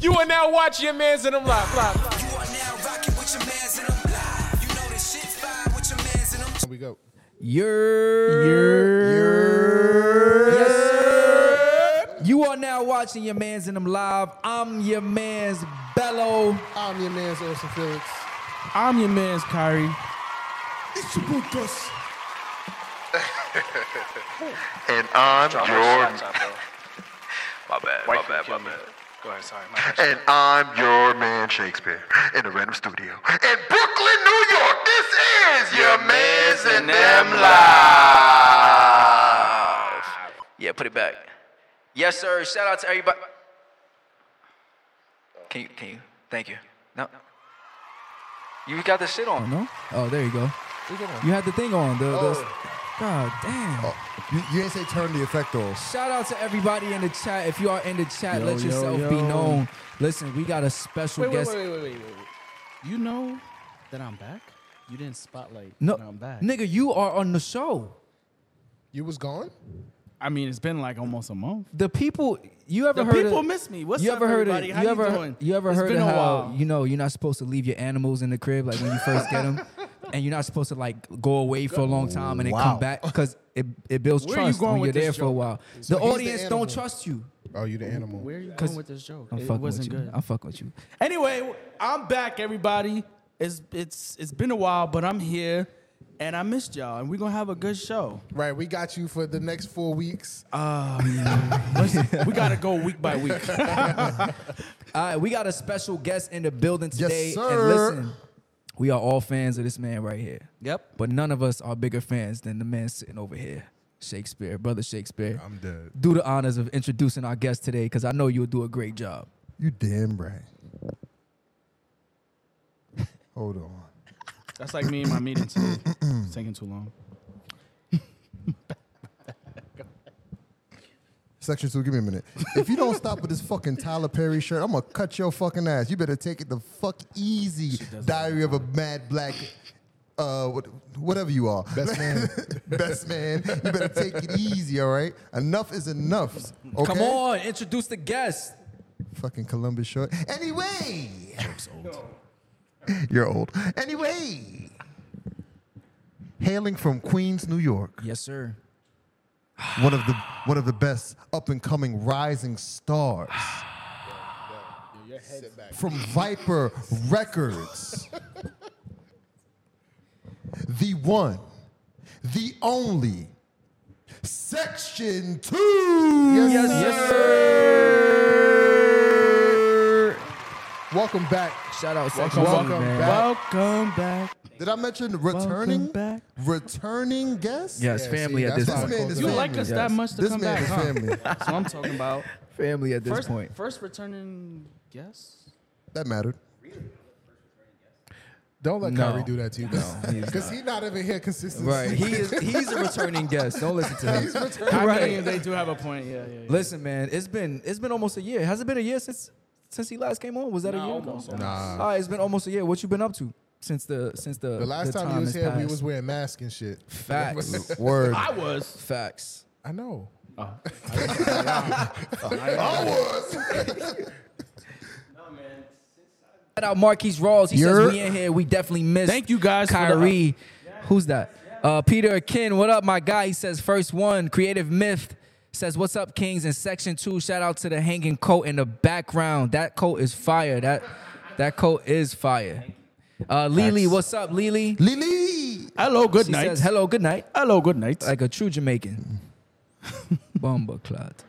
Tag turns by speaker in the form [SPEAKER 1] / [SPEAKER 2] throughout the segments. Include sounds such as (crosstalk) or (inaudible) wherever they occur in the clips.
[SPEAKER 1] You are now watching your man's in them live. Fly, fly.
[SPEAKER 2] You are now rocking with your mans in them live. You know this shit fire with your mans in them.
[SPEAKER 3] we go.
[SPEAKER 4] You're, Yes, sir. You are now watching your man's in them live. I'm your man's Bello.
[SPEAKER 3] I'm your man's Orson Felix.
[SPEAKER 5] I'm your man's Kyrie.
[SPEAKER 3] It's your podcast.
[SPEAKER 6] And I'm your
[SPEAKER 7] (laughs) My bad, my bad, my bad. Go ahead, sorry. My bad.
[SPEAKER 6] and I'm your man Shakespeare in a random studio in Brooklyn, New York. This is your man's and them live.
[SPEAKER 7] Yeah, put it back. Yes, sir. Shout out to everybody. Can you? Can you? Thank you. No. You got the shit on.
[SPEAKER 4] No? Oh, there you go. You had the thing on. The,
[SPEAKER 3] Oh.
[SPEAKER 4] the, God damn.
[SPEAKER 3] You, you ain't say turn the effect off.
[SPEAKER 4] Shout out to everybody in the chat. If you are in the chat,
[SPEAKER 5] Yo,
[SPEAKER 4] let
[SPEAKER 5] yo,
[SPEAKER 4] yourself be
[SPEAKER 5] yo.
[SPEAKER 4] known. Listen, we got a special guest.
[SPEAKER 3] wait, wait, wait.
[SPEAKER 5] You know that I'm back. You didn't spotlight
[SPEAKER 4] No,
[SPEAKER 5] that I'm back.
[SPEAKER 4] nigga, you are on the show.
[SPEAKER 3] You was gone?
[SPEAKER 5] I mean, it's been like almost a month.
[SPEAKER 4] The people you ever
[SPEAKER 5] The
[SPEAKER 4] heard
[SPEAKER 5] people
[SPEAKER 4] of,
[SPEAKER 5] miss me. What's
[SPEAKER 4] you
[SPEAKER 5] up,
[SPEAKER 4] ever heard
[SPEAKER 5] everybody?
[SPEAKER 4] Of,
[SPEAKER 5] How
[SPEAKER 4] you
[SPEAKER 5] you
[SPEAKER 4] ever
[SPEAKER 5] doing?
[SPEAKER 4] you ever
[SPEAKER 5] It's
[SPEAKER 4] heard
[SPEAKER 5] been
[SPEAKER 4] of
[SPEAKER 5] a
[SPEAKER 4] how
[SPEAKER 5] while.
[SPEAKER 4] you know you're not supposed to leave your animals in the crib like when you first get
[SPEAKER 5] (laughs)
[SPEAKER 4] them, and you're not supposed to like go away for a long time and then
[SPEAKER 3] Wow.
[SPEAKER 4] come back because it, it builds
[SPEAKER 5] Where you
[SPEAKER 4] trust
[SPEAKER 5] going
[SPEAKER 4] when you're
[SPEAKER 5] with this
[SPEAKER 4] there for a
[SPEAKER 5] joke?
[SPEAKER 4] while. the
[SPEAKER 3] So he's the
[SPEAKER 4] audience
[SPEAKER 3] animal.
[SPEAKER 4] don't trust you.
[SPEAKER 3] Oh, you the animal.
[SPEAKER 5] Where are you
[SPEAKER 4] Cause
[SPEAKER 5] going with this joke?
[SPEAKER 4] I'm
[SPEAKER 5] it
[SPEAKER 4] fucking
[SPEAKER 5] wasn't
[SPEAKER 4] with you.
[SPEAKER 5] good.
[SPEAKER 4] I'm fucking with you.
[SPEAKER 5] Anyway, I'm back, everybody. It's it's it's been a while, but I'm here, and I missed y'all, and we're gonna have a good show.
[SPEAKER 3] Right, we got you for the next four weeks.
[SPEAKER 5] we gotta go week by
[SPEAKER 4] (laughs)
[SPEAKER 5] week.
[SPEAKER 4] All right, we got a special guest in the building today.
[SPEAKER 3] sir.
[SPEAKER 4] And listen, we are all fans of this man right here.
[SPEAKER 5] Yep.
[SPEAKER 4] But none of us are bigger fans than the man sitting over here, Shakespeare, brother Shakespeare.
[SPEAKER 3] I'm dead.
[SPEAKER 4] Do the honors of introducing our guest today, because I know you'll do a great job.
[SPEAKER 3] You damn right. (laughs) Hold on.
[SPEAKER 5] That's like me and my meeting today. It's taking too long.
[SPEAKER 3] Section two, give me a minute. If you don't stop with this fucking Tyler Perry shirt, I'm gonna cut your fucking ass. You better take it the fuck easy. Diary of a Mad Black, uh, what, whatever you are, (laughs) best man, best man. You better take it easy, all right? Enough is enough. Okay?
[SPEAKER 4] Come on, introduce the guest.
[SPEAKER 3] fucking Columbus short. Anyway, (laughs) you're old. Anyway, hailing from Queens, New York.
[SPEAKER 4] Yes, sir.
[SPEAKER 3] one of the one of the best up and coming rising stars from Viper Records. (laughs) the one, the only. Section two.
[SPEAKER 4] Yes, sir.
[SPEAKER 3] Welcome back.
[SPEAKER 4] Shout out,
[SPEAKER 3] Welcome,
[SPEAKER 4] Section Two,
[SPEAKER 3] welcome
[SPEAKER 4] man.
[SPEAKER 3] back.
[SPEAKER 5] Welcome back.
[SPEAKER 3] Did I mention returning?
[SPEAKER 5] back.
[SPEAKER 3] Returning guest.
[SPEAKER 4] Yes, family
[SPEAKER 3] see,
[SPEAKER 4] at this
[SPEAKER 3] that's
[SPEAKER 4] point.
[SPEAKER 3] why I called
[SPEAKER 5] You
[SPEAKER 3] Family,
[SPEAKER 5] like us
[SPEAKER 3] yes.
[SPEAKER 5] that much to
[SPEAKER 3] This
[SPEAKER 5] come
[SPEAKER 3] man
[SPEAKER 5] back,
[SPEAKER 3] is
[SPEAKER 5] huh?
[SPEAKER 3] family.
[SPEAKER 5] That's what I'm talking about.
[SPEAKER 4] Family at this
[SPEAKER 5] first,
[SPEAKER 4] point.
[SPEAKER 5] first returning guest.
[SPEAKER 3] That mattered.
[SPEAKER 8] Don't let
[SPEAKER 4] No.
[SPEAKER 8] Kyrie do that to you, because he's not even here consistently. (laughs)
[SPEAKER 4] Right. He is he's a returning guest. Don't listen to him.
[SPEAKER 5] I
[SPEAKER 4] (laughs) Right.
[SPEAKER 5] mean, they do have a point. Yeah, yeah. yeah.
[SPEAKER 4] Listen, man, it's been it's been almost a year. Has it been a year since since he last came on? Was that a year ago? Nah. All right, it's been almost a year. What you been up to since the since the
[SPEAKER 8] Uh, The last time, he was
[SPEAKER 4] has
[SPEAKER 8] here, we
[SPEAKER 4] passed?
[SPEAKER 8] was wearing masks and shit. (laughs)
[SPEAKER 4] facts
[SPEAKER 3] (laughs) Word.
[SPEAKER 5] I was.
[SPEAKER 4] facts.
[SPEAKER 8] I know.
[SPEAKER 4] Shout out Marquise Rawls. He
[SPEAKER 3] You're-
[SPEAKER 4] says we in here. We definitely missed.
[SPEAKER 5] Thank you guys for the-
[SPEAKER 4] Kyrie. Who's that? Uh, Peter Akin. What up, my guy? He says first one. Creative myth says what's up, Kings. In section two, shout out to the hanging coat in the background. That coat is fire. That that coat is fire. Uh, Lily, what's up, Lily?
[SPEAKER 3] Lily.
[SPEAKER 5] Hello, good
[SPEAKER 4] She
[SPEAKER 5] night.
[SPEAKER 4] says hello, good night.
[SPEAKER 5] Hello, good night.
[SPEAKER 4] like a true
[SPEAKER 5] (laughs)
[SPEAKER 4] Jamaican. Bomba clot.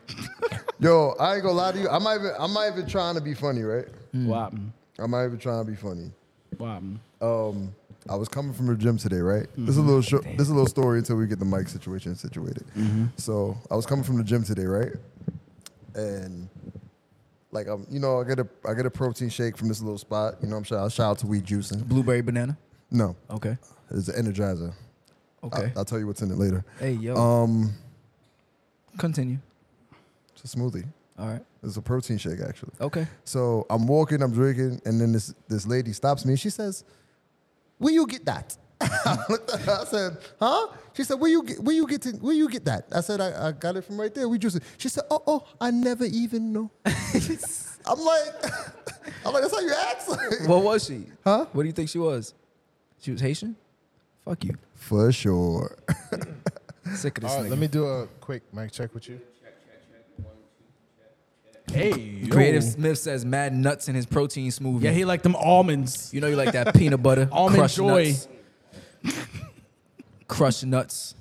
[SPEAKER 3] Yo, I ain't gonna lie to you. I'm not even. I'm not even trying to be funny, right?
[SPEAKER 5] Wow.
[SPEAKER 3] I'm not even trying to be funny.
[SPEAKER 5] Wow.
[SPEAKER 3] Um, I was coming from the gym today, right? This is a
[SPEAKER 4] Mm-hmm.
[SPEAKER 3] little. Sh- this is a little story until we get the mic situation situated.
[SPEAKER 4] Mm-hmm.
[SPEAKER 3] So I was coming from the gym today, right? And like I'm, you know, I get a I get a protein shake from this little spot. You know, I'm shout shout out to Weed Juicing.
[SPEAKER 4] Blueberry banana.
[SPEAKER 3] No,
[SPEAKER 4] Okay.
[SPEAKER 3] it's an Energizer.
[SPEAKER 4] Okay.
[SPEAKER 3] I, will tell you what's in it later.
[SPEAKER 4] hey yo.
[SPEAKER 3] Um,
[SPEAKER 4] Continue.
[SPEAKER 3] it's a smoothie.
[SPEAKER 4] All right.
[SPEAKER 3] It's a protein shake actually.
[SPEAKER 4] Okay.
[SPEAKER 3] So I'm walking, I'm drinking, and then this this lady stops me and she says, "Where you get that?" (laughs) I looked at her, I said, "Huh?" She said, "Where you get where you get to, where you "Uh, (laughs) get that?" I said, I, "I got it from right there. We just." She said, "Oh, oh, I never even know."
[SPEAKER 9] I'm
[SPEAKER 3] (laughs)
[SPEAKER 9] like, I'm like, that's how you act. Like,
[SPEAKER 4] (clears throat) What was she? Huh? What do you think she was? She was Haitian? Fuck you.
[SPEAKER 9] For sure.
[SPEAKER 4] Sick of this
[SPEAKER 3] All right,
[SPEAKER 4] nigga.
[SPEAKER 3] let me do a quick mic check with you.
[SPEAKER 5] Hey,
[SPEAKER 4] Creative Smith says mad nuts in his protein smoothie.
[SPEAKER 5] yeah, he like them almonds.
[SPEAKER 4] you know you like that peanut butter.
[SPEAKER 5] (laughs) Almond
[SPEAKER 4] crushed
[SPEAKER 5] joy.
[SPEAKER 4] Nuts. crushed nuts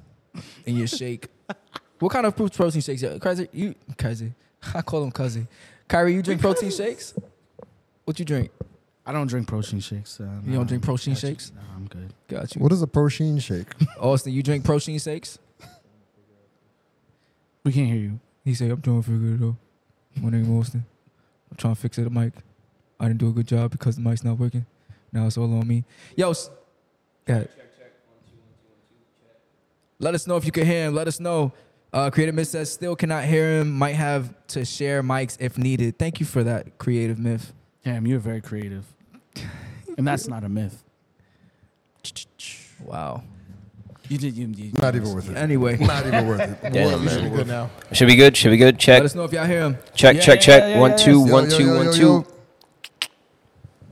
[SPEAKER 4] in your shake. What kind of protein shakes? you- Crazy, you crazy. (laughs) I call him cousin. Kyrie, you drink protein shakes? What you drink?
[SPEAKER 5] I don't drink protein shakes. So
[SPEAKER 4] You don't drink protein shakes?
[SPEAKER 5] No, I'm good.
[SPEAKER 4] Got you.
[SPEAKER 9] what is a protein shake?
[SPEAKER 3] (laughs)
[SPEAKER 4] Austin, you drink protein shakes?
[SPEAKER 5] We can't hear you.
[SPEAKER 4] He said, I'm doing pretty good though. My name Austin. I'm trying to fix it, the mic. I didn't do a good job because the mic's not working. Now it's all on me. Yo, s- go ahead. Let us know if you can hear him. Let us know. Uh, Creative Myth says still cannot hear him. Might have to share mics if needed. Thank you for that, Creative Myth.
[SPEAKER 5] Damn, you're very
[SPEAKER 4] (laughs)
[SPEAKER 5] creative, and that's not a myth.
[SPEAKER 4] Wow.
[SPEAKER 5] You did. You, you,
[SPEAKER 9] Not even
[SPEAKER 3] (laughs)
[SPEAKER 9] worth it.
[SPEAKER 4] Anyway,
[SPEAKER 9] Not even worth it. One, man.
[SPEAKER 3] Good now.
[SPEAKER 10] Should be good. Should be good. Check.
[SPEAKER 4] let us know if y'all hear him.
[SPEAKER 10] Check.
[SPEAKER 5] Yeah,
[SPEAKER 10] check.
[SPEAKER 5] yeah,
[SPEAKER 10] check.
[SPEAKER 5] yeah,
[SPEAKER 10] one
[SPEAKER 5] yeah,
[SPEAKER 10] two
[SPEAKER 5] yeah.
[SPEAKER 10] one two one two.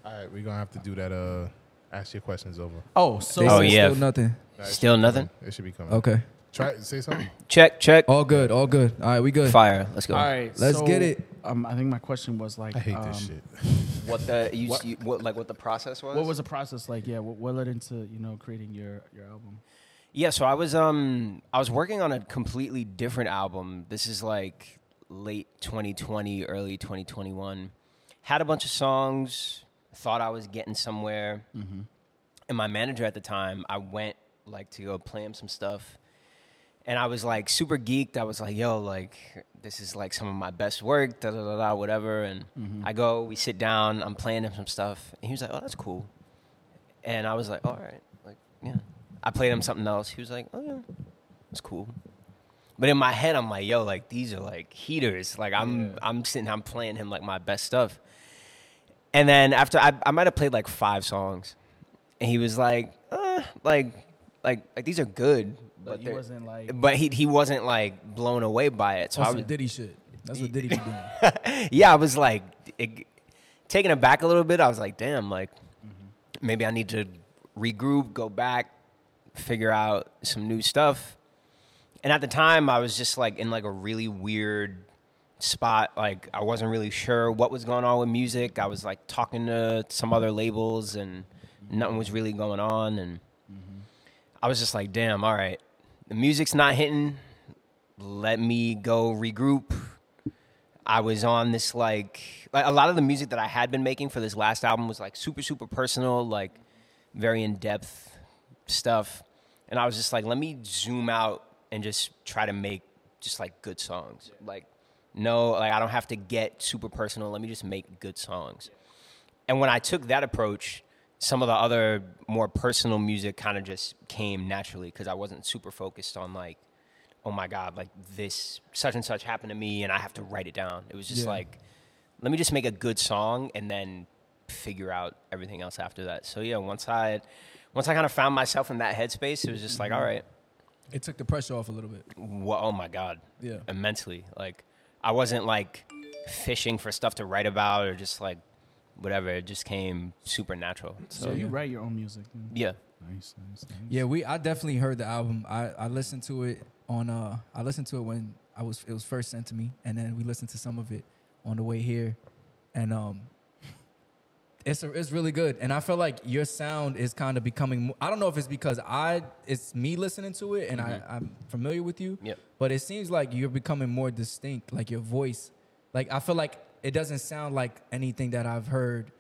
[SPEAKER 3] All right, we're gonna have to do that. Uh, ask your questions over.
[SPEAKER 5] Oh,
[SPEAKER 4] They
[SPEAKER 5] so
[SPEAKER 10] Oh,
[SPEAKER 4] said
[SPEAKER 10] yeah.
[SPEAKER 4] Still nothing.
[SPEAKER 10] Still nothing.
[SPEAKER 3] It should be coming.
[SPEAKER 4] Okay.
[SPEAKER 3] Try say something.
[SPEAKER 10] Check. Check.
[SPEAKER 4] All good. All good. All right, we good.
[SPEAKER 10] Fire. Let's go.
[SPEAKER 5] Oh. all right,
[SPEAKER 4] Let's
[SPEAKER 5] so,
[SPEAKER 4] get it.
[SPEAKER 5] Um, I think my question was like,
[SPEAKER 3] I hate
[SPEAKER 5] um,
[SPEAKER 3] this shit.
[SPEAKER 10] What the you, what? what like what the process was?
[SPEAKER 5] What was the process like? Yeah, what, what led into you know creating your your album?
[SPEAKER 10] Yeah, so I was um I was working on a completely different album. This is like late 2020, early 2021. Had a bunch of songs, thought I was getting somewhere.
[SPEAKER 5] Mm-hmm.
[SPEAKER 10] And my manager at the time, I went like to go play him some stuff. And I was like super geeked. I was like, yo, like this is like some of my best work, da da da da, whatever. And
[SPEAKER 5] Mm-hmm.
[SPEAKER 10] I go, we sit down, I'm playing him some stuff. And he was like, oh, that's cool. And I was like, all right, like, yeah. I played him something else. He was like, oh, yeah, it's cool. But in my head, I'm like, yo, like, these are like heaters. Like, I'm, I'm sitting, I'm playing him like my best stuff. And then after, I, I might have played like five songs. And he was like, uh, like, like, like, these are good. But,
[SPEAKER 5] he
[SPEAKER 10] they're-
[SPEAKER 5] wasn't, like-
[SPEAKER 10] but he, he wasn't like blown away by it. So I
[SPEAKER 4] That's
[SPEAKER 10] was,
[SPEAKER 4] what Diddy shit. That's what Diddy be doing.
[SPEAKER 10] yeah, I was like it, taken aback a little bit. I was like, damn, like maybe I need to regroup, go back, figure out some new stuff. And at the time, I was just like in like a really weird spot. Like I wasn't really sure what was going on with music. I was like talking to some other labels, and nothing was really going on. And I was just like, damn, all right, the music's not hitting. Let me go regroup. I was on this like, like a lot of the music that I had been making for this last album was like super super personal, like very in depth stuff, and I was just like, let me zoom out and just try to make just like good songs. Like, no, like I don't have to get super personal. Let me just make good songs. And when I took that approach, some of the other more personal music kind of just came naturally because I wasn't super focused on like, oh my God, like this such and such happened to me and I have to write it down. It was just like, let me just make a good song and then figure out everything else after that. So yeah, once I once I kind of found myself in that headspace, it was just like, all right,
[SPEAKER 4] It took the pressure off a little bit.
[SPEAKER 10] Wha oh my god
[SPEAKER 4] Yeah.
[SPEAKER 10] immensely like i wasn't like fishing for stuff to write about or just like whatever it just came supernatural
[SPEAKER 5] So,
[SPEAKER 10] so
[SPEAKER 5] you write your own music. yeah.
[SPEAKER 10] yeah
[SPEAKER 5] Nice, nice, nice.
[SPEAKER 4] Yeah, we. I definitely heard the album. I, I listened to it on. Uh, I listened to it when I was. It was first sent to me, and then we listened to some of it on the way here, and um, it's a, it's really good. And I feel like your sound is kind of becoming. mo- I don't know if it's because I it's me listening to it, and I I'm familiar with you.
[SPEAKER 10] Mm-hmm. Yep.
[SPEAKER 4] But it seems like you're becoming more distinct. Like your voice, like I feel like it doesn't sound like anything that I've heard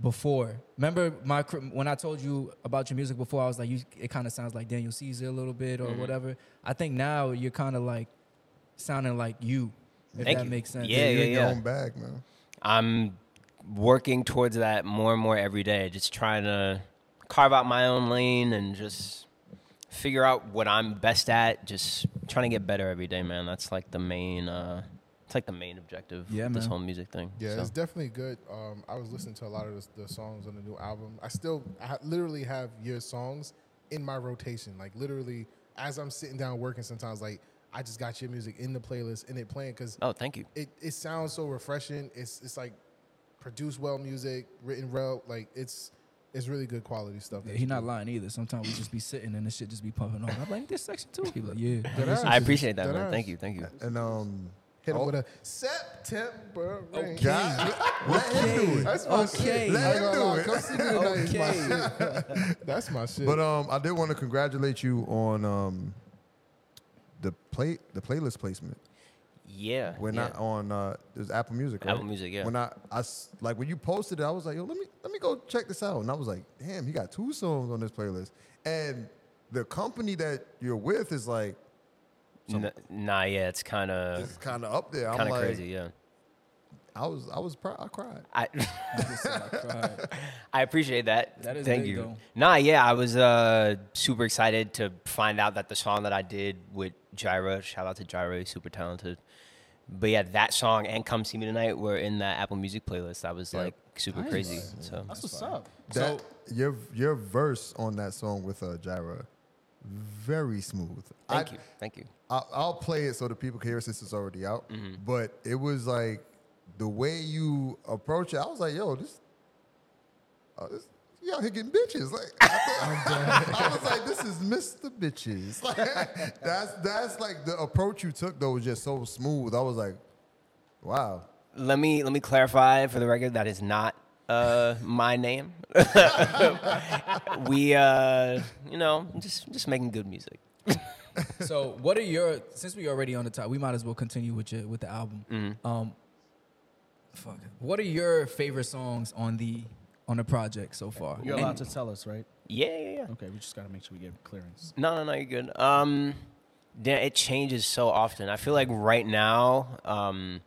[SPEAKER 4] before. Remember my cr- when I told you about your music before, I was like, you, it kind of sounds like Daniel Caesar a little bit or
[SPEAKER 10] Mm-hmm.
[SPEAKER 4] whatever. I think now you're kind of like sounding like you. If
[SPEAKER 10] Thank
[SPEAKER 4] that
[SPEAKER 10] you.
[SPEAKER 4] makes sense.
[SPEAKER 10] Yeah,
[SPEAKER 9] You're in
[SPEAKER 10] yeah.
[SPEAKER 9] your own bag, man.
[SPEAKER 10] i'm working towards that more and more every day just trying to carve out my own lane and just figure out what i'm best at just trying to get better every day man that's like the main uh it's like the main objective
[SPEAKER 4] Yeah,
[SPEAKER 10] of this
[SPEAKER 4] man.
[SPEAKER 10] whole music thing
[SPEAKER 3] Yeah,
[SPEAKER 10] So-
[SPEAKER 3] it's definitely good. Um, I was listening to a lot of the, the songs on the new album. I still I ha- literally have your songs in my rotation. Like literally, as I'm sitting down working, sometimes like I just got your music in the playlist and it playing because
[SPEAKER 10] oh thank you
[SPEAKER 3] it, it sounds so refreshing. It's it's like produced well music, written well. Like it's it's really good quality stuff. that
[SPEAKER 4] He's
[SPEAKER 3] she
[SPEAKER 4] not
[SPEAKER 3] do.
[SPEAKER 4] lying either. Sometimes we just be sitting and this shit just be pumping on. I'm like, this section too. He like, yeah. I listen
[SPEAKER 10] I appreciate that,
[SPEAKER 3] Dead
[SPEAKER 10] man.
[SPEAKER 3] ass.
[SPEAKER 10] Thank you, thank you.
[SPEAKER 9] And um,
[SPEAKER 3] hit him with
[SPEAKER 10] Oh.
[SPEAKER 3] a September rain.
[SPEAKER 10] Ah.
[SPEAKER 9] God, let him do
[SPEAKER 3] (laughs)
[SPEAKER 9] it.
[SPEAKER 3] That's my
[SPEAKER 4] Okay.
[SPEAKER 3] shit.
[SPEAKER 9] Let him
[SPEAKER 3] I ain't gonna
[SPEAKER 9] do
[SPEAKER 3] lie.
[SPEAKER 9] it.
[SPEAKER 3] Come see me tonight is my shit. (laughs) That's my shit.
[SPEAKER 9] But um, I did want to congratulate you on um, the play the playlist placement.
[SPEAKER 10] Yeah.
[SPEAKER 9] When
[SPEAKER 10] yeah.
[SPEAKER 9] I on uh, it was Apple Music, right?
[SPEAKER 10] Apple Music, yeah.
[SPEAKER 9] When I, I s- like when you posted it, I was like, yo, let me let me go check this out, and I was like, damn, he got two songs on this playlist, and the company that you're with is like
[SPEAKER 10] N- nah, yeah, it's kind of
[SPEAKER 9] is kind of up there. I'm
[SPEAKER 10] kind of
[SPEAKER 9] like,
[SPEAKER 10] crazy, yeah.
[SPEAKER 9] I was I was pr- I cried.
[SPEAKER 10] I (laughs)
[SPEAKER 4] to it.
[SPEAKER 10] I appreciate that.
[SPEAKER 4] That is
[SPEAKER 10] Thank
[SPEAKER 4] big,
[SPEAKER 10] you.
[SPEAKER 4] though.
[SPEAKER 10] Nah, yeah, I was uh, super excited to find out that the song that I did with Gyra, shout out to Gyra, he's super talented. But yeah, that song and "Come See Me Tonight" were in that Apple Music playlist. I was like super crazy. So
[SPEAKER 5] That's what's up.
[SPEAKER 9] That your your verse on that song with uh, Gyra, very smooth.
[SPEAKER 10] thank
[SPEAKER 9] I,
[SPEAKER 10] you, thank you.
[SPEAKER 9] I'll, I'll play it so the people can hear it since it's already out.
[SPEAKER 10] Mm-hmm.
[SPEAKER 9] But it was like the way you approach it. I was like, yo, this, oh, this you out here getting bitches. Like,
[SPEAKER 10] (laughs)
[SPEAKER 9] I, (laughs) thought- I was like, this is Mr. Bitches. (laughs) Like, that's that's like the approach you took though was just so smooth. I was like, wow.
[SPEAKER 10] Let me let me clarify for the record that is not uh, my name. (laughs) we, uh, you know, just just making good music.
[SPEAKER 4] so what are your since we already on the top, we might as well continue with your with the album. Um fuck. What are your favorite songs on the on the project so far?
[SPEAKER 5] You're
[SPEAKER 4] And-
[SPEAKER 5] allowed to tell us, right?
[SPEAKER 10] Yeah, yeah, yeah.
[SPEAKER 5] Okay, we just gotta make sure we get clearance.
[SPEAKER 10] No, no, no, you're good. Um, damn, it changes so often. I feel like right now, um,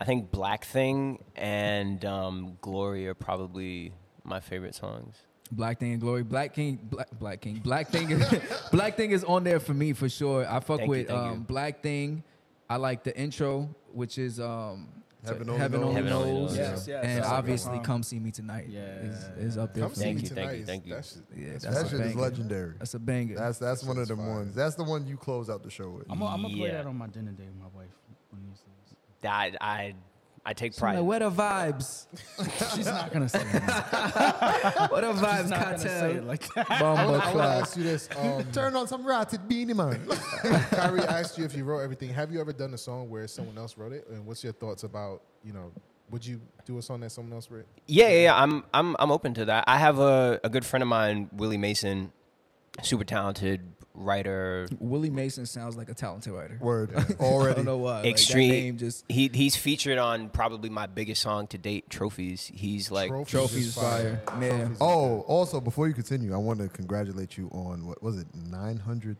[SPEAKER 10] I think Black Thing and um, Glory are probably my favorite songs.
[SPEAKER 4] Black Thing and Glory. Black King Black, Black King. Black Thing (laughs) Black Thing is on there for me for sure. I fuck
[SPEAKER 10] Thank you,
[SPEAKER 4] with
[SPEAKER 10] thank
[SPEAKER 4] um,
[SPEAKER 10] you.
[SPEAKER 4] Black Thing. I like the intro, which is um
[SPEAKER 9] Heaven
[SPEAKER 4] to-
[SPEAKER 9] Only Knows.
[SPEAKER 10] Heaven Only Knows,
[SPEAKER 5] Yes, yeah. yes,
[SPEAKER 4] and
[SPEAKER 5] that's a good
[SPEAKER 4] obviously
[SPEAKER 5] one.
[SPEAKER 4] Come See Me Tonight is, is up there
[SPEAKER 3] Come
[SPEAKER 4] for
[SPEAKER 3] see
[SPEAKER 4] me.
[SPEAKER 3] me
[SPEAKER 10] Thank you, thank you,
[SPEAKER 3] tonight.
[SPEAKER 10] thank you.
[SPEAKER 3] That shit-
[SPEAKER 4] Yeah, that's,
[SPEAKER 9] That
[SPEAKER 4] a
[SPEAKER 9] shit is
[SPEAKER 4] banger.
[SPEAKER 9] legendary.
[SPEAKER 4] That's a banger.
[SPEAKER 9] That's that's one of the
[SPEAKER 3] That's fire.
[SPEAKER 9] ones. That's the one you close out the show with.
[SPEAKER 5] I'm gonna play
[SPEAKER 10] Yeah.
[SPEAKER 5] that on my dinner date with my wife. One of these days.
[SPEAKER 10] That I, I take
[SPEAKER 4] I'm
[SPEAKER 10] pride.
[SPEAKER 4] like,
[SPEAKER 10] in
[SPEAKER 4] where the vibes?
[SPEAKER 5] (laughs) She's not gonna (laughs) say that.
[SPEAKER 4] What the vibes,
[SPEAKER 5] She's not gonna say it
[SPEAKER 4] cartel?
[SPEAKER 5] like that.
[SPEAKER 3] I
[SPEAKER 4] Bomba
[SPEAKER 3] want to
[SPEAKER 4] class.
[SPEAKER 3] ask you this. Um,
[SPEAKER 9] Turn on some rotted beanie (laughs) man.
[SPEAKER 3] Kyrie I asked you if you wrote everything. Have you ever done a song where someone else wrote it? And what's your thoughts about, you know, would you do a song that someone else wrote?
[SPEAKER 10] Yeah, yeah, yeah. I'm I'm I'm open to that. I have a, a good friend of mine, Willie Mason, super talented writer.
[SPEAKER 4] Willie Mason sounds like a talented writer.
[SPEAKER 9] Word
[SPEAKER 4] I
[SPEAKER 9] (laughs) already.
[SPEAKER 4] don't know why. like, that
[SPEAKER 10] Extreme.
[SPEAKER 4] name just
[SPEAKER 10] he he's featured on probably my biggest song to date, "Trophies." He's like
[SPEAKER 4] trophies fire. Man.
[SPEAKER 9] Oh, also before you continue, I want to congratulate you on what was it, nine hundred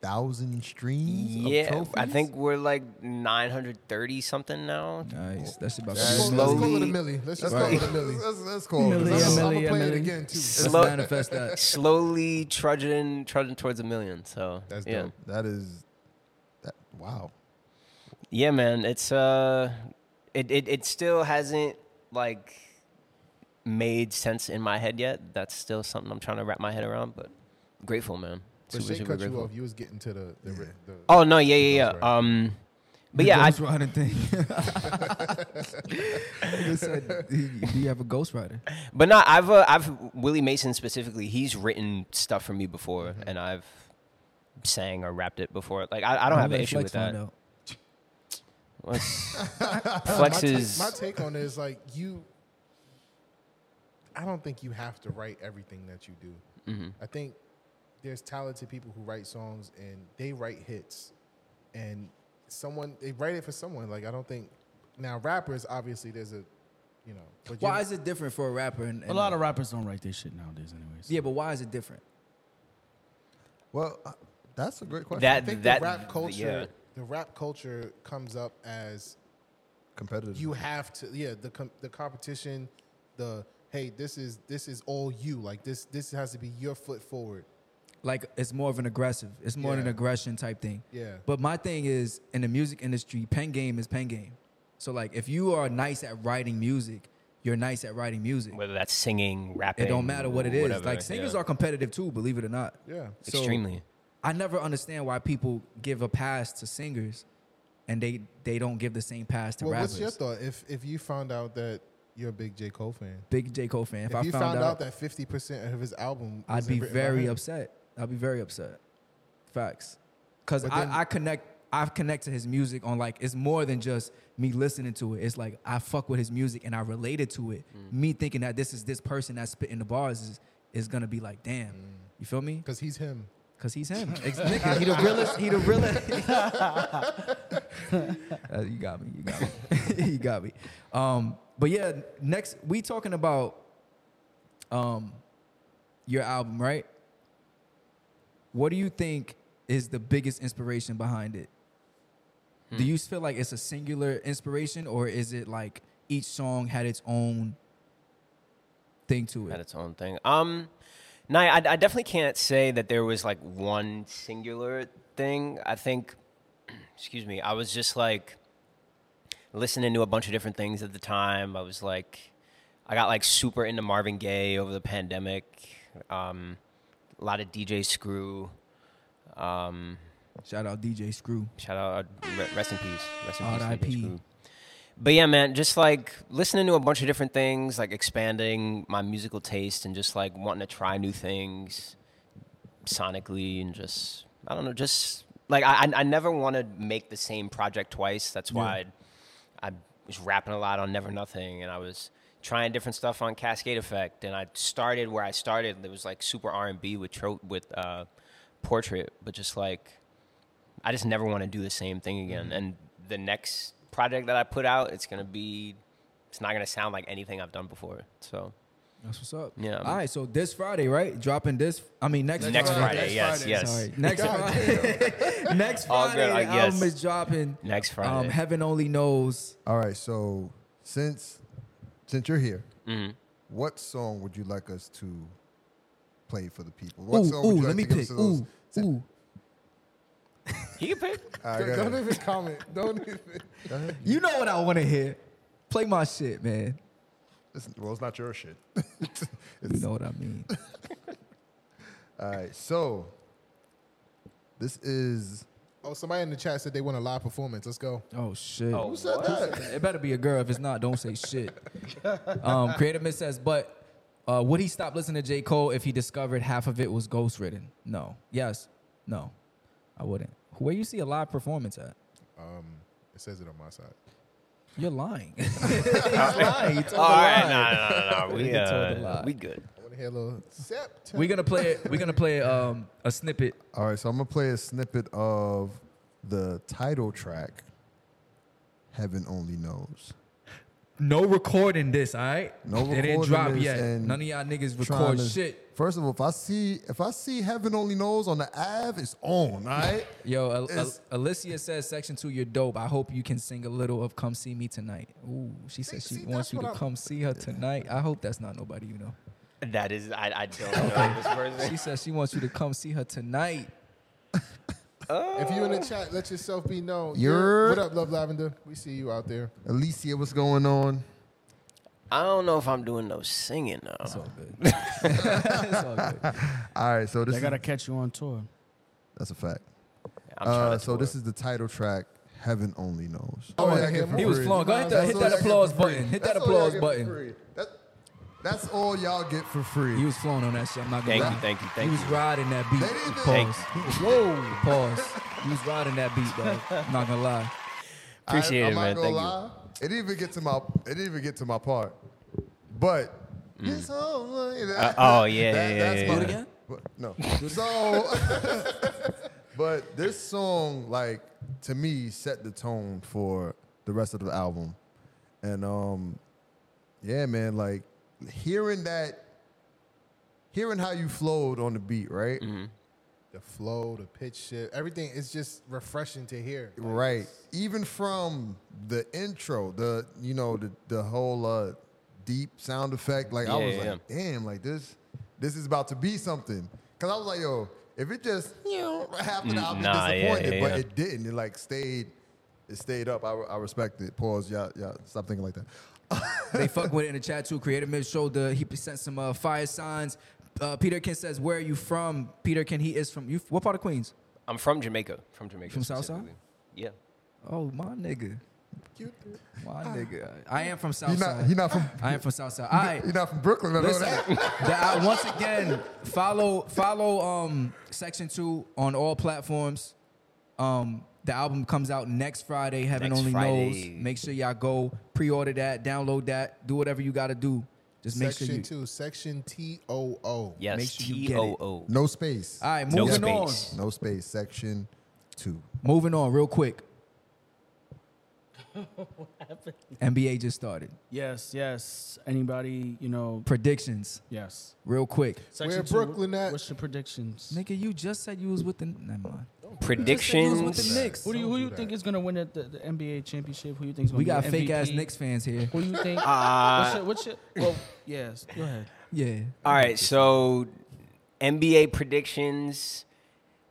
[SPEAKER 9] thousand streams? of
[SPEAKER 10] Yeah, I
[SPEAKER 9] trophies?
[SPEAKER 10] think we're like 930 something now.
[SPEAKER 4] Nice. That's about
[SPEAKER 9] That's
[SPEAKER 4] to
[SPEAKER 3] Let's
[SPEAKER 4] be
[SPEAKER 3] call- let's call it a
[SPEAKER 10] Slowly-
[SPEAKER 3] millie. Let's just
[SPEAKER 9] Let's,
[SPEAKER 3] call it a millie.
[SPEAKER 9] let's, let's call it.
[SPEAKER 5] Millie,
[SPEAKER 3] I'm,
[SPEAKER 9] Let's,
[SPEAKER 5] yeah,
[SPEAKER 3] gonna
[SPEAKER 5] millie,
[SPEAKER 3] play it
[SPEAKER 5] millie.
[SPEAKER 3] again too.
[SPEAKER 4] Let's
[SPEAKER 10] Slow-
[SPEAKER 4] manifest that.
[SPEAKER 10] (laughs) Slowly trudging trudging towards a million. So
[SPEAKER 3] That's
[SPEAKER 10] yeah,
[SPEAKER 3] dope.
[SPEAKER 9] that is that. Wow.
[SPEAKER 10] yeah, man. It's uh, it, it it still hasn't like made sense in my head yet. That's still something I'm trying to wrap my head around. But grateful, man.
[SPEAKER 3] But
[SPEAKER 10] Super
[SPEAKER 3] Shay
[SPEAKER 10] super
[SPEAKER 3] cut you
[SPEAKER 10] grateful.
[SPEAKER 3] off. You was getting to the. the, the
[SPEAKER 10] Oh no, yeah, yeah,
[SPEAKER 3] That's
[SPEAKER 10] yeah.
[SPEAKER 3] right.
[SPEAKER 10] Um, but yeah, I,
[SPEAKER 4] Ghost Rider thing.
[SPEAKER 10] (laughs)
[SPEAKER 4] Nigga said, "Do you- do you have a Ghost Rider?
[SPEAKER 10] But no, I've uh, I've Willie Mason specifically. He's written stuff for me before,
[SPEAKER 4] Mm-hmm.
[SPEAKER 10] and I've sang or rapped it before. Like I, I don't have an issue with (laughs) that.
[SPEAKER 4] (laughs)
[SPEAKER 10] What's- Flex is
[SPEAKER 3] My take on it is like you. I don't think you have to write everything that you do.
[SPEAKER 10] Mm-hmm.
[SPEAKER 3] I think there's talented people who write songs and they write hits, and someone they write it for someone. Like I don't think now rappers obviously there's a, you know, but
[SPEAKER 4] Why
[SPEAKER 3] you-
[SPEAKER 4] is it different for a rapper? And,
[SPEAKER 5] A lot of rappers don't write their shit nowadays, anyways.
[SPEAKER 4] yeah, but why is it different?
[SPEAKER 9] Well, uh, that's a great question.
[SPEAKER 3] I
[SPEAKER 10] that
[SPEAKER 3] think
[SPEAKER 10] that
[SPEAKER 3] the rap
[SPEAKER 10] yeah.
[SPEAKER 3] culture. The rap culture comes up as
[SPEAKER 9] competitive.
[SPEAKER 3] you have to yeah the com- the competition the hey this is this is all you like this this has to be your foot forward
[SPEAKER 4] Like it's more of an aggressive. It's more of an
[SPEAKER 3] Yeah.
[SPEAKER 4] aggression type thing.
[SPEAKER 3] Yeah.
[SPEAKER 4] But my thing is in the music industry, pen game is pen game. So like if you are nice at writing music, you're nice at writing music.
[SPEAKER 10] Whether that's singing, rapping,
[SPEAKER 4] It don't matter what it is.
[SPEAKER 10] whatever,
[SPEAKER 4] like singers
[SPEAKER 10] yeah.
[SPEAKER 4] are competitive too, believe it or not.
[SPEAKER 3] yeah
[SPEAKER 4] So-
[SPEAKER 10] extremely.
[SPEAKER 4] I never understand why people give a pass to singers and they they don't give the same pass to
[SPEAKER 3] well
[SPEAKER 4] rappers.
[SPEAKER 3] what's your thought if if you found out that You're a big J. Cole fan.
[SPEAKER 4] Big J Cole fan. If,
[SPEAKER 3] If
[SPEAKER 4] I
[SPEAKER 3] you
[SPEAKER 4] found, out,
[SPEAKER 3] that 50% of his album
[SPEAKER 4] I'd
[SPEAKER 3] wasn't
[SPEAKER 4] be
[SPEAKER 3] written by
[SPEAKER 4] very
[SPEAKER 3] him,
[SPEAKER 4] upset. I'd be very upset. Facts. Cause
[SPEAKER 3] But then-
[SPEAKER 4] I, I connect I connect to his music on like it's more than just me listening to it. It's like I fuck with his music and I related to it. Me thinking that this is this person that's spitting the bars is is gonna be like, damn. You feel me?
[SPEAKER 3] Because he's him.
[SPEAKER 4] Cause he's him. Ex- nigga, he the realest. He the realest. (laughs) Uh, you got me. You got me. (laughs) you got me. Um, but yeah, next we talking about um, your album, right? What do you think is the biggest inspiration behind it? Do
[SPEAKER 10] Hmm.
[SPEAKER 4] you feel like it's a singular inspiration, or is it like each song had its own thing to
[SPEAKER 10] had
[SPEAKER 4] it?
[SPEAKER 10] its own thing. Um, no, I, I definitely can't say that there was like one singular thing. I think, (clears throat) excuse me, I was just like listening to a bunch of different things at the time. I was like, I got like super into Marvin Gaye over the pandemic. Um, a lot of DJ Screw. Um,
[SPEAKER 4] Shout out DJ Screw.
[SPEAKER 10] Shout out, uh, re- rest in peace. Rest in peace. to
[SPEAKER 4] R.I.P..
[SPEAKER 10] Dave Screw. But yeah, man, just like listening to a bunch of different things, like expanding my musical taste and just like wanting to try new things sonically and just, I don't know, just like I, I- I never want to make the same project twice. That's why I, I was rapping a lot on Never Nothing and I was trying different stuff on Cascade Effect and I started where I started. It was like super R&B with, tro- with uh, Portrait, but just like I just never want to do the same thing again.
[SPEAKER 4] Mm-hmm.
[SPEAKER 10] And the next project that I put out, it's gonna be, it's not gonna sound like anything I've done before. So
[SPEAKER 4] That's what's up.
[SPEAKER 10] Yeah, I'm-
[SPEAKER 4] All right. So this Friday, right? Dropping this. I mean next.
[SPEAKER 10] next
[SPEAKER 4] Friday.
[SPEAKER 10] Friday, yes,
[SPEAKER 3] Friday.
[SPEAKER 10] yes,
[SPEAKER 4] Sorry. Next Friday. (laughs) next
[SPEAKER 10] All
[SPEAKER 4] Friday,
[SPEAKER 10] good, I
[SPEAKER 4] the
[SPEAKER 10] guess.
[SPEAKER 4] album is dropping.
[SPEAKER 10] next Friday.
[SPEAKER 4] Um, Heaven only knows.
[SPEAKER 9] All right, so since since you're here, what song would you like us to play for the people? What
[SPEAKER 4] Ooh,
[SPEAKER 9] song
[SPEAKER 4] ooh,
[SPEAKER 9] would you
[SPEAKER 4] let
[SPEAKER 9] like
[SPEAKER 4] me
[SPEAKER 9] to give
[SPEAKER 4] pick.
[SPEAKER 9] to those-
[SPEAKER 4] Ooh, ooh.
[SPEAKER 10] he can pick.
[SPEAKER 9] All right, go
[SPEAKER 3] Don't
[SPEAKER 9] ahead.
[SPEAKER 3] even comment. Don't even.
[SPEAKER 4] You know what I want to hear. Play my shit, man.
[SPEAKER 9] It's- well, it's not your shit. (laughs)
[SPEAKER 4] You know what I mean.
[SPEAKER 9] All right, so this is
[SPEAKER 3] Oh, somebody in the chat said they want a live performance. Let's go.
[SPEAKER 4] Oh shit.
[SPEAKER 10] Oh,
[SPEAKER 4] It better be a girl. If it's not, don't say shit. Um, Creative Miss says, but uh, would he stop listening to J. Cole if he discovered half of it was ghost written? No. Yes. No. I wouldn't. Where you see a live performance at?
[SPEAKER 3] It says it on my side.
[SPEAKER 4] You're lying. (laughs) He's lying. He told a
[SPEAKER 10] all
[SPEAKER 4] lie.
[SPEAKER 10] right, no, no,
[SPEAKER 4] (laughs)
[SPEAKER 10] no, no, we
[SPEAKER 4] He told a
[SPEAKER 10] uh,
[SPEAKER 4] lie.
[SPEAKER 10] we good.
[SPEAKER 3] I want to hear a little September.
[SPEAKER 4] We're gonna play. We're gonna play um, a snippet.
[SPEAKER 9] all right. So I'm gonna play a snippet of the title track. Heaven only knows.
[SPEAKER 4] No recording this. All right.
[SPEAKER 9] No
[SPEAKER 4] It
[SPEAKER 9] recording.
[SPEAKER 4] didn't drop
[SPEAKER 9] this
[SPEAKER 4] yet.
[SPEAKER 9] and
[SPEAKER 4] None of y'all niggas
[SPEAKER 9] trying
[SPEAKER 4] record
[SPEAKER 9] to-
[SPEAKER 4] shit.
[SPEAKER 9] First of all, if I see if I see Heaven only knows on the Ave, it's on. All right.
[SPEAKER 4] Yo, Al- Al-
[SPEAKER 9] It's-
[SPEAKER 4] Alicia says, "Section two, you're dope. I hope you can sing a little of Come See Me Tonight." Ooh, she says
[SPEAKER 3] See,
[SPEAKER 4] she wants
[SPEAKER 3] that's
[SPEAKER 4] you to
[SPEAKER 3] what I'm-
[SPEAKER 4] come see her tonight. I hope that's not nobody you know.
[SPEAKER 10] That is, I,
[SPEAKER 4] (laughs)
[SPEAKER 10] I don't know this person.
[SPEAKER 4] She says she wants you to come see her tonight.
[SPEAKER 3] If you in the chat, let yourself be known.
[SPEAKER 9] You're-
[SPEAKER 3] What up, Love Lavender? We see you out there.
[SPEAKER 9] Alicia, what's going on?
[SPEAKER 10] I don't know if I'm doing no singing though.
[SPEAKER 4] It's all good. it's all good.
[SPEAKER 9] All right. So this
[SPEAKER 5] They gotta
[SPEAKER 9] is,
[SPEAKER 5] catch you on tour.
[SPEAKER 9] that's a fact.
[SPEAKER 10] I'm trying
[SPEAKER 9] Uh,
[SPEAKER 10] to
[SPEAKER 9] so
[SPEAKER 10] tour.
[SPEAKER 9] this is the title track. Heaven only knows.
[SPEAKER 3] Oh,
[SPEAKER 9] That's
[SPEAKER 3] yeah,
[SPEAKER 9] all y'all
[SPEAKER 3] yeah,
[SPEAKER 9] get for
[SPEAKER 4] He was
[SPEAKER 9] free.
[SPEAKER 4] flowing. Go ahead, hit,
[SPEAKER 9] That's
[SPEAKER 4] hit
[SPEAKER 9] all
[SPEAKER 4] that
[SPEAKER 9] y'all get
[SPEAKER 4] applause
[SPEAKER 9] for free.
[SPEAKER 4] button. Hit that
[SPEAKER 9] That's all y'all
[SPEAKER 4] applause
[SPEAKER 9] get for
[SPEAKER 4] button.
[SPEAKER 9] free. That- That's all y'all get for free.
[SPEAKER 4] He was flowing on that shit. I'm not gonna
[SPEAKER 10] Thank
[SPEAKER 4] lie.
[SPEAKER 10] you, thank you,
[SPEAKER 4] He
[SPEAKER 10] thank
[SPEAKER 4] was
[SPEAKER 10] you.
[SPEAKER 4] riding that beat.
[SPEAKER 9] They didn't-
[SPEAKER 4] Pause.
[SPEAKER 3] Whoa.
[SPEAKER 4] Pause. He was riding that beat, though. I'm not gonna lie.
[SPEAKER 10] Appreciate
[SPEAKER 9] I,
[SPEAKER 10] it,
[SPEAKER 9] I'm
[SPEAKER 10] man.
[SPEAKER 9] Not gonna
[SPEAKER 10] Thank you.
[SPEAKER 9] lie. It didn't even get to my. It didn't even get to my part. But it's all right.
[SPEAKER 10] Mm. oh, yeah, yeah,
[SPEAKER 9] that's
[SPEAKER 10] yeah, yeah.
[SPEAKER 9] my-
[SPEAKER 10] Do it
[SPEAKER 4] again?
[SPEAKER 9] But, no. so, (laughs) but this song, like to me, set the tone for the rest of the album, and um, yeah, man, like hearing that, hearing how you flowed on the beat, right?
[SPEAKER 10] Mm-hmm.
[SPEAKER 3] The flow, the pitch shift, everything is just refreshing to hear.
[SPEAKER 9] Right. Even from the intro, the you know the the whole uh, deep sound effect, like I
[SPEAKER 10] Yeah,
[SPEAKER 9] was
[SPEAKER 10] yeah,
[SPEAKER 9] like, damn, like this this is about to be something. Cause I was like, yo, if it just you know half the album
[SPEAKER 10] nah, yeah,
[SPEAKER 9] disappointed,
[SPEAKER 10] yeah,
[SPEAKER 9] but
[SPEAKER 10] yeah.
[SPEAKER 9] it didn't. It like stayed, it stayed up. I, I respect it. Pause. Yeah, yeah. Stop thinking like that.
[SPEAKER 4] They fuck with it in the chat too. Creative Mid showed the he sent some uh, fire signs. Uh, Peter Kin says, "Where are you from?" Peter Kin, he is from you. What part of Queens?
[SPEAKER 10] I'm from Jamaica. From Jamaica.
[SPEAKER 4] From Southside?
[SPEAKER 10] specifically. Yeah.
[SPEAKER 4] Oh my nigga. My nigga. I am from
[SPEAKER 9] He not,
[SPEAKER 4] Southside.
[SPEAKER 9] he not from.
[SPEAKER 4] I am from Southside. All right.
[SPEAKER 9] He not from Brooklyn. I know
[SPEAKER 4] Listen,
[SPEAKER 9] that.
[SPEAKER 4] that I, once again, follow follow um, Section Two on all platforms. Um, the album comes out next Friday. Heaven
[SPEAKER 10] Next
[SPEAKER 4] only
[SPEAKER 10] Friday.
[SPEAKER 4] knows. Make sure y'all go pre-order that, download that, do whatever you got to do. Just make
[SPEAKER 3] Section
[SPEAKER 4] sure you.
[SPEAKER 3] two, section T O O.
[SPEAKER 4] Make
[SPEAKER 10] Yes,
[SPEAKER 4] sure you
[SPEAKER 10] T
[SPEAKER 4] get it.
[SPEAKER 10] O O.
[SPEAKER 9] No space.
[SPEAKER 4] All right,
[SPEAKER 10] No
[SPEAKER 4] moving on.
[SPEAKER 10] space.
[SPEAKER 9] No space. Section two.
[SPEAKER 4] Moving on, real quick. NBA just started.
[SPEAKER 5] Yes, yes. Anybody, you know,
[SPEAKER 4] Predictions,
[SPEAKER 5] yes.
[SPEAKER 4] real quick.
[SPEAKER 3] Where Brooklyn at?
[SPEAKER 5] What's your predictions?
[SPEAKER 4] Nigga, you just said you was with the. Never mind. You just said you was with
[SPEAKER 10] Predictions.
[SPEAKER 4] the Knicks.
[SPEAKER 5] Who do you who you think is gonna win at the, the NBA championship? Who you think is gonna
[SPEAKER 4] We
[SPEAKER 5] be
[SPEAKER 4] got
[SPEAKER 5] the
[SPEAKER 4] fake ass
[SPEAKER 5] MVP?
[SPEAKER 4] Knicks Uh, fans here.
[SPEAKER 5] Who you
[SPEAKER 4] (laughs)
[SPEAKER 5] think? what's your, what's your, well, yes. Go ahead.
[SPEAKER 4] Yeah.
[SPEAKER 10] All right, so NBA predictions.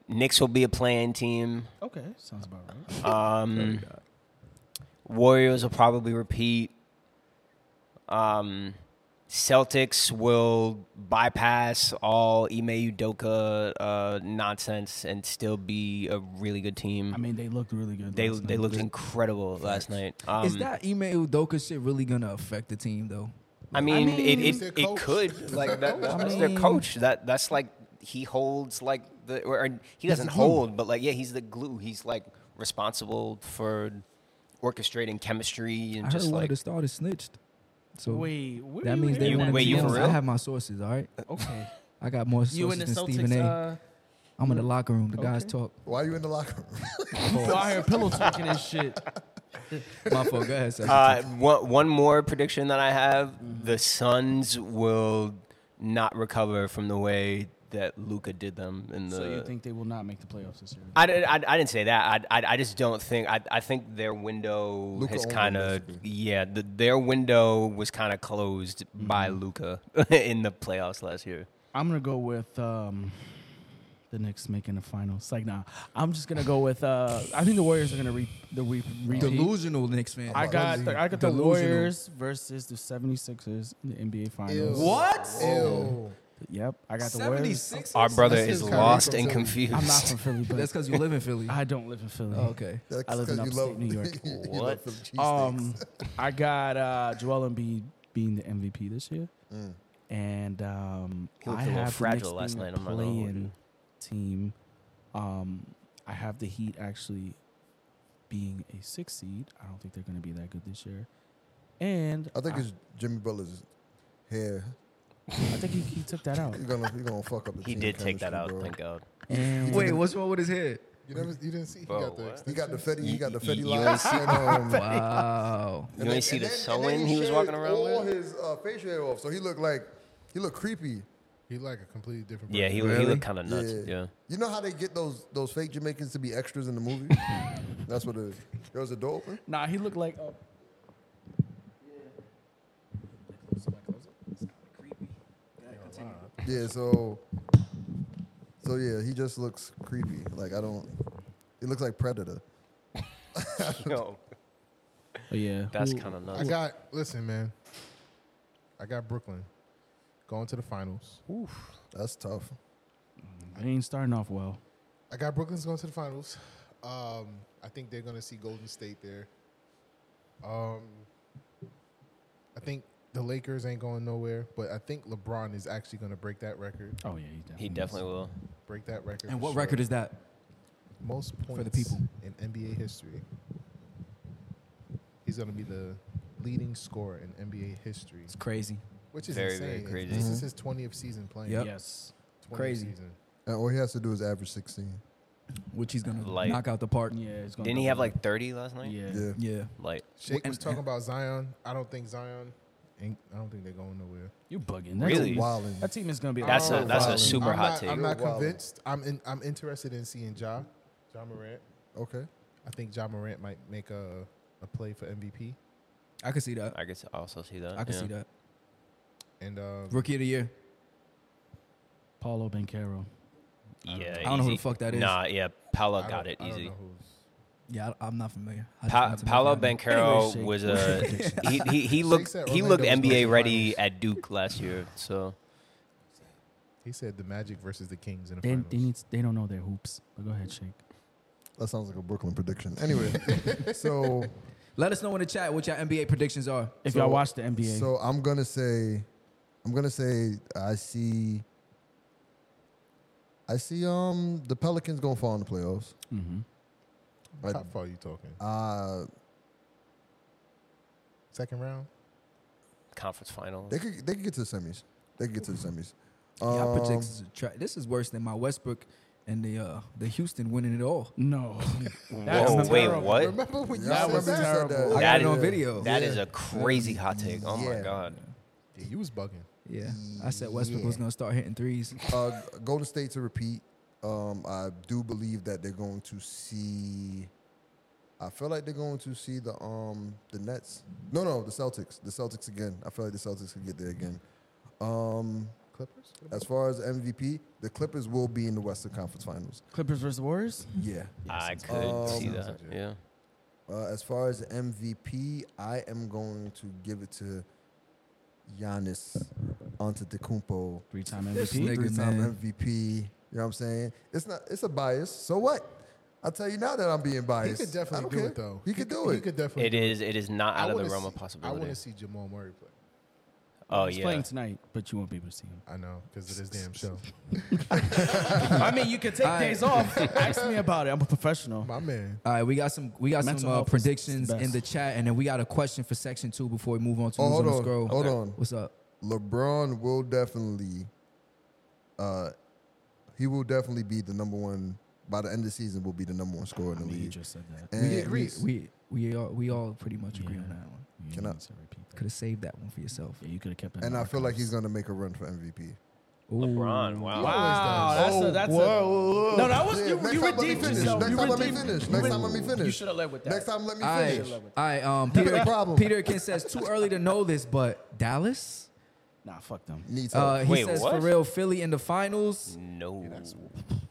[SPEAKER 10] Knicks will be a playing team.
[SPEAKER 5] Okay, sounds about right.
[SPEAKER 10] Um, Warriors will probably repeat. Um, Celtics will bypass all Ime Udoka uh, nonsense and still be a really good team.
[SPEAKER 5] I mean, they looked really good.
[SPEAKER 10] they
[SPEAKER 5] last
[SPEAKER 10] they
[SPEAKER 5] night.
[SPEAKER 10] looked incredible last night. Um,
[SPEAKER 4] Is that Ime Udoka shit really gonna affect the team though?
[SPEAKER 10] I mean,
[SPEAKER 3] he's
[SPEAKER 10] it,
[SPEAKER 3] their
[SPEAKER 10] it,
[SPEAKER 3] coach.
[SPEAKER 10] it could like that, that's their
[SPEAKER 4] mean-
[SPEAKER 10] coach. That that's like he holds like the or, or he doesn't hold, but like yeah, he's the glue. He's like responsible for orchestrating chemistry and
[SPEAKER 4] I heard
[SPEAKER 10] just
[SPEAKER 4] one
[SPEAKER 10] like
[SPEAKER 4] of the starters snitched. So
[SPEAKER 5] Wait, where
[SPEAKER 4] that
[SPEAKER 5] you
[SPEAKER 4] means
[SPEAKER 5] at?
[SPEAKER 4] they
[SPEAKER 10] You-
[SPEAKER 4] want
[SPEAKER 10] wait, you
[SPEAKER 4] to
[SPEAKER 10] for
[SPEAKER 4] I
[SPEAKER 10] real?
[SPEAKER 4] have my sources. All right,
[SPEAKER 5] okay.
[SPEAKER 4] I got more sources
[SPEAKER 5] You in the
[SPEAKER 4] than
[SPEAKER 5] Celtics?
[SPEAKER 4] Stephen A.
[SPEAKER 5] Uh,
[SPEAKER 4] I'm in the locker room. The guys talk.
[SPEAKER 5] (laughs)
[SPEAKER 9] Why are you in the locker room? (laughs)
[SPEAKER 5] well, I heard pillow talking and
[SPEAKER 10] (laughs)
[SPEAKER 5] shit.
[SPEAKER 4] My fault. Go ahead. Seth.
[SPEAKER 10] Uh, one, one more prediction that I have: the Suns will not recover from the way that Luca did them in the.
[SPEAKER 5] So you think they will not make the playoffs this year?
[SPEAKER 10] I, did, I, I didn't say that. I, I, I just don't think. I, I think their window
[SPEAKER 9] Luka
[SPEAKER 10] has
[SPEAKER 9] owned
[SPEAKER 10] kind of
[SPEAKER 9] them, basically.
[SPEAKER 10] yeah. The, their window was kind of closed by
[SPEAKER 5] Mm-hmm.
[SPEAKER 10] Luca (laughs) in the playoffs last year.
[SPEAKER 5] I'm gonna go with um, the Knicks making the finals. Like, nah, I'm just gonna go with. Uh, I think the Warriors are gonna re the re- repeat.
[SPEAKER 4] Delusional Knicks fan.
[SPEAKER 5] I got the, I got the
[SPEAKER 4] Delusional.
[SPEAKER 5] Warriors versus the 76ers in the NBA finals.
[SPEAKER 3] Ew.
[SPEAKER 4] What?
[SPEAKER 3] Ew.
[SPEAKER 5] Yep, I got the Warriors.
[SPEAKER 4] 76.
[SPEAKER 10] Our brother
[SPEAKER 3] That's
[SPEAKER 10] is
[SPEAKER 3] just Kyrie
[SPEAKER 10] lost
[SPEAKER 3] from
[SPEAKER 10] and
[SPEAKER 3] Philly.
[SPEAKER 10] confused.
[SPEAKER 5] I'm not from Philly,
[SPEAKER 4] That's
[SPEAKER 5] but
[SPEAKER 4] because you live in Philly.
[SPEAKER 5] (laughs) I don't live in Philly.
[SPEAKER 4] Oh, okay.
[SPEAKER 9] That's
[SPEAKER 5] I live in
[SPEAKER 9] 'cause you
[SPEAKER 5] upstate
[SPEAKER 9] love-
[SPEAKER 5] New York.
[SPEAKER 9] (laughs) you love
[SPEAKER 10] What?
[SPEAKER 9] them cheesesteaks.
[SPEAKER 5] Um, I got uh, Joel Embiid being the MVP this year,
[SPEAKER 9] Mm.
[SPEAKER 5] and um,
[SPEAKER 10] He looked
[SPEAKER 5] I
[SPEAKER 10] a little
[SPEAKER 5] have
[SPEAKER 10] fragile
[SPEAKER 5] the
[SPEAKER 10] last
[SPEAKER 5] Knicks being a
[SPEAKER 10] night, I'm not gonna hold
[SPEAKER 5] play-in
[SPEAKER 10] you.
[SPEAKER 5] team. Um, I have the Heat actually being a six seed. I don't think they're going to be that good this year, and
[SPEAKER 9] I think it's Jimmy Butler's hair.
[SPEAKER 5] I think he, he took that
[SPEAKER 9] (laughs)
[SPEAKER 5] out.
[SPEAKER 9] You're gonna, you're gonna fuck up the
[SPEAKER 10] (laughs) he
[SPEAKER 9] team
[SPEAKER 10] did take
[SPEAKER 9] chemistry,
[SPEAKER 10] that out.
[SPEAKER 9] bro.
[SPEAKER 10] Thank God.
[SPEAKER 5] And
[SPEAKER 4] Wait, what's wrong with his
[SPEAKER 5] (laughs)
[SPEAKER 4] head?
[SPEAKER 3] You, never, you didn't see. He
[SPEAKER 10] Bro,
[SPEAKER 3] got the
[SPEAKER 10] what?
[SPEAKER 3] extension.
[SPEAKER 9] He got the Fetty. He got the
[SPEAKER 10] You-
[SPEAKER 9] Fetty
[SPEAKER 10] you
[SPEAKER 9] locks.
[SPEAKER 10] ain't
[SPEAKER 9] And,
[SPEAKER 10] (laughs)
[SPEAKER 9] um, and
[SPEAKER 4] Wow.
[SPEAKER 10] You only
[SPEAKER 9] then-
[SPEAKER 10] see
[SPEAKER 9] and
[SPEAKER 10] the
[SPEAKER 9] then- and then
[SPEAKER 10] sewing he was
[SPEAKER 9] shaved
[SPEAKER 10] walking around
[SPEAKER 9] All
[SPEAKER 10] with.
[SPEAKER 9] his uh, facial hair off, so he looked like he looked creepy.
[SPEAKER 3] He like a completely different.
[SPEAKER 10] Yeah, he,
[SPEAKER 3] person.
[SPEAKER 10] he
[SPEAKER 4] Really?
[SPEAKER 10] looked kind of nuts.
[SPEAKER 9] (laughs)
[SPEAKER 10] Yeah.
[SPEAKER 9] You know how they get those those fake Jamaicans to be extras in the movie?
[SPEAKER 10] (laughs)
[SPEAKER 9] That's what it is. There was a door open.
[SPEAKER 5] nah, he looked like. Oh,
[SPEAKER 9] Yeah, so so yeah, he just looks creepy. Like I don't. He looks like Predator.
[SPEAKER 10] No,
[SPEAKER 5] but Oh, yeah,
[SPEAKER 10] that's
[SPEAKER 5] who-
[SPEAKER 10] kind of
[SPEAKER 3] I
[SPEAKER 10] nuts.
[SPEAKER 3] got. Listen, man. I got Brooklyn going to the finals.
[SPEAKER 9] That's tough.
[SPEAKER 5] They ain't starting off well.
[SPEAKER 3] I got Brooklyn's going to the finals. Um, I think they're going to see Golden State there. Um, I think the Lakers ain't going nowhere, but I think LeBron is actually going to break that record.
[SPEAKER 5] Oh yeah, he definitely.
[SPEAKER 10] He definitely will.
[SPEAKER 3] Break that record.
[SPEAKER 4] And
[SPEAKER 3] for
[SPEAKER 4] what
[SPEAKER 3] sure.
[SPEAKER 4] record is that?
[SPEAKER 3] most points
[SPEAKER 4] the people.
[SPEAKER 3] in NBA history? He's going to be the leading scorer in NBA history,
[SPEAKER 4] It's crazy.
[SPEAKER 3] which is
[SPEAKER 10] very,
[SPEAKER 3] insane.
[SPEAKER 10] very crazy.
[SPEAKER 3] This is his 20th season playing.
[SPEAKER 4] Mm-hmm. Yep.
[SPEAKER 5] Yes.
[SPEAKER 3] 20th
[SPEAKER 4] Crazy.
[SPEAKER 3] Season.
[SPEAKER 9] And all he has to do is average sixteen.
[SPEAKER 4] Which he's gonna
[SPEAKER 10] Like-
[SPEAKER 4] knock out the park.
[SPEAKER 5] Yeah. It's gonna
[SPEAKER 10] Didn't he
[SPEAKER 5] go
[SPEAKER 10] have
[SPEAKER 5] well.
[SPEAKER 10] like 30 last night?
[SPEAKER 5] Yeah.
[SPEAKER 9] Yeah.
[SPEAKER 4] Yeah.
[SPEAKER 10] Like
[SPEAKER 3] Shake was
[SPEAKER 4] and-
[SPEAKER 3] talking about Zion. I don't think Zion. Ain't, I don't think they're going nowhere.
[SPEAKER 5] You bugging? That
[SPEAKER 10] Really?
[SPEAKER 5] team-
[SPEAKER 9] Wilding.
[SPEAKER 5] That team is gonna be.
[SPEAKER 10] that's
[SPEAKER 5] all
[SPEAKER 10] a that's
[SPEAKER 9] wow.
[SPEAKER 10] a super
[SPEAKER 3] I'm
[SPEAKER 10] hot
[SPEAKER 3] not,
[SPEAKER 10] take.
[SPEAKER 3] I'm not
[SPEAKER 9] You're wild.
[SPEAKER 3] convinced. I'm in, I'm interested in seeing Ja. Ja Morant.
[SPEAKER 9] Okay.
[SPEAKER 3] I think Ja Morant might make a, a play for MVP.
[SPEAKER 4] I could see that.
[SPEAKER 10] I could also see that.
[SPEAKER 4] I could
[SPEAKER 10] yeah.
[SPEAKER 4] see that.
[SPEAKER 3] And um,
[SPEAKER 4] Rookie of the year.
[SPEAKER 5] Paulo Banquero.
[SPEAKER 10] Yeah,
[SPEAKER 4] I don't know who the
[SPEAKER 10] easy.
[SPEAKER 4] fuck that is.
[SPEAKER 10] Nah, yeah, Paolo
[SPEAKER 3] I
[SPEAKER 10] got
[SPEAKER 3] don't-
[SPEAKER 10] it
[SPEAKER 3] I don't
[SPEAKER 10] easy.
[SPEAKER 3] know who's-
[SPEAKER 4] Yeah, I, I'm not familiar. I just
[SPEAKER 10] Pa-
[SPEAKER 4] wanted to make
[SPEAKER 10] Paolo
[SPEAKER 4] that name.
[SPEAKER 10] Bancaro
[SPEAKER 5] Shake.
[SPEAKER 10] was a he, he,
[SPEAKER 3] (laughs)
[SPEAKER 10] he
[SPEAKER 3] Shake
[SPEAKER 10] looked
[SPEAKER 3] said
[SPEAKER 10] he
[SPEAKER 3] Orlando
[SPEAKER 10] looked
[SPEAKER 3] was going to the
[SPEAKER 10] NBA ready
[SPEAKER 3] finals.
[SPEAKER 10] at Duke last year. So
[SPEAKER 3] He said the Magic versus the Kings in the
[SPEAKER 5] They,
[SPEAKER 3] finals.
[SPEAKER 5] they need. They don't know their hoops. But go ahead, Shake.
[SPEAKER 10] (laughs)
[SPEAKER 9] That sounds like a Brooklyn prediction. Anyway, so
[SPEAKER 4] Let us know in the chat what your NBA predictions are.
[SPEAKER 5] If y'all watch the NBA,
[SPEAKER 9] So I'm gonna say, I'm gonna say, I see, I see. Um, the Pelicans gonna fall in the playoffs.
[SPEAKER 5] Mm-hmm.
[SPEAKER 9] But-
[SPEAKER 3] Top far you talking?
[SPEAKER 9] Uh,
[SPEAKER 3] Second round?
[SPEAKER 10] Conference final.
[SPEAKER 9] they could they could get to the semis. They could get to the semis.
[SPEAKER 4] Y'all
[SPEAKER 9] Um,
[SPEAKER 4] predictions are tra- This is worse than my Westbrook and the uh, the Houston winning it all.
[SPEAKER 5] no. (laughs) That's
[SPEAKER 10] Whoa, wait,
[SPEAKER 5] terrible.
[SPEAKER 3] (laughs)
[SPEAKER 10] what?
[SPEAKER 3] Remember when you
[SPEAKER 9] y'all
[SPEAKER 3] said
[SPEAKER 5] was
[SPEAKER 9] said
[SPEAKER 3] that?
[SPEAKER 5] terrible.
[SPEAKER 4] I
[SPEAKER 9] that.
[SPEAKER 4] got
[SPEAKER 10] That
[SPEAKER 4] it on
[SPEAKER 10] is-
[SPEAKER 4] video.
[SPEAKER 10] That is
[SPEAKER 9] Yeah.
[SPEAKER 10] a crazy hot take. Oh my
[SPEAKER 9] Yeah.
[SPEAKER 10] god.
[SPEAKER 3] Yeah, you was bugging.
[SPEAKER 4] Yeah. I said Westbrook was
[SPEAKER 9] Yeah.
[SPEAKER 4] gonna start hitting threes.
[SPEAKER 9] Uh, Golden State to repeat. Um, I do believe that they're going to see. I feel like they're going to see the um the Nets. No, no, the Celtics. The Celtics again. I feel like the Celtics could get there again. Um,
[SPEAKER 3] Clippers?
[SPEAKER 9] as far as MVP, the Clippers will be in the Western Conference Finals.
[SPEAKER 5] Clippers versus Warriors.
[SPEAKER 9] Yeah.
[SPEAKER 10] I could see
[SPEAKER 3] Um,
[SPEAKER 10] that. Yeah.
[SPEAKER 9] Uh, as far as MVP, I am going to give it to Giannis Antetokounmpo.
[SPEAKER 5] Three-time
[SPEAKER 4] This
[SPEAKER 5] MVP.
[SPEAKER 4] nigga,
[SPEAKER 9] Three-time
[SPEAKER 4] man.
[SPEAKER 9] MVP. You know what I'm saying? It's not. It's a bias. So what? I'll tell you now that I'm being
[SPEAKER 3] He
[SPEAKER 9] biased.
[SPEAKER 3] could
[SPEAKER 9] I
[SPEAKER 3] definitely
[SPEAKER 9] don't
[SPEAKER 3] do
[SPEAKER 9] care.
[SPEAKER 3] it though.
[SPEAKER 9] He could do
[SPEAKER 3] He
[SPEAKER 9] it.
[SPEAKER 3] could definitely.
[SPEAKER 10] It is. It is not out
[SPEAKER 3] I
[SPEAKER 10] of the
[SPEAKER 3] wanna
[SPEAKER 10] realm of
[SPEAKER 3] see- I want
[SPEAKER 10] possibility.
[SPEAKER 3] to see Jamal Murray play.
[SPEAKER 10] Oh
[SPEAKER 5] He's
[SPEAKER 10] yeah.
[SPEAKER 5] playing tonight, but you won't be able to see him.
[SPEAKER 3] I know because it is damn (laughs) show.
[SPEAKER 5] I mean, you can take
[SPEAKER 4] Alright.
[SPEAKER 5] days off. (laughs) Ask me about it. I'm a
[SPEAKER 9] (laughs)
[SPEAKER 5] professional.
[SPEAKER 3] My man.
[SPEAKER 4] All right, we got some we got
[SPEAKER 5] Mental
[SPEAKER 4] some uh,
[SPEAKER 5] health is- is the
[SPEAKER 4] predictions in
[SPEAKER 5] best.
[SPEAKER 4] the chat, and then we got a question for section two before we move on to
[SPEAKER 9] Oh,
[SPEAKER 4] News
[SPEAKER 9] hold
[SPEAKER 4] on the
[SPEAKER 9] on.
[SPEAKER 4] scroll.
[SPEAKER 9] Hold on.
[SPEAKER 4] What's up?
[SPEAKER 9] LeBron will definitely. Uh, he will definitely be the number one by the end of the season. Will be the number one scorer in the
[SPEAKER 5] I mean, you
[SPEAKER 9] league.
[SPEAKER 5] just said that.
[SPEAKER 9] And
[SPEAKER 3] agree.
[SPEAKER 4] We we all we all pretty much agree on that one.
[SPEAKER 5] You
[SPEAKER 9] Can I-
[SPEAKER 5] need to repeat that.
[SPEAKER 4] Could have saved that one for yourself.
[SPEAKER 5] Yeah, you could have kept it.
[SPEAKER 9] And I feel like he's gonna make a run for MVP.
[SPEAKER 10] LeBron. Wow.
[SPEAKER 5] Wow, that's a that's a no. That was
[SPEAKER 9] Yeah,
[SPEAKER 5] you.
[SPEAKER 9] next
[SPEAKER 5] you
[SPEAKER 9] time let me
[SPEAKER 5] redeemed
[SPEAKER 9] finish.
[SPEAKER 5] yourself.
[SPEAKER 9] Next
[SPEAKER 5] you
[SPEAKER 9] time let me
[SPEAKER 5] redeemed-
[SPEAKER 9] finish.
[SPEAKER 5] you
[SPEAKER 9] Next
[SPEAKER 5] re-
[SPEAKER 9] time let me finish.
[SPEAKER 5] You should have led with that.
[SPEAKER 9] Next time let me
[SPEAKER 4] All right,
[SPEAKER 9] finish.
[SPEAKER 4] all right. Um, Peter,
[SPEAKER 9] a problem.
[SPEAKER 4] Peter Kin says too early to know this, but Dallas.
[SPEAKER 5] Nah, fuck them.
[SPEAKER 9] Needs help.
[SPEAKER 4] Uh, he
[SPEAKER 10] Wait,
[SPEAKER 4] says for
[SPEAKER 10] what?
[SPEAKER 4] real, Philly in the finals.
[SPEAKER 10] No.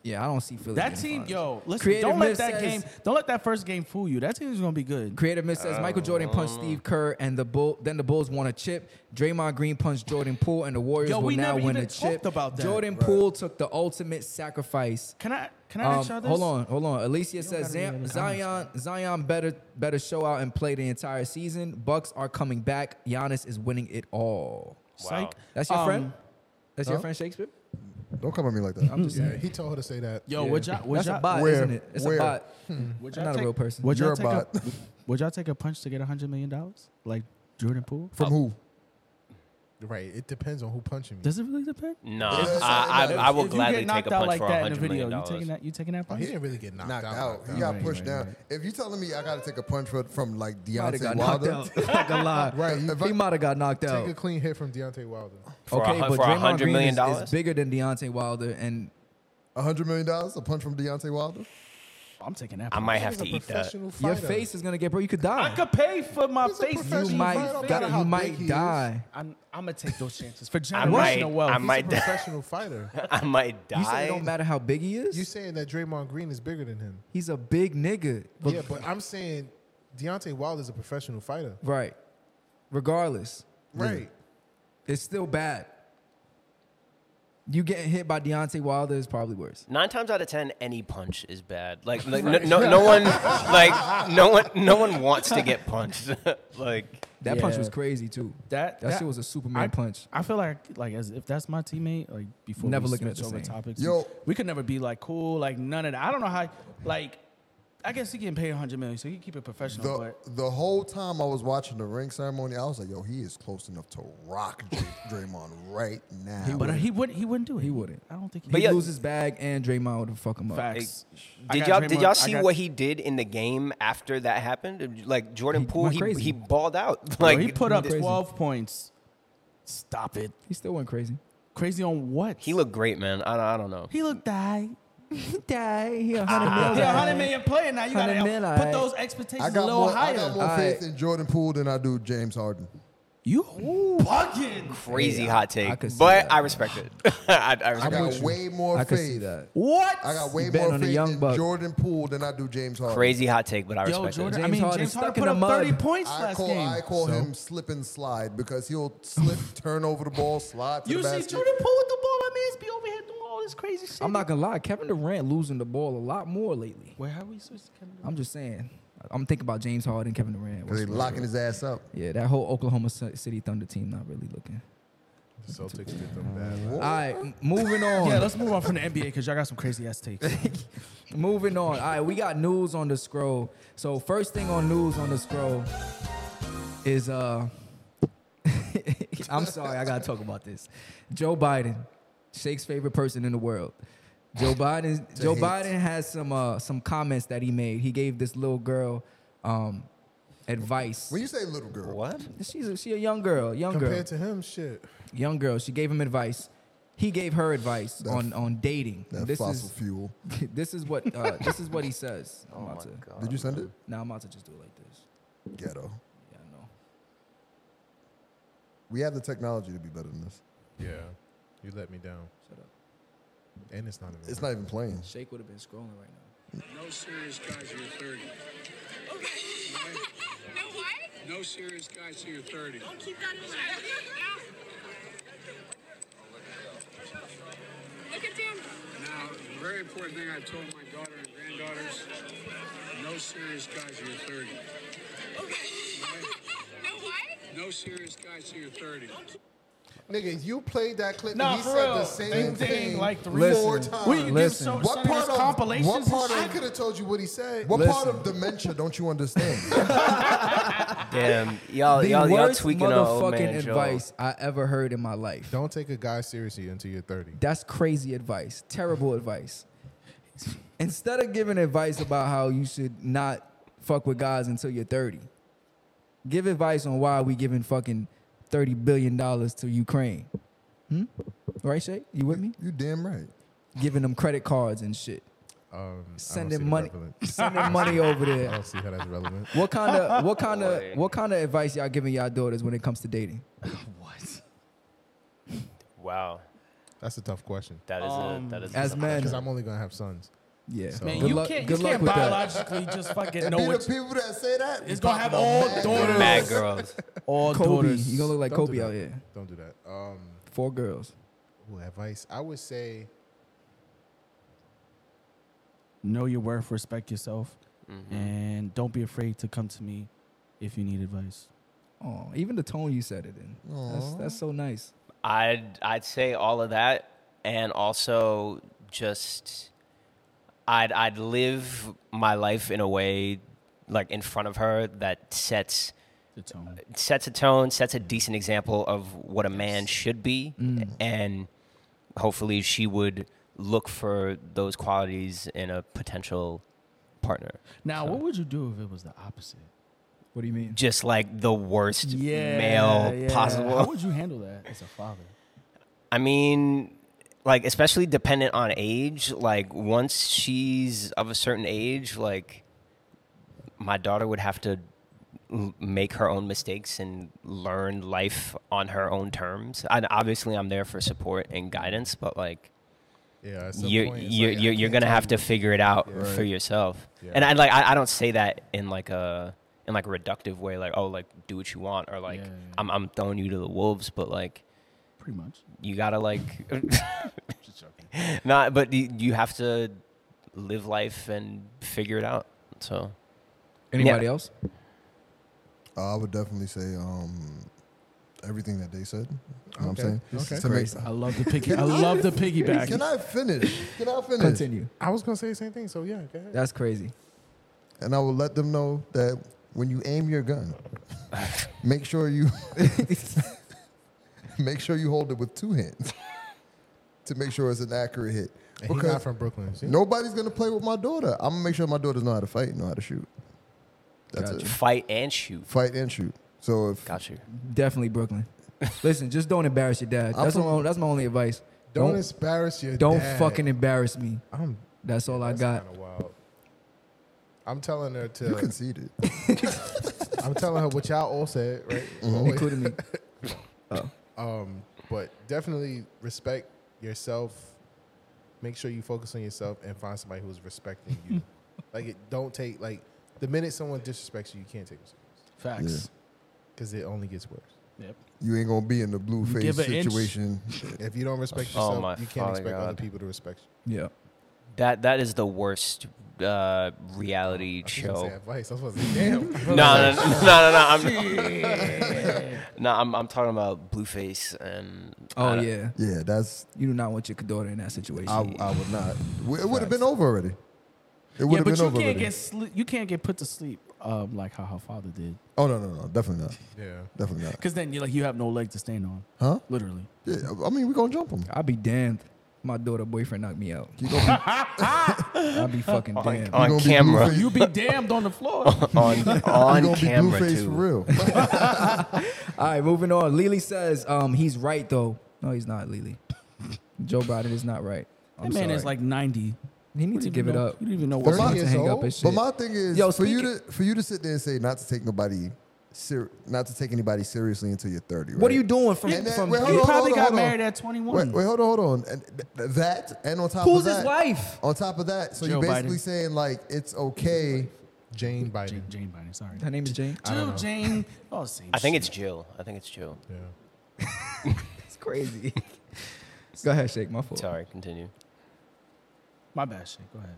[SPEAKER 4] Yeah, I don't see Philly. in
[SPEAKER 5] That
[SPEAKER 4] the
[SPEAKER 5] team,
[SPEAKER 4] finals.
[SPEAKER 5] yo, listen.
[SPEAKER 4] Creative
[SPEAKER 5] don't let
[SPEAKER 4] Myth says-
[SPEAKER 5] that game. Don't let that first game fool you. That team is gonna be good.
[SPEAKER 4] Creative Myth says Michael Jordan punched
[SPEAKER 5] Um.
[SPEAKER 4] Steve Kerr, and the Bull. Then the Bulls won a chip. Draymond Green punched Jordan Poole, and the Warriors
[SPEAKER 5] Yo,
[SPEAKER 4] will
[SPEAKER 5] we
[SPEAKER 4] now
[SPEAKER 5] never
[SPEAKER 4] win
[SPEAKER 5] even
[SPEAKER 4] a chip.
[SPEAKER 5] talked about that.
[SPEAKER 4] Jordan Poole took the ultimate sacrifice.
[SPEAKER 5] Can I? Can I
[SPEAKER 4] Um,
[SPEAKER 5] ask y'all this?
[SPEAKER 4] hold on, hold on. Alicia says
[SPEAKER 5] gotta read
[SPEAKER 4] Zion,
[SPEAKER 5] all the
[SPEAKER 4] Zion, Zion better better show out and play the entire season. Bucks are coming back. Giannis is winning it all.
[SPEAKER 5] Psych.
[SPEAKER 4] That's your
[SPEAKER 5] Um,
[SPEAKER 4] friend. That's your friend Shakespeare.
[SPEAKER 9] Don't come at me like that.
[SPEAKER 4] I'm just saying.
[SPEAKER 3] Yeah, he told her to say that.
[SPEAKER 4] Oh,
[SPEAKER 5] Yo, would y'all? Would
[SPEAKER 4] That's
[SPEAKER 5] y'all,
[SPEAKER 4] a bot,
[SPEAKER 9] Where?
[SPEAKER 4] isn't it? It's
[SPEAKER 9] Where?
[SPEAKER 4] a bot.
[SPEAKER 5] Would
[SPEAKER 4] I'm not a
[SPEAKER 5] take-
[SPEAKER 4] real person.
[SPEAKER 5] Would y'all,
[SPEAKER 9] You're a
[SPEAKER 5] take a, (laughs) would y'all take a punch to get a hundred million dollars, like Jordan Poole?
[SPEAKER 9] From who?
[SPEAKER 3] Right. It depends on who punching me.
[SPEAKER 5] Does it really depend?
[SPEAKER 10] No. I, I, I will gladly take a punch for a
[SPEAKER 5] in the
[SPEAKER 10] hundred million
[SPEAKER 5] You taking
[SPEAKER 10] dollars.
[SPEAKER 5] that? You taking that
[SPEAKER 3] Oh,
[SPEAKER 5] punch?
[SPEAKER 3] he didn't really get knocked,
[SPEAKER 9] knocked
[SPEAKER 3] out.
[SPEAKER 9] out. He got
[SPEAKER 5] Right,
[SPEAKER 9] pushed
[SPEAKER 5] right,
[SPEAKER 9] down. If you telling me I got to take a punch for, from like
[SPEAKER 4] Might have
[SPEAKER 9] Deontay
[SPEAKER 4] got
[SPEAKER 9] Wilder,
[SPEAKER 4] knocked out. (laughs) Not gonna lie.
[SPEAKER 9] Right, you-
[SPEAKER 4] He might have got knocked
[SPEAKER 3] Take a
[SPEAKER 4] out.
[SPEAKER 3] clean hit from Deontay Wilder.
[SPEAKER 10] For a hun- for a
[SPEAKER 4] Draymond
[SPEAKER 10] hundred
[SPEAKER 4] Green
[SPEAKER 10] million
[SPEAKER 4] is- is
[SPEAKER 10] dollars?
[SPEAKER 4] bigger than Deontay Wilder, and
[SPEAKER 9] hundred million dollars, a punch from Deontay Wilder.
[SPEAKER 5] I'm taking that.
[SPEAKER 10] I
[SPEAKER 5] punch.
[SPEAKER 10] might have
[SPEAKER 3] He's
[SPEAKER 10] to
[SPEAKER 3] a
[SPEAKER 10] eat that.
[SPEAKER 3] professional
[SPEAKER 4] your
[SPEAKER 3] fighter.
[SPEAKER 4] face is gonna get bro. You could die.
[SPEAKER 5] I could pay for my
[SPEAKER 3] He's a
[SPEAKER 5] face.
[SPEAKER 3] professional
[SPEAKER 4] you
[SPEAKER 3] fight,
[SPEAKER 4] might,
[SPEAKER 3] don't
[SPEAKER 4] die-
[SPEAKER 3] matter
[SPEAKER 4] you
[SPEAKER 3] how
[SPEAKER 4] might
[SPEAKER 3] big he is.
[SPEAKER 4] die.
[SPEAKER 5] I'm, I'm gonna take those chances for
[SPEAKER 10] I might.
[SPEAKER 5] generational wealth.
[SPEAKER 10] I
[SPEAKER 3] He's
[SPEAKER 10] might
[SPEAKER 3] a
[SPEAKER 10] die.
[SPEAKER 3] professional fighter.
[SPEAKER 10] (laughs) I might
[SPEAKER 4] You said it don't
[SPEAKER 10] die.
[SPEAKER 4] matter how big he
[SPEAKER 3] You
[SPEAKER 4] is.
[SPEAKER 3] saying that Draymond Green is bigger than him?
[SPEAKER 4] He's a big nigga. But-
[SPEAKER 3] yeah, but I'm saying Deontay Wilder is a professional fighter.
[SPEAKER 4] Right. Regardless,
[SPEAKER 3] Right.
[SPEAKER 4] it's still bad. You getting hit by Deontay Wilder is probably worse.
[SPEAKER 10] Nine times out of ten, any punch is bad. Like, like no, no,
[SPEAKER 5] (laughs)
[SPEAKER 10] no one, like no one, no one wants to get punched. (laughs) like,
[SPEAKER 4] That punch
[SPEAKER 5] Yeah.
[SPEAKER 4] was crazy too.
[SPEAKER 5] That-
[SPEAKER 4] that,
[SPEAKER 5] that-
[SPEAKER 4] shit was a Superman
[SPEAKER 5] I-
[SPEAKER 4] punch.
[SPEAKER 5] I feel like like as if that's my teammate, like before
[SPEAKER 4] Never
[SPEAKER 5] we
[SPEAKER 4] looking at
[SPEAKER 5] switch
[SPEAKER 4] the
[SPEAKER 5] over
[SPEAKER 4] same.
[SPEAKER 5] topics.
[SPEAKER 9] Yo.
[SPEAKER 5] we could never be like cool, like none of that. I don't know how, like, I guess he getting paid 100 million, so he keep it professional.
[SPEAKER 9] The
[SPEAKER 5] but
[SPEAKER 9] the whole time I was watching the ring ceremony, I was like, "Yo, he is close enough to rock Dr- Draymond right now."
[SPEAKER 5] but uh, he wouldn't. He wouldn't do it.
[SPEAKER 4] He wouldn't.
[SPEAKER 5] I don't think. He
[SPEAKER 10] But
[SPEAKER 4] he
[SPEAKER 10] yeah.
[SPEAKER 4] loses bag and Draymond would fuck him up.
[SPEAKER 5] facts. I
[SPEAKER 10] Did
[SPEAKER 5] got
[SPEAKER 10] y'all did
[SPEAKER 5] Draymond-
[SPEAKER 10] y'all
[SPEAKER 5] I
[SPEAKER 10] see
[SPEAKER 5] got-
[SPEAKER 10] what he did in the game after that happened? Like Jordan
[SPEAKER 4] He
[SPEAKER 10] Poole,
[SPEAKER 4] went
[SPEAKER 10] he,
[SPEAKER 4] crazy.
[SPEAKER 10] he balled
[SPEAKER 5] Bro,
[SPEAKER 10] out. (laughs) Like
[SPEAKER 5] he put up
[SPEAKER 4] Crazy.
[SPEAKER 5] 12 points. Stop it.
[SPEAKER 4] He still went crazy.
[SPEAKER 5] Crazy on what?
[SPEAKER 10] he looked great, man. I, don't- I don't know.
[SPEAKER 5] He
[SPEAKER 4] (laughs)
[SPEAKER 5] looked die.
[SPEAKER 4] He died. He a hundred
[SPEAKER 5] He a hundred million player now. You
[SPEAKER 4] 100
[SPEAKER 5] gotta
[SPEAKER 4] mil,
[SPEAKER 5] put
[SPEAKER 4] alright.
[SPEAKER 5] those
[SPEAKER 9] I
[SPEAKER 5] expectations a
[SPEAKER 9] got
[SPEAKER 5] little
[SPEAKER 9] more. I
[SPEAKER 5] higher.
[SPEAKER 9] got more
[SPEAKER 4] All
[SPEAKER 9] faith
[SPEAKER 4] right.
[SPEAKER 9] in Jordan Poole than I do James Harden.
[SPEAKER 5] You bugging?
[SPEAKER 10] Crazy
[SPEAKER 4] Yeah,
[SPEAKER 10] hot
[SPEAKER 4] I
[SPEAKER 10] take,
[SPEAKER 4] could see
[SPEAKER 10] but
[SPEAKER 4] that.
[SPEAKER 10] I respect it. (laughs) I, I
[SPEAKER 9] I
[SPEAKER 10] respect
[SPEAKER 9] got
[SPEAKER 10] it.
[SPEAKER 9] way more
[SPEAKER 4] I could
[SPEAKER 9] faith.
[SPEAKER 4] see that.
[SPEAKER 5] What?
[SPEAKER 9] I got way
[SPEAKER 4] bet
[SPEAKER 9] more
[SPEAKER 4] on the
[SPEAKER 9] faith
[SPEAKER 4] young
[SPEAKER 9] in
[SPEAKER 4] buck.
[SPEAKER 9] Jordan Poole than I do James Harden.
[SPEAKER 10] Crazy hot take, but I
[SPEAKER 5] Yo,
[SPEAKER 10] respect
[SPEAKER 5] Jordan.
[SPEAKER 10] it.
[SPEAKER 5] I
[SPEAKER 4] James
[SPEAKER 5] mean,
[SPEAKER 4] Harden
[SPEAKER 5] James Harden
[SPEAKER 4] stuck in
[SPEAKER 5] put
[SPEAKER 4] the
[SPEAKER 5] up
[SPEAKER 4] mud.
[SPEAKER 5] 30 points
[SPEAKER 9] I
[SPEAKER 5] last
[SPEAKER 9] call
[SPEAKER 5] game.
[SPEAKER 9] I call him slip and slide because he'll slip, turn over the ball, slide to
[SPEAKER 5] you
[SPEAKER 9] the
[SPEAKER 5] see
[SPEAKER 9] basket.
[SPEAKER 5] Jordan Poole with the ball, my man's be over here doing all this crazy shit.
[SPEAKER 4] I'm not gonna lie, Kevin Durant losing the ball a lot more lately.
[SPEAKER 5] Where have we switched? to Kevin Durant?
[SPEAKER 4] I'm just saying. I'm thinking about James Harden, Kevin Durant.
[SPEAKER 9] Because they
[SPEAKER 4] Westbrook.
[SPEAKER 9] locking his ass up.
[SPEAKER 4] Yeah, that whole Oklahoma Ci- City Thunder team not really looking.
[SPEAKER 3] Celtics did them bad.
[SPEAKER 4] All right, m- moving on.
[SPEAKER 5] Yeah, let's move on from the NBA because y'all got some crazy ass takes.
[SPEAKER 4] Moving on. All right, we got news on the scroll. So first thing on news on the scroll is uh (laughs) I'm sorry, I gotta talk about this. Joe Biden, Shake's favorite person in the world. Joe
[SPEAKER 9] (laughs)
[SPEAKER 4] Biden Joe
[SPEAKER 9] hate.
[SPEAKER 4] Biden has some uh some comments that he made. He gave this little girl um advice.
[SPEAKER 9] When you say little girl,
[SPEAKER 10] What?
[SPEAKER 4] She's a, she a young girl, young girl,
[SPEAKER 3] Compared to him, shit.
[SPEAKER 4] young girl. She gave him advice. He gave her advice
[SPEAKER 9] That-
[SPEAKER 4] on on dating.
[SPEAKER 9] that
[SPEAKER 4] This
[SPEAKER 9] fossil Oh
[SPEAKER 4] is
[SPEAKER 9] fuel.
[SPEAKER 4] (laughs) this is what uh, this is what he
[SPEAKER 9] (laughs)
[SPEAKER 4] says. I'm about to.
[SPEAKER 9] Did you send it?
[SPEAKER 4] Now I'm about to just do it like this.
[SPEAKER 9] Ghetto.
[SPEAKER 4] Yeah, I know.
[SPEAKER 9] We have the technology to be better than this.
[SPEAKER 3] Yeah. You let me down.
[SPEAKER 4] Shut up.
[SPEAKER 3] And it's not even.
[SPEAKER 9] It's not even playing.
[SPEAKER 4] Shake would have been scrolling right now.
[SPEAKER 11] No serious guys in your 30s.
[SPEAKER 12] (laughs) No what?
[SPEAKER 11] No serious guys in your 30s.
[SPEAKER 12] Don't keep that in mind. Look at them.
[SPEAKER 11] Now, a very important thing I told my daughter and granddaughters no serious guys in your 30s.
[SPEAKER 12] (laughs) No what?
[SPEAKER 11] No serious guys in your 30s.
[SPEAKER 9] Nigga, you played that clip.
[SPEAKER 5] Nah, he for said the real. same Same thing, thing like three-
[SPEAKER 9] four
[SPEAKER 4] Listen,
[SPEAKER 9] times.
[SPEAKER 5] we can give
[SPEAKER 4] Listen.
[SPEAKER 5] so,
[SPEAKER 4] What
[SPEAKER 5] what part of, compilations.
[SPEAKER 9] what
[SPEAKER 5] and
[SPEAKER 9] part
[SPEAKER 5] shit.
[SPEAKER 9] of-
[SPEAKER 3] I could have told you what he said.
[SPEAKER 9] What part of dementia don't you understand?
[SPEAKER 10] Damn, y'all,
[SPEAKER 4] the
[SPEAKER 10] y'all, y'all
[SPEAKER 4] worst
[SPEAKER 10] tweaking on old
[SPEAKER 4] motherfucking
[SPEAKER 10] man Joe.
[SPEAKER 4] advice I ever heard in my life.
[SPEAKER 3] Don't take a guy seriously until you're 30.
[SPEAKER 4] That's crazy advice. Terrible advice. Instead of giving advice about how you should not fuck with guys until you're 30, give advice on why we giving fucking 30 billion dollars to Ukraine. Hmm? Right, Shay? You with me?
[SPEAKER 9] you damn right.
[SPEAKER 4] Giving them credit cards and shit.
[SPEAKER 3] Um, I don't see
[SPEAKER 4] Sending
[SPEAKER 3] the Oh,
[SPEAKER 4] money
[SPEAKER 3] relevant-
[SPEAKER 4] sending money over
[SPEAKER 3] (laughs)
[SPEAKER 4] there.
[SPEAKER 3] I don't see how that's relevant.
[SPEAKER 4] What kind
[SPEAKER 3] (laughs)
[SPEAKER 4] of what kind of what kind of advice y'all giving y'all daughters when it comes to dating?
[SPEAKER 10] Wow,
[SPEAKER 3] That's a tough question.
[SPEAKER 10] that is a that is
[SPEAKER 4] um, As
[SPEAKER 10] a,
[SPEAKER 4] men,
[SPEAKER 3] Because I'm only going to have sons.
[SPEAKER 4] yeah.
[SPEAKER 5] Man,
[SPEAKER 4] good
[SPEAKER 5] you
[SPEAKER 4] luck,
[SPEAKER 5] can't, you
[SPEAKER 4] good luck
[SPEAKER 5] can't
[SPEAKER 4] with that.
[SPEAKER 5] biologically just fucking
[SPEAKER 9] And
[SPEAKER 5] know
[SPEAKER 9] be the
[SPEAKER 5] what
[SPEAKER 9] people that say that.
[SPEAKER 5] It's gonna have all daughters.
[SPEAKER 10] mad girls.
[SPEAKER 5] all
[SPEAKER 4] Kobe,
[SPEAKER 5] daughters.
[SPEAKER 4] you gonna look like
[SPEAKER 3] Don't do
[SPEAKER 4] Kobe
[SPEAKER 3] that.
[SPEAKER 4] out here.
[SPEAKER 3] Don't do that. Um,
[SPEAKER 4] Four girls.
[SPEAKER 3] ooh, advice. I would say
[SPEAKER 5] know your worth, respect yourself,
[SPEAKER 4] Mm-hmm.
[SPEAKER 5] and don't be afraid to come to me if you need advice.
[SPEAKER 4] Oh, even the tone you said it in. That's, that's so nice.
[SPEAKER 10] I'd I'd say all of that, and also just I'd I'd live my life in a way like in front of her that sets
[SPEAKER 5] The tone.
[SPEAKER 10] sets a tone, sets a decent example of what a man should be,
[SPEAKER 4] Mm.
[SPEAKER 10] and hopefully she would look for those qualities in a potential partner.
[SPEAKER 5] Now, what would you do if it was the opposite?
[SPEAKER 4] What do you mean?
[SPEAKER 10] Just like the worst male
[SPEAKER 5] How
[SPEAKER 10] possible.
[SPEAKER 5] would you handle that as a father?
[SPEAKER 10] I mean, like especially dependent on age. Like once she's of a certain age, like my daughter would have to l- make her own mistakes and learn life on her own terms. And obviously, I'm there for support and guidance, but like
[SPEAKER 3] yeah. At some
[SPEAKER 10] you're
[SPEAKER 3] point, it's
[SPEAKER 10] you're
[SPEAKER 3] like, I
[SPEAKER 10] you're, you're
[SPEAKER 3] can't
[SPEAKER 10] gonna
[SPEAKER 3] tell
[SPEAKER 10] have
[SPEAKER 3] you.
[SPEAKER 10] to figure it out
[SPEAKER 3] Yeah.
[SPEAKER 10] for
[SPEAKER 3] Right.
[SPEAKER 10] yourself.
[SPEAKER 3] Yeah.
[SPEAKER 10] And I like I, I don't say that in like a in like a reductive way, like oh like do what you want or like
[SPEAKER 5] Yeah.
[SPEAKER 10] I'm I'm throwing you to the wolves, but like
[SPEAKER 5] Pretty much.
[SPEAKER 10] you gotta like
[SPEAKER 3] (laughs)
[SPEAKER 10] (laughs) not but you, you have to live life and figure it out so
[SPEAKER 4] Anybody else?
[SPEAKER 9] Uh, I would definitely say um, everything that they said. You know
[SPEAKER 3] Okay.
[SPEAKER 9] what I'm saying?
[SPEAKER 3] Okay.
[SPEAKER 9] To make-
[SPEAKER 5] I love the piggy. I love the piggyback.
[SPEAKER 9] Can I finish? Can I finish?
[SPEAKER 4] Continue.
[SPEAKER 3] I was going to say the same thing. So yeah, go ahead.
[SPEAKER 4] That's crazy.
[SPEAKER 9] And I will let them know that when you aim your (laughs) gun, make sure (laughs) you make sure you hold it with two hands (laughs) to make sure it's an accurate hit.
[SPEAKER 3] And he's
[SPEAKER 9] Because
[SPEAKER 3] not from Brooklyn. See?
[SPEAKER 9] nobody's gonna play with my daughter. I'm gonna make sure my daughters know how to fight, and know how to shoot. That's it.
[SPEAKER 10] fight and shoot
[SPEAKER 9] Fight and shoot. So if
[SPEAKER 10] got you
[SPEAKER 4] Definitely Brooklyn. Listen, just don't embarrass your
[SPEAKER 3] (laughs)
[SPEAKER 4] dad.
[SPEAKER 9] I'm
[SPEAKER 4] That's my
[SPEAKER 9] from-
[SPEAKER 4] only, that's my only advice.
[SPEAKER 3] Don't,
[SPEAKER 4] don't,
[SPEAKER 3] embarrass your
[SPEAKER 4] don't
[SPEAKER 3] dad.
[SPEAKER 4] fucking embarrass me.
[SPEAKER 3] I'm,
[SPEAKER 4] That's all I
[SPEAKER 3] that's
[SPEAKER 4] got.
[SPEAKER 3] kinda wild. I'm telling her to.
[SPEAKER 9] you conceded,
[SPEAKER 3] I'm telling her what y'all all said, right?
[SPEAKER 10] Mm-hmm.
[SPEAKER 3] Always. (laughs)
[SPEAKER 4] Including me.
[SPEAKER 3] Um, but definitely respect yourself. Make sure you focus on yourself and find somebody who's respecting
[SPEAKER 10] (laughs)
[SPEAKER 3] you. like, it, don't take like the minute someone disrespects you, you can't take it serious
[SPEAKER 5] Facts.
[SPEAKER 3] because it only gets worse.
[SPEAKER 5] Yep.
[SPEAKER 9] you ain't gonna be in the blue face
[SPEAKER 5] give an inch.
[SPEAKER 9] situation.
[SPEAKER 3] If you don't respect
[SPEAKER 10] Oh
[SPEAKER 3] yourself,
[SPEAKER 10] my
[SPEAKER 3] you can't
[SPEAKER 10] Father
[SPEAKER 3] expect other
[SPEAKER 10] God.
[SPEAKER 3] people to respect you.
[SPEAKER 4] Yeah.
[SPEAKER 10] That that is the worst uh, reality
[SPEAKER 3] I
[SPEAKER 10] show.
[SPEAKER 3] was gonna say advice. I was like, damn.
[SPEAKER 10] (laughs) No, no, no, no, no. I'm,
[SPEAKER 3] Shit.
[SPEAKER 10] no, I'm, I'm talking about Blueface and.
[SPEAKER 4] Oh
[SPEAKER 10] I don't-
[SPEAKER 4] yeah,
[SPEAKER 9] yeah. That's
[SPEAKER 4] you do not want your daughter in that situation.
[SPEAKER 9] I, I would not. It would have been over already. It would
[SPEAKER 5] yeah,
[SPEAKER 9] have
[SPEAKER 5] but
[SPEAKER 9] been
[SPEAKER 5] you
[SPEAKER 9] over
[SPEAKER 5] can't
[SPEAKER 9] already.
[SPEAKER 5] get sli- you can't get put to sleep um, like how her father did.
[SPEAKER 9] Oh no, no, no, definitely not.
[SPEAKER 3] Yeah,
[SPEAKER 9] definitely not.
[SPEAKER 5] Because then you like you have no leg to stand on.
[SPEAKER 9] Huh?
[SPEAKER 5] Literally.
[SPEAKER 9] Yeah, I mean, we're gonna jump him.
[SPEAKER 4] I'd be damned. My daughter boyfriend knocked me out. (laughs) I'd be fucking
[SPEAKER 10] On-
[SPEAKER 4] damned.
[SPEAKER 10] on You gonna be camera. Blueface.
[SPEAKER 5] You be damned on
[SPEAKER 4] (laughs)
[SPEAKER 5] the floor.
[SPEAKER 10] on on camera too.
[SPEAKER 5] (laughs)
[SPEAKER 4] All right, moving on. Lily says um, he's right though. No, he's not, Lily. (laughs) Joe Biden is not right. I'm
[SPEAKER 5] That man
[SPEAKER 4] sorry.
[SPEAKER 5] is like 90.
[SPEAKER 4] He needs to give it up.
[SPEAKER 5] You don't even know
[SPEAKER 9] But
[SPEAKER 5] what
[SPEAKER 9] my,
[SPEAKER 5] to hang up his shit.
[SPEAKER 9] but my thing is,
[SPEAKER 4] Yo,
[SPEAKER 9] for you
[SPEAKER 4] speaking-
[SPEAKER 9] to for you to sit there and say not to take nobody, ser- not to take anybody seriously until you're 30.
[SPEAKER 4] What are
[SPEAKER 9] right?
[SPEAKER 4] you doing from?
[SPEAKER 9] And then-
[SPEAKER 4] from
[SPEAKER 9] wait, hold
[SPEAKER 4] (laughs)
[SPEAKER 5] He
[SPEAKER 9] on,
[SPEAKER 5] probably
[SPEAKER 9] hold on,
[SPEAKER 5] got
[SPEAKER 9] hold on.
[SPEAKER 5] married at 21.
[SPEAKER 9] Wait, wait, hold on, hold on. And th- th- that and on top
[SPEAKER 4] Who's
[SPEAKER 9] of that,
[SPEAKER 4] his wife?
[SPEAKER 9] On top of that, so
[SPEAKER 5] Joe
[SPEAKER 9] you're basically
[SPEAKER 5] Biden.
[SPEAKER 9] saying like it's okay.
[SPEAKER 3] Jane Biden.
[SPEAKER 5] Jane, (laughs) Jane Biden,
[SPEAKER 9] (laughs)
[SPEAKER 5] sorry.
[SPEAKER 4] Her name is Jane.
[SPEAKER 5] Jill Jane. Oh, same
[SPEAKER 10] I think
[SPEAKER 5] shit.
[SPEAKER 10] it's Jill. I think it's Jill.
[SPEAKER 3] Yeah.
[SPEAKER 4] It's crazy. (laughs) Go ahead, shake my foot.
[SPEAKER 10] Sorry, continue.
[SPEAKER 5] My bad shit. Go ahead.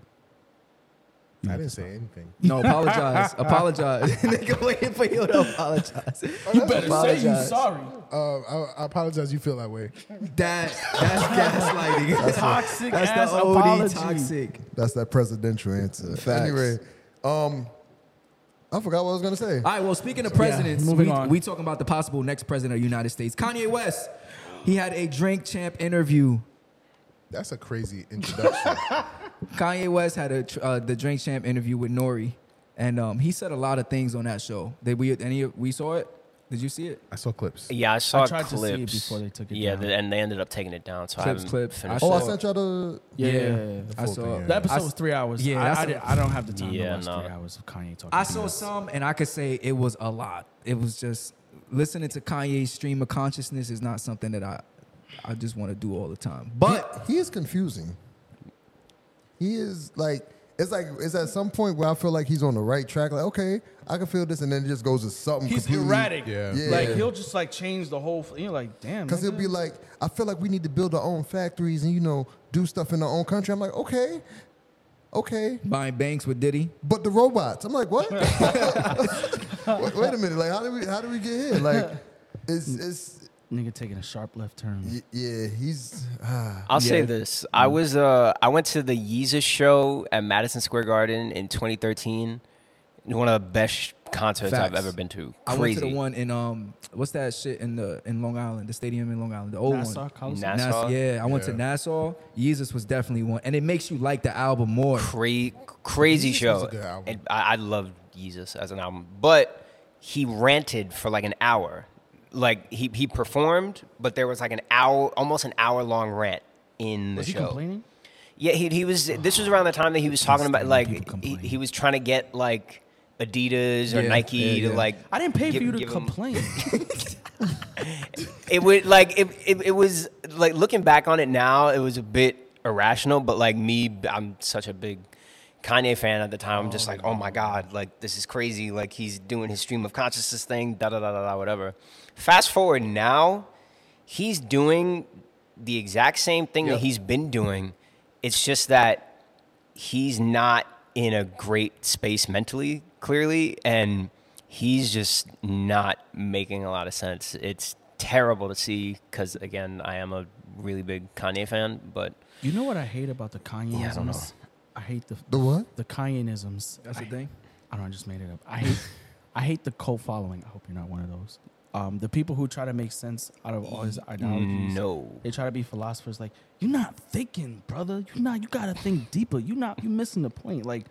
[SPEAKER 3] I didn't say anything.
[SPEAKER 4] No, (laughs) apologize. apologize. Nigga waiting for you to apologize. You
[SPEAKER 5] Better say you sorry.
[SPEAKER 10] Oh,
[SPEAKER 3] Uh, I, I apologize. You feel that way.
[SPEAKER 4] (laughs) That that's gaslighting. That's,
[SPEAKER 5] Toxic ass
[SPEAKER 4] the OD
[SPEAKER 5] apology.
[SPEAKER 4] toxic.
[SPEAKER 9] That's that presidential answer. Anyway, um, I forgot what I was gonna say.
[SPEAKER 4] All right. Well, speaking of presidents,
[SPEAKER 5] moving
[SPEAKER 4] we,
[SPEAKER 5] on.
[SPEAKER 4] we talking about the possible next president of the United States, Kanye West. He had a drink champ interview.
[SPEAKER 3] That's a crazy introduction.
[SPEAKER 4] Kanye West had a tr- uh, the drink champ interview with Nori, and um, he said a lot of things on that show. Did we any of- we saw it? Did you see it?
[SPEAKER 3] I saw clips.
[SPEAKER 10] Yeah, I saw
[SPEAKER 5] tried to see
[SPEAKER 10] clips
[SPEAKER 5] it before they took it
[SPEAKER 10] Yeah,
[SPEAKER 5] down.
[SPEAKER 10] th- and they ended up taking it down. So I
[SPEAKER 4] Clips,
[SPEAKER 10] haven't
[SPEAKER 4] clips.
[SPEAKER 10] finished.
[SPEAKER 4] I
[SPEAKER 9] oh, I
[SPEAKER 4] saw-
[SPEAKER 9] sent y'all the.
[SPEAKER 5] Yeah, yeah, yeah, yeah.
[SPEAKER 4] I
[SPEAKER 3] full
[SPEAKER 4] saw.
[SPEAKER 3] thing,
[SPEAKER 5] That episode
[SPEAKER 4] I s-
[SPEAKER 5] was three hours.
[SPEAKER 4] Yeah,
[SPEAKER 5] Yeah, I,
[SPEAKER 4] that's-
[SPEAKER 5] I, did, I don't have the time
[SPEAKER 10] Yeah,
[SPEAKER 5] to watch
[SPEAKER 10] no.
[SPEAKER 5] three hours of Kanye talking.
[SPEAKER 4] I saw
[SPEAKER 5] BS.
[SPEAKER 4] some, and I could say it was a lot. It was just listening to Kanye's stream of consciousness is not something that I, I just want to do all the time. But
[SPEAKER 9] he, he is confusing. He is like it's like it's at some point where I feel like he's on the right track. Like okay, I can feel this, and then it just goes to something.
[SPEAKER 5] He's
[SPEAKER 9] completely-
[SPEAKER 5] erratic.
[SPEAKER 3] Yeah.
[SPEAKER 9] Yeah.
[SPEAKER 5] Like he'll just like change the whole. F- you're like, damn.
[SPEAKER 9] Cause
[SPEAKER 5] nigga.
[SPEAKER 9] he'll be like, I feel like we need to build our own factories and you know do stuff in our own country. I'm like, okay, okay,
[SPEAKER 4] buying banks with Diddy,
[SPEAKER 9] but the robots. I'm like, what? wait, wait a minute, like how do we how do we get here? Like, it's it's
[SPEAKER 5] nigga taking a sharp left turn.
[SPEAKER 9] y- yeah, he's ah,
[SPEAKER 10] I'll say
[SPEAKER 4] Yeah.
[SPEAKER 10] this: I was uh, I went to the Yeezus show at Madison Square Garden in 2013. One of the best concerts I've
[SPEAKER 4] Facts.
[SPEAKER 10] ever been to.
[SPEAKER 4] I
[SPEAKER 10] Crazy.
[SPEAKER 4] went to the one in um, what's that shit in the in Long Island, the stadium in Long Island, the old
[SPEAKER 5] Nassau
[SPEAKER 4] one.
[SPEAKER 5] Coliseum.
[SPEAKER 10] Nassau.
[SPEAKER 4] yeah, I went to
[SPEAKER 3] Yeah.
[SPEAKER 4] Nassau. Jesus was definitely one, and it makes you like the album more.
[SPEAKER 10] Cra- crazy
[SPEAKER 3] Yeezus
[SPEAKER 10] show.
[SPEAKER 3] was a good album.
[SPEAKER 10] And I, I loved Yeezus as an album, but he ranted for like an hour. Like he, he performed, but there was like an hour, almost an hour long rant in the
[SPEAKER 5] Was he
[SPEAKER 10] show.
[SPEAKER 5] complaining?
[SPEAKER 10] Yeah, he, he was. This was around the time that he was talking about
[SPEAKER 5] people
[SPEAKER 10] like he,
[SPEAKER 5] complain.
[SPEAKER 10] he was trying to get like Adidas or
[SPEAKER 4] Yeah,
[SPEAKER 10] Nike
[SPEAKER 4] yeah,
[SPEAKER 10] to
[SPEAKER 4] yeah.
[SPEAKER 10] like.
[SPEAKER 5] I didn't pay
[SPEAKER 10] give-
[SPEAKER 5] for you to
[SPEAKER 10] give him- (laughs)
[SPEAKER 5] complain.
[SPEAKER 10] It would like it, it. It was like looking back on it now, it was a bit irrational. But like me, I'm such a big Kanye fan at the time. I'm just like, oh my god, like this is crazy. Like he's doing his stream of consciousness thing. Da da da da da. Whatever. Fast forward now, he's doing the exact same thing that he's been doing. It's just that he's not in a great space mentally, clearly, and he's just not making a lot of sense. It's terrible to see because, again, I am a really big Kanye fan, but
[SPEAKER 5] you know what I hate about the Kanyeisms?
[SPEAKER 10] Yeah, I don't know.
[SPEAKER 5] I hate the
[SPEAKER 9] the what?
[SPEAKER 5] the Kanyeisms.
[SPEAKER 4] That's the
[SPEAKER 5] I-
[SPEAKER 4] thing.
[SPEAKER 5] I don't know, I just made it up. I hate I hate the cult following. I hope you're not one of those. Um, the people who try to make sense out of all his
[SPEAKER 4] Oh,
[SPEAKER 5] ideologies.
[SPEAKER 10] no.
[SPEAKER 5] They try to be philosophers like, You're not thinking, brother. You're not you gotta think deeper. You're not you missing the point. Like,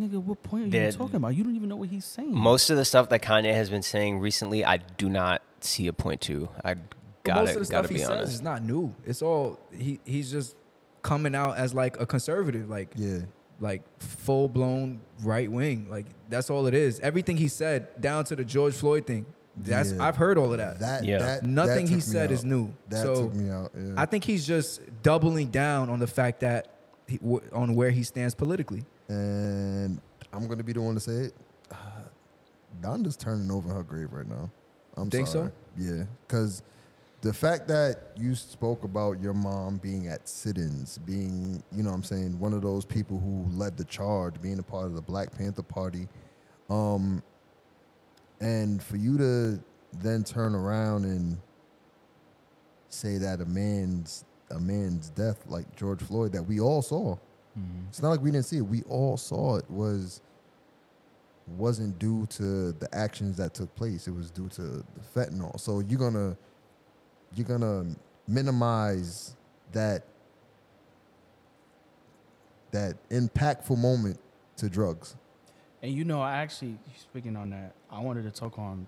[SPEAKER 5] nigga, what point are you
[SPEAKER 10] That-
[SPEAKER 5] talking about? You don't even know what he's saying.
[SPEAKER 10] Most of the stuff that Kanye has been saying recently, I do not see a point to. I
[SPEAKER 4] But
[SPEAKER 10] gotta,
[SPEAKER 4] most of the stuff
[SPEAKER 10] gotta be
[SPEAKER 4] he
[SPEAKER 10] honest.
[SPEAKER 4] says is not new. It's all he he's just coming out as like a conservative, like
[SPEAKER 9] Yeah.
[SPEAKER 4] like full blown right wing. Like that's all it is. Everything he said, down to the George Floyd thing. That's
[SPEAKER 9] Yeah.
[SPEAKER 4] I've heard all of that.
[SPEAKER 9] That,
[SPEAKER 10] Yeah.
[SPEAKER 9] that
[SPEAKER 4] uh, Nothing
[SPEAKER 9] that
[SPEAKER 4] he
[SPEAKER 9] took me
[SPEAKER 4] said is
[SPEAKER 9] out.
[SPEAKER 4] new.
[SPEAKER 9] That
[SPEAKER 4] So,
[SPEAKER 9] took me out. Yeah.
[SPEAKER 4] I think he's just doubling down on the fact that he, w- on where he stands politically.
[SPEAKER 9] and I'm gonna be the one to say it. (sighs) Uh, Donda's turning over her grave right now. I'm
[SPEAKER 4] Think so?
[SPEAKER 9] sorry. Yeah, because the fact that you spoke about your mom being at sit-ins, being, you know what I'm saying, one of those people who led the charge, being a part of the Black Panther Party, um, and for you to then turn around and say that a man's a man's death like George Floyd that we all saw. It's not like we didn't see it. We all saw it was wasn't due to the actions that took place. It was due to the fentanyl. So you're gonna you're gonna minimize that that impactful moment to drugs.
[SPEAKER 5] And you know, I actually speaking on that, I wanted to talk on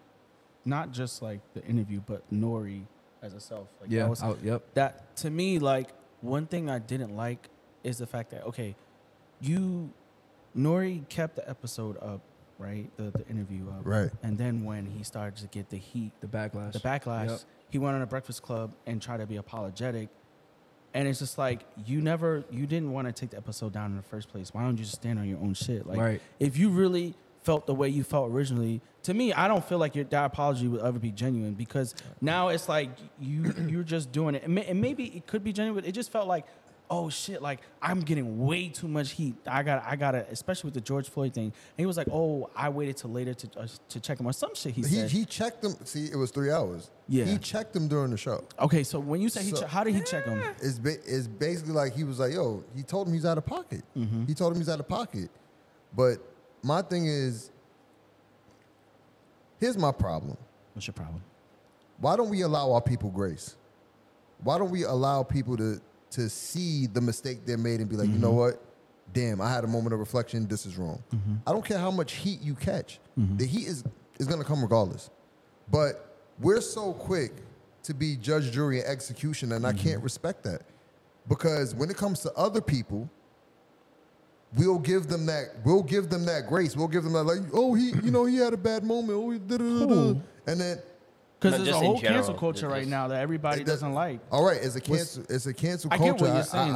[SPEAKER 5] not just like the interview, but Nori as herself. Like
[SPEAKER 4] Yeah,
[SPEAKER 5] that was,
[SPEAKER 4] I- yep.
[SPEAKER 5] That to me, like one thing I didn't like is the fact that okay, you Nori kept the episode up, right? The the interview up,
[SPEAKER 9] Right.
[SPEAKER 5] And then when he started to get the heat,
[SPEAKER 4] the backlash,
[SPEAKER 5] the backlash,
[SPEAKER 4] Yep.
[SPEAKER 5] he went on a Breakfast Club and tried to be apologetic. And it's just like you never, you didn't want to take the episode down in the first place. Why don't you just stand on your own shit? Like,
[SPEAKER 4] Right.
[SPEAKER 5] if you really felt the way you felt originally, to me, I don't feel like your that apology would ever be genuine because now it's like
[SPEAKER 4] (clears throat)
[SPEAKER 5] you you're just doing it. And, may, and maybe it could be genuine, but it just felt like, oh shit, like I'm getting way too much heat. I got I got to especially with the George Floyd thing. And he was like, oh, I waited till later to uh, to check him or some shit. He,
[SPEAKER 9] He
[SPEAKER 5] said.
[SPEAKER 9] he checked them. See, it was three hours.
[SPEAKER 5] Yeah.
[SPEAKER 9] he checked them during the show.
[SPEAKER 5] okay, so when you say he,
[SPEAKER 9] So-
[SPEAKER 5] che- how did he check him?
[SPEAKER 9] It's ba- it's basically like he was like, yo, he told him he's out of pocket. He told him he's out of pocket. But my thing is, here's my problem.
[SPEAKER 5] What's your problem?
[SPEAKER 9] Why don't we allow our people grace? Why don't we allow people to to see the mistake they made and be like, you know what? Damn, I had a moment of reflection. This is wrong. I don't care how much heat you catch. The heat is is gonna come regardless. But we're so quick to be judge, jury, and execution, and I can't respect that. Because when it comes to other people, we'll give them that we'll give them that grace. We'll give them that like, oh, he, you know, he had a bad moment. Oh, he da da da da. And then
[SPEAKER 5] Because
[SPEAKER 10] No,
[SPEAKER 5] there's
[SPEAKER 10] just
[SPEAKER 5] a
[SPEAKER 10] in
[SPEAKER 5] whole
[SPEAKER 10] general,
[SPEAKER 5] cancel culture
[SPEAKER 10] it
[SPEAKER 5] right
[SPEAKER 10] is.
[SPEAKER 5] now that everybody
[SPEAKER 9] It does-
[SPEAKER 5] doesn't like.
[SPEAKER 9] All right, it's a
[SPEAKER 5] What's-
[SPEAKER 9] cancel. It's a cancel
[SPEAKER 5] I get
[SPEAKER 9] culture.
[SPEAKER 5] what you're saying,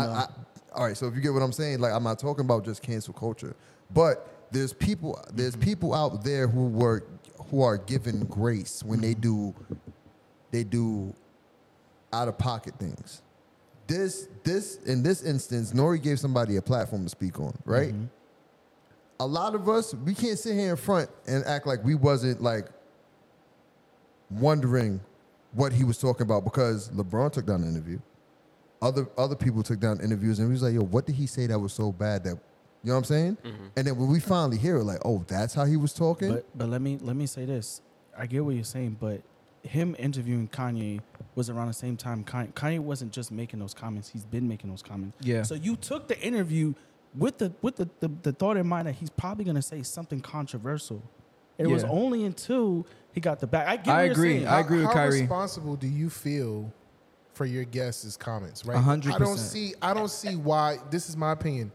[SPEAKER 9] all right, so if you get what I'm saying, like I'm not talking about just cancel culture, but there's people there's people out there who were who are given grace when they do they do out of pocket things. This this in this instance, Nori gave somebody a platform to speak on, right?
[SPEAKER 5] Mm-hmm.
[SPEAKER 9] A lot of us we can't sit here in front and act like we wasn't like wondering what he was talking about because LeBron took down the interview. Other other people took down interviews and we was like, yo, what did he say that was so bad that you know what I'm saying? And then when we finally hear it, like, oh, that's how he was talking.
[SPEAKER 5] But but let me let me say this. I get what you're saying, but him interviewing Kanye was around the same time. Kanye, Kanye wasn't just making those comments; he's been making those comments.
[SPEAKER 4] Yeah.
[SPEAKER 5] So you took the interview with the with the the, the thought in mind that he's probably gonna say something controversial. It was
[SPEAKER 4] Yeah.
[SPEAKER 5] only until he got the back. I get.
[SPEAKER 4] I
[SPEAKER 5] what you're
[SPEAKER 4] agree.
[SPEAKER 5] saying.
[SPEAKER 4] I agree with
[SPEAKER 3] how
[SPEAKER 4] Kyrie.
[SPEAKER 3] responsible do you feel for your guests' comments? Right.
[SPEAKER 4] A hundred
[SPEAKER 3] I don't
[SPEAKER 4] percent.
[SPEAKER 3] see. I don't see why. This is my opinion.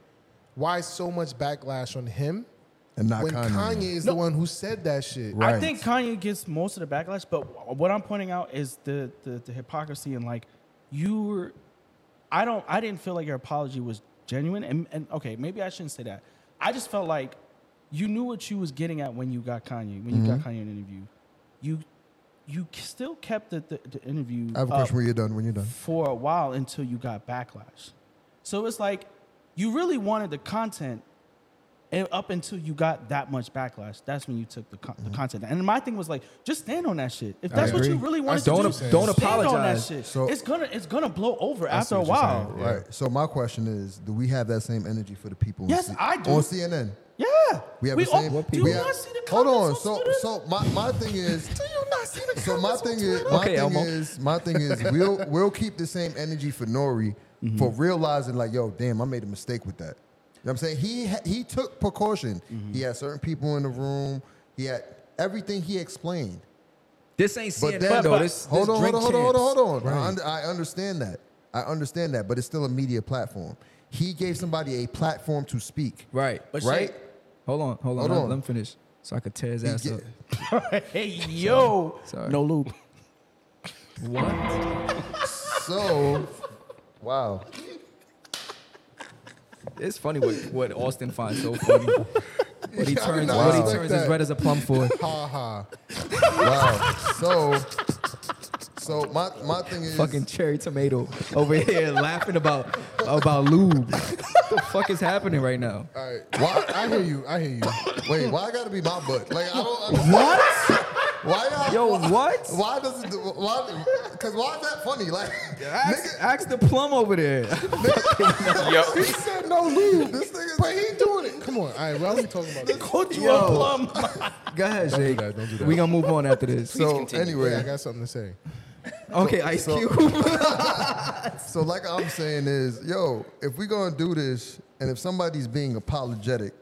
[SPEAKER 3] Why so much backlash on him?
[SPEAKER 9] and not
[SPEAKER 3] when
[SPEAKER 9] Kanye.
[SPEAKER 3] Kanye, is the one who said that shit.
[SPEAKER 5] I
[SPEAKER 9] Right.
[SPEAKER 5] think Kanye gets most of the backlash, but what I'm pointing out is the the, the hypocrisy and like you were, I don't I didn't feel like your apology was genuine and, and okay maybe I shouldn't say that I just felt like you knew what you was getting at when you got Kanye when you got
[SPEAKER 9] Mm-hmm.
[SPEAKER 5] Kanye in an interview you you still kept the, the, the interview
[SPEAKER 9] I have a
[SPEAKER 5] up
[SPEAKER 9] question when you're done. When you're done.
[SPEAKER 5] for a while until you got backlash so it's like you really wanted the content and up until you got that much backlash, that's when you took the, con- the content. And my thing was like, just stand on that shit. If that's what you
[SPEAKER 9] Mm-hmm. agree.
[SPEAKER 5] really wanted
[SPEAKER 4] Don't
[SPEAKER 5] to
[SPEAKER 4] ap-
[SPEAKER 5] do,
[SPEAKER 4] don't
[SPEAKER 5] stand on that
[SPEAKER 4] apologize.
[SPEAKER 5] shit.
[SPEAKER 9] So-
[SPEAKER 5] it's gonna it's gonna blow over after a
[SPEAKER 3] what you're
[SPEAKER 5] while.
[SPEAKER 3] saying.
[SPEAKER 9] All right. So my question is, do we have that same energy for the people? on
[SPEAKER 5] Yes, I do.
[SPEAKER 9] On CNN,
[SPEAKER 5] Yeah,
[SPEAKER 9] we have the
[SPEAKER 5] all-
[SPEAKER 9] same.
[SPEAKER 5] Do
[SPEAKER 9] we
[SPEAKER 5] you
[SPEAKER 9] have-
[SPEAKER 5] not see the
[SPEAKER 9] Hold on.
[SPEAKER 5] comments
[SPEAKER 9] So
[SPEAKER 5] Twitter?
[SPEAKER 9] so my, my thing is.
[SPEAKER 5] do you not see the
[SPEAKER 9] So my
[SPEAKER 5] comments on
[SPEAKER 9] thing is,
[SPEAKER 5] Twitter?
[SPEAKER 9] my
[SPEAKER 4] Okay,
[SPEAKER 9] thing
[SPEAKER 4] Elmo. (laughs)
[SPEAKER 9] is, my thing is, we'll we'll keep the same energy for Nori
[SPEAKER 4] Mm-hmm.
[SPEAKER 9] for realizing like, yo, damn, I made a mistake with that. You know what I'm saying? He ha- he took precaution.
[SPEAKER 4] Mm-hmm.
[SPEAKER 9] He had certain people in the room. He had everything he explained.
[SPEAKER 4] This ain't
[SPEAKER 9] But
[SPEAKER 4] CNN
[SPEAKER 9] then,
[SPEAKER 4] though. This,
[SPEAKER 9] hold,
[SPEAKER 4] this
[SPEAKER 9] on,
[SPEAKER 4] drink
[SPEAKER 9] hold on, hold on, hold on,
[SPEAKER 4] champs.
[SPEAKER 9] hold on, I, under, I understand that. I understand that, but it's still a media platform. He gave somebody a platform to speak.
[SPEAKER 4] Right.
[SPEAKER 5] But
[SPEAKER 9] Right?
[SPEAKER 5] shit,
[SPEAKER 4] Hold on, hold on.
[SPEAKER 9] Hold
[SPEAKER 4] let,
[SPEAKER 9] on.
[SPEAKER 4] let him finish so I could tear his
[SPEAKER 9] He
[SPEAKER 4] ass
[SPEAKER 9] get-
[SPEAKER 4] up.
[SPEAKER 5] hey yo,
[SPEAKER 4] Sorry.
[SPEAKER 5] no loop.
[SPEAKER 4] What? (laughs)
[SPEAKER 9] So, wow.
[SPEAKER 4] It's funny what, what Austin finds so (laughs) funny. What he turns,
[SPEAKER 9] Wow.
[SPEAKER 4] what he
[SPEAKER 9] Like
[SPEAKER 4] turns (laughs)
[SPEAKER 9] that.
[SPEAKER 4] as red as a plum for.
[SPEAKER 9] Ha ha. Wow. So, So my my thing is
[SPEAKER 4] Fucking cherry tomato over here laughing about about (laughs) lube. what the fuck is happening right now?
[SPEAKER 9] All right. Why, I hear you. I hear you. Wait, why I gotta be my butt? Like I don't. Understand.
[SPEAKER 4] What?
[SPEAKER 9] Why? Y'all,
[SPEAKER 4] Yo,
[SPEAKER 9] why-
[SPEAKER 4] what?
[SPEAKER 9] Why does it? Why? Because why is that funny? Like,
[SPEAKER 4] Ask, ask the plum over there.
[SPEAKER 7] Yo.
[SPEAKER 9] (laughs) he said no lube. This nigga,
[SPEAKER 3] But he doing it. Come on. All right. Why are we talking about this?
[SPEAKER 4] Yo. (laughs) Go ahead,
[SPEAKER 3] Don't do
[SPEAKER 4] Jake.
[SPEAKER 3] that, don't do that.
[SPEAKER 4] We gonna move on after this.
[SPEAKER 9] So
[SPEAKER 7] continue.
[SPEAKER 3] Yeah, I
[SPEAKER 9] anyway,
[SPEAKER 3] got something to say.
[SPEAKER 4] Okay, Ice
[SPEAKER 9] so-
[SPEAKER 5] (laughs)
[SPEAKER 4] Cube.
[SPEAKER 9] so like I'm saying is, yo, if we gonna do this, and if somebody's being apologetic,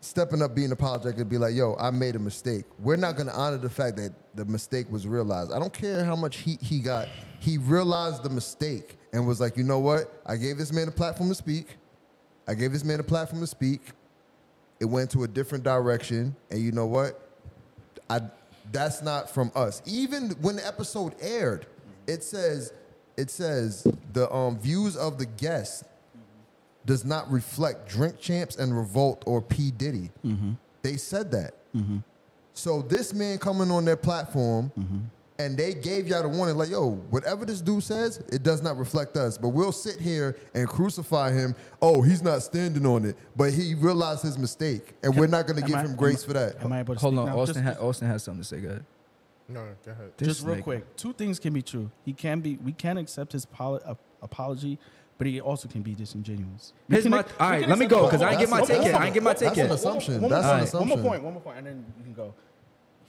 [SPEAKER 9] stepping up, being apologetic, and be like, yo, I made a mistake. We're not gonna honor the fact that the mistake was realized. I don't care how much heat he got. He realized the mistake and was like, you know what? I gave this man a platform to speak. I gave this man a platform to speak. It went to a different direction, and you know what? I that's not from us. Even when the episode aired, it says it says the um, views of the guests does not reflect Drink Champs and Revolt or P Diddy.
[SPEAKER 5] Mm-hmm.
[SPEAKER 9] They said that. So this man coming on their platform.
[SPEAKER 5] Mm-hmm.
[SPEAKER 9] And they gave y'all the warning, like, yo, whatever this dude says, it does not reflect us. But we'll sit here and crucify him. Oh, he's not standing on it. But he realized his mistake. And we're not going to
[SPEAKER 5] Am
[SPEAKER 9] give
[SPEAKER 5] I-
[SPEAKER 9] him grace
[SPEAKER 5] am-
[SPEAKER 9] for that.
[SPEAKER 5] Am I able to
[SPEAKER 4] Hold
[SPEAKER 5] speak
[SPEAKER 4] on,
[SPEAKER 5] now?
[SPEAKER 4] Austin.
[SPEAKER 5] Just-
[SPEAKER 4] Ha- Austin has something to say. Go ahead.
[SPEAKER 3] No, no, go ahead.
[SPEAKER 4] This
[SPEAKER 5] just real
[SPEAKER 4] nigga.
[SPEAKER 5] quick, two things can be true. He can be, we can accept his poli- ap- apology, but he also can be disingenuous. We
[SPEAKER 4] Here's
[SPEAKER 5] can
[SPEAKER 4] my.
[SPEAKER 5] ac- we
[SPEAKER 4] All right,
[SPEAKER 5] can
[SPEAKER 4] let me
[SPEAKER 5] accept-
[SPEAKER 4] go because I ain't get
[SPEAKER 9] That's
[SPEAKER 4] my
[SPEAKER 9] a-
[SPEAKER 4] ticket.
[SPEAKER 9] that's a-
[SPEAKER 4] I ain't get my
[SPEAKER 9] that's an
[SPEAKER 4] ticket.
[SPEAKER 9] assumption.
[SPEAKER 5] One more,
[SPEAKER 9] That's
[SPEAKER 5] one
[SPEAKER 9] an
[SPEAKER 5] more- one more
[SPEAKER 9] assumption.
[SPEAKER 5] point. One more point, and then you can go.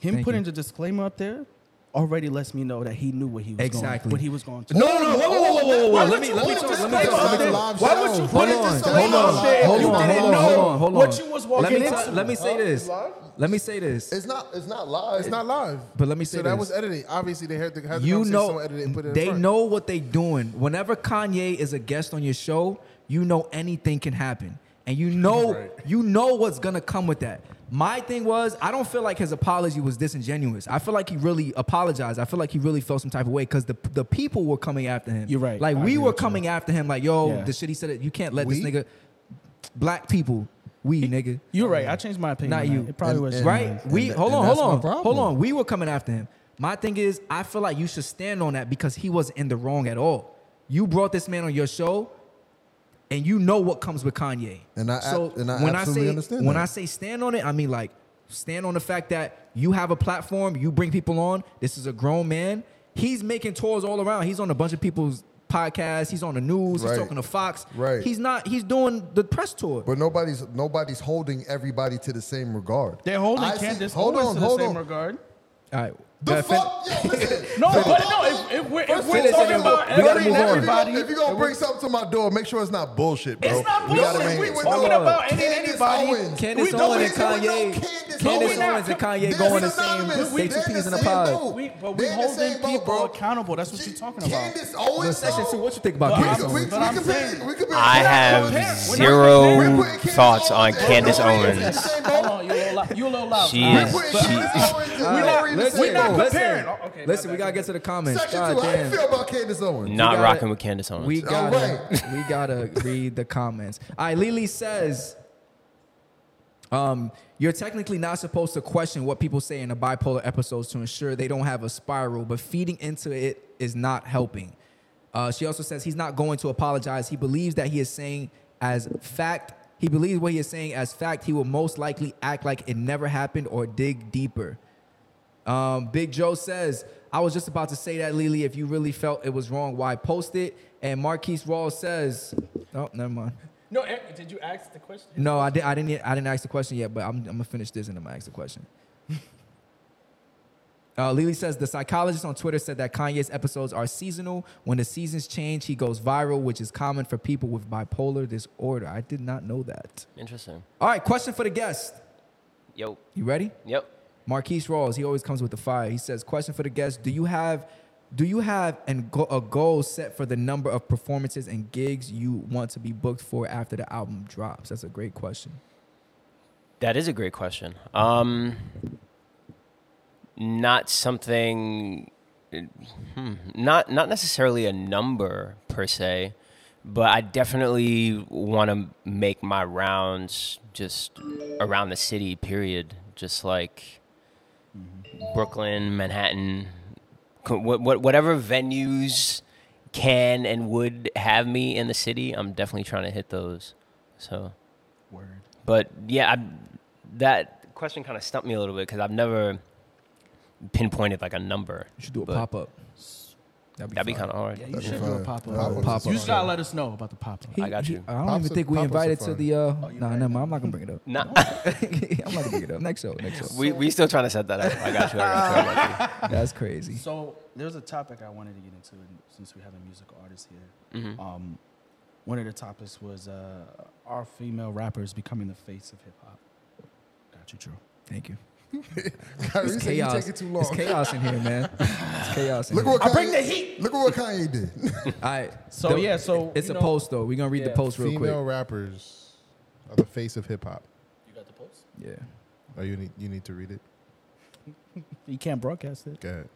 [SPEAKER 5] Him
[SPEAKER 4] Thank
[SPEAKER 5] putting
[SPEAKER 4] you.
[SPEAKER 5] the disclaimer up there already lets me know that he knew what he was
[SPEAKER 4] Exactly.
[SPEAKER 5] going, what he was going to.
[SPEAKER 4] No, no, no, whoa, whoa, whoa, whoa, whoa, whoa.
[SPEAKER 5] Why
[SPEAKER 4] Let
[SPEAKER 5] would
[SPEAKER 4] me,
[SPEAKER 5] you
[SPEAKER 4] let me
[SPEAKER 5] put a
[SPEAKER 4] talk. Let me
[SPEAKER 5] disclaimer
[SPEAKER 4] talk.
[SPEAKER 5] up
[SPEAKER 4] Let me
[SPEAKER 5] there?
[SPEAKER 4] talk.
[SPEAKER 5] Why would you put
[SPEAKER 4] Hold
[SPEAKER 5] a
[SPEAKER 4] on,
[SPEAKER 5] disclaimer
[SPEAKER 4] hold on,
[SPEAKER 5] up there if
[SPEAKER 4] hold
[SPEAKER 5] you
[SPEAKER 4] on,
[SPEAKER 5] didn't
[SPEAKER 4] hold on,
[SPEAKER 5] know
[SPEAKER 4] hold on, hold
[SPEAKER 5] what
[SPEAKER 4] on.
[SPEAKER 5] you was
[SPEAKER 4] Let me
[SPEAKER 5] walking
[SPEAKER 4] ta-
[SPEAKER 5] into?
[SPEAKER 4] Let me say this.
[SPEAKER 3] live?
[SPEAKER 4] Let me say this.
[SPEAKER 9] It's not. It's not live.
[SPEAKER 3] It's not live.
[SPEAKER 4] But let me say
[SPEAKER 3] So that
[SPEAKER 4] this.
[SPEAKER 3] was edited. Obviously, they had to have the
[SPEAKER 4] You
[SPEAKER 3] conversation,
[SPEAKER 4] know,
[SPEAKER 3] someone edited it and put it in
[SPEAKER 4] they
[SPEAKER 3] front.
[SPEAKER 4] know what they doing. Whenever Kanye is a guest on your show, you know anything can happen, and
[SPEAKER 3] (laughs)
[SPEAKER 4] you know
[SPEAKER 3] Right.
[SPEAKER 4] you know what's gonna come with that. My thing was, I don't feel like his apology was disingenuous. I feel like he really apologized. I feel like he really felt some type of way because the the people were coming after him.
[SPEAKER 5] You're right.
[SPEAKER 4] Like
[SPEAKER 5] I
[SPEAKER 4] we
[SPEAKER 5] agree
[SPEAKER 4] were
[SPEAKER 5] with you.
[SPEAKER 4] coming after him. Like yo,
[SPEAKER 5] Yeah.
[SPEAKER 4] the shit he said. You can't let
[SPEAKER 9] We?
[SPEAKER 4] this nigga. Black people, we nigga.
[SPEAKER 5] You're right. I changed my opinion.
[SPEAKER 4] Not
[SPEAKER 5] on that.
[SPEAKER 4] you.
[SPEAKER 5] It probably
[SPEAKER 9] And-
[SPEAKER 5] was
[SPEAKER 9] and-
[SPEAKER 4] Right?
[SPEAKER 9] and
[SPEAKER 4] We
[SPEAKER 9] th-
[SPEAKER 4] hold
[SPEAKER 9] and
[SPEAKER 4] on, hold
[SPEAKER 9] that's my
[SPEAKER 4] on,
[SPEAKER 9] problem.
[SPEAKER 4] hold on. We were coming after him. My thing is, I feel like you should stand on that because he wasn't in the wrong at all. You brought this man on your show, and you know what comes with Kanye.
[SPEAKER 9] And I ab- and I absolutely
[SPEAKER 4] say
[SPEAKER 9] understand
[SPEAKER 4] when
[SPEAKER 9] that.
[SPEAKER 4] I say stand on it, I mean like stand on the fact that you have a platform, you bring people on. This is a grown man. He's making tours all around. He's on a bunch of people's podcasts. He's on the news.
[SPEAKER 9] Right.
[SPEAKER 4] He's talking to Fox.
[SPEAKER 9] Right.
[SPEAKER 4] He's not. He's doing the press tour.
[SPEAKER 9] But nobody's nobody's holding everybody to the same regard.
[SPEAKER 5] They're holding
[SPEAKER 9] I see-
[SPEAKER 5] Candace
[SPEAKER 9] hold
[SPEAKER 5] Owens
[SPEAKER 9] on,
[SPEAKER 5] to
[SPEAKER 9] hold
[SPEAKER 5] the same
[SPEAKER 9] on.
[SPEAKER 5] regard.
[SPEAKER 4] all right. Gotta
[SPEAKER 9] The
[SPEAKER 4] fin-
[SPEAKER 9] fuck?
[SPEAKER 4] (laughs)
[SPEAKER 9] Yo, listen.
[SPEAKER 5] No,
[SPEAKER 9] First
[SPEAKER 5] but
[SPEAKER 9] of
[SPEAKER 5] no,
[SPEAKER 9] all-
[SPEAKER 5] if, if we're, if
[SPEAKER 9] first
[SPEAKER 5] we're
[SPEAKER 9] of all-
[SPEAKER 5] talking about
[SPEAKER 4] We gotta
[SPEAKER 5] everything,
[SPEAKER 4] move on.
[SPEAKER 5] everybody,
[SPEAKER 9] If you're gonna bring something to my door, make sure it's not bullshit, bro.
[SPEAKER 5] It's not
[SPEAKER 9] We gotta
[SPEAKER 5] bullshit.
[SPEAKER 9] make-
[SPEAKER 5] We
[SPEAKER 9] we
[SPEAKER 5] talking
[SPEAKER 9] know-
[SPEAKER 5] about any-
[SPEAKER 9] Candace
[SPEAKER 5] anybody.
[SPEAKER 9] Owens.
[SPEAKER 4] Candace
[SPEAKER 5] We
[SPEAKER 4] Owens and
[SPEAKER 9] don't even know
[SPEAKER 4] Kanye.
[SPEAKER 9] Candace
[SPEAKER 4] Candace,
[SPEAKER 9] Owens.
[SPEAKER 4] Owens and Kanye
[SPEAKER 9] They're
[SPEAKER 4] going the same.
[SPEAKER 9] synonymous.
[SPEAKER 4] They two
[SPEAKER 9] They're
[SPEAKER 4] peas in
[SPEAKER 9] the
[SPEAKER 4] a
[SPEAKER 9] same
[SPEAKER 4] pod.
[SPEAKER 9] boat.
[SPEAKER 5] We- but we
[SPEAKER 9] They're the
[SPEAKER 5] holding
[SPEAKER 9] same boat,
[SPEAKER 5] people
[SPEAKER 9] bro.
[SPEAKER 5] accountable. That's what you're talking about.
[SPEAKER 9] Candace Owens,
[SPEAKER 4] Section
[SPEAKER 9] bro.
[SPEAKER 4] two, what you think about
[SPEAKER 5] But
[SPEAKER 4] Candace
[SPEAKER 5] I'm-
[SPEAKER 9] We, we,
[SPEAKER 4] Owens?
[SPEAKER 5] but I'm
[SPEAKER 9] can
[SPEAKER 5] saying-
[SPEAKER 9] be, we can be
[SPEAKER 10] I have
[SPEAKER 9] We're
[SPEAKER 10] zero
[SPEAKER 9] putting Candace
[SPEAKER 10] thoughts on
[SPEAKER 9] Owens in the
[SPEAKER 10] Candace
[SPEAKER 9] same boat.
[SPEAKER 10] Owens.
[SPEAKER 5] Hold on, you a little loud. You a little loud.
[SPEAKER 10] She
[SPEAKER 5] All right.
[SPEAKER 10] is-
[SPEAKER 9] We're putting Candace Owens in the
[SPEAKER 4] All right,
[SPEAKER 9] same
[SPEAKER 4] listen,
[SPEAKER 5] we're not
[SPEAKER 9] boat.
[SPEAKER 5] comparing.
[SPEAKER 4] Listen,
[SPEAKER 5] Oh, okay,
[SPEAKER 4] listen
[SPEAKER 5] my
[SPEAKER 4] we gotta
[SPEAKER 5] bad, bad.
[SPEAKER 4] get to the comments.
[SPEAKER 9] Section
[SPEAKER 4] God
[SPEAKER 9] two, how you
[SPEAKER 4] damn.
[SPEAKER 9] feel about Candace Owens? (laughs)
[SPEAKER 10] not
[SPEAKER 4] gotta-
[SPEAKER 10] rocking with Candace Owens.
[SPEAKER 4] We
[SPEAKER 9] All
[SPEAKER 4] gotta,
[SPEAKER 9] right.
[SPEAKER 4] we gotta read the comments. All right, Lily says, um, you're technically not supposed to question what people say in the bipolar episodes to ensure they don't have a spiral, but feeding into it is not helping. Uh, she also says he's not going to apologize. He believes that he is saying as fact. He believes what he is saying as fact. He will most likely act like it never happened or dig deeper. Um, Big Joe says, I was just about to say that, Lily. If you really felt it was wrong, why post it? And Marquise Rawls says, Oh, never mind.
[SPEAKER 5] No, Eric, did you ask the question?
[SPEAKER 4] No, I, did, I didn't. yet- I didn't ask the question yet, but I'm, I'm gonna finish this and I'm gonna ask the question. (laughs) Uh, Lily says the psychologist on Twitter said that Kanye's episodes are seasonal. When the seasons change, he goes viral, which is common for people with bipolar disorder. I did not know that.
[SPEAKER 10] Interesting.
[SPEAKER 4] All right, question for the guest.
[SPEAKER 10] Yo.
[SPEAKER 4] You ready?
[SPEAKER 10] Yep.
[SPEAKER 4] Marquise Rawls, he always comes with the fire. He says, "Question for the guest: Do you have, do you have and go, a goal set for the number of performances and gigs you want to be booked for after the album drops?" That's a great question.
[SPEAKER 10] That is a great question. Um, not something, hmm, not not necessarily a number per se, but I definitely want to make my rounds just around the city. Period. Just like Brooklyn, Manhattan, co- what, what, whatever venues can and would have me in the city, I'm definitely trying to hit those. So,
[SPEAKER 5] Word.
[SPEAKER 10] but yeah, I, that question kind of stumped me a little bit because I've never pinpointed like a number. You should do
[SPEAKER 4] a pop-up.
[SPEAKER 10] That'd be,
[SPEAKER 4] fire.
[SPEAKER 10] kind of hard.
[SPEAKER 4] Yeah,
[SPEAKER 5] You should do a pop up.
[SPEAKER 4] Pop-up.
[SPEAKER 5] You just gotta let us know about the pop up.
[SPEAKER 4] He- he- I don't even think we invited to the. uh Nah, never mind. I'm not gonna bring it
[SPEAKER 5] (laughs)
[SPEAKER 4] up.
[SPEAKER 10] Nah.
[SPEAKER 4] (laughs) I'm not gonna bring it up. Next show. Next show.
[SPEAKER 10] We we still trying to set that up. I got you. I got you. I got you.
[SPEAKER 4] That's crazy.
[SPEAKER 5] So there's a topic I wanted to get into, and since we have a musical artist here,
[SPEAKER 10] Mhm.
[SPEAKER 5] um, one of the topics was uh, are female rappers becoming the face of hip hop? Got you, Drew.
[SPEAKER 4] Thank you.
[SPEAKER 9] Kyrie
[SPEAKER 4] it's
[SPEAKER 9] said you
[SPEAKER 4] chaos.
[SPEAKER 9] taking too long.
[SPEAKER 4] It's chaos in here, man. It's chaos. In
[SPEAKER 9] Look
[SPEAKER 4] here.
[SPEAKER 9] what Kanye, Look at what Kanye did. (laughs)
[SPEAKER 4] All right.
[SPEAKER 5] So, yeah, so,
[SPEAKER 4] it's
[SPEAKER 5] you
[SPEAKER 4] a
[SPEAKER 5] know-
[SPEAKER 4] post though. We're gonna read the
[SPEAKER 5] Yeah.
[SPEAKER 4] post real
[SPEAKER 3] Female
[SPEAKER 4] quick.
[SPEAKER 3] rappers are the face of hip hop.
[SPEAKER 5] You got the post?
[SPEAKER 4] Yeah.
[SPEAKER 3] Oh, you need you need to read it.
[SPEAKER 5] You can't broadcast it.
[SPEAKER 3] Go ahead.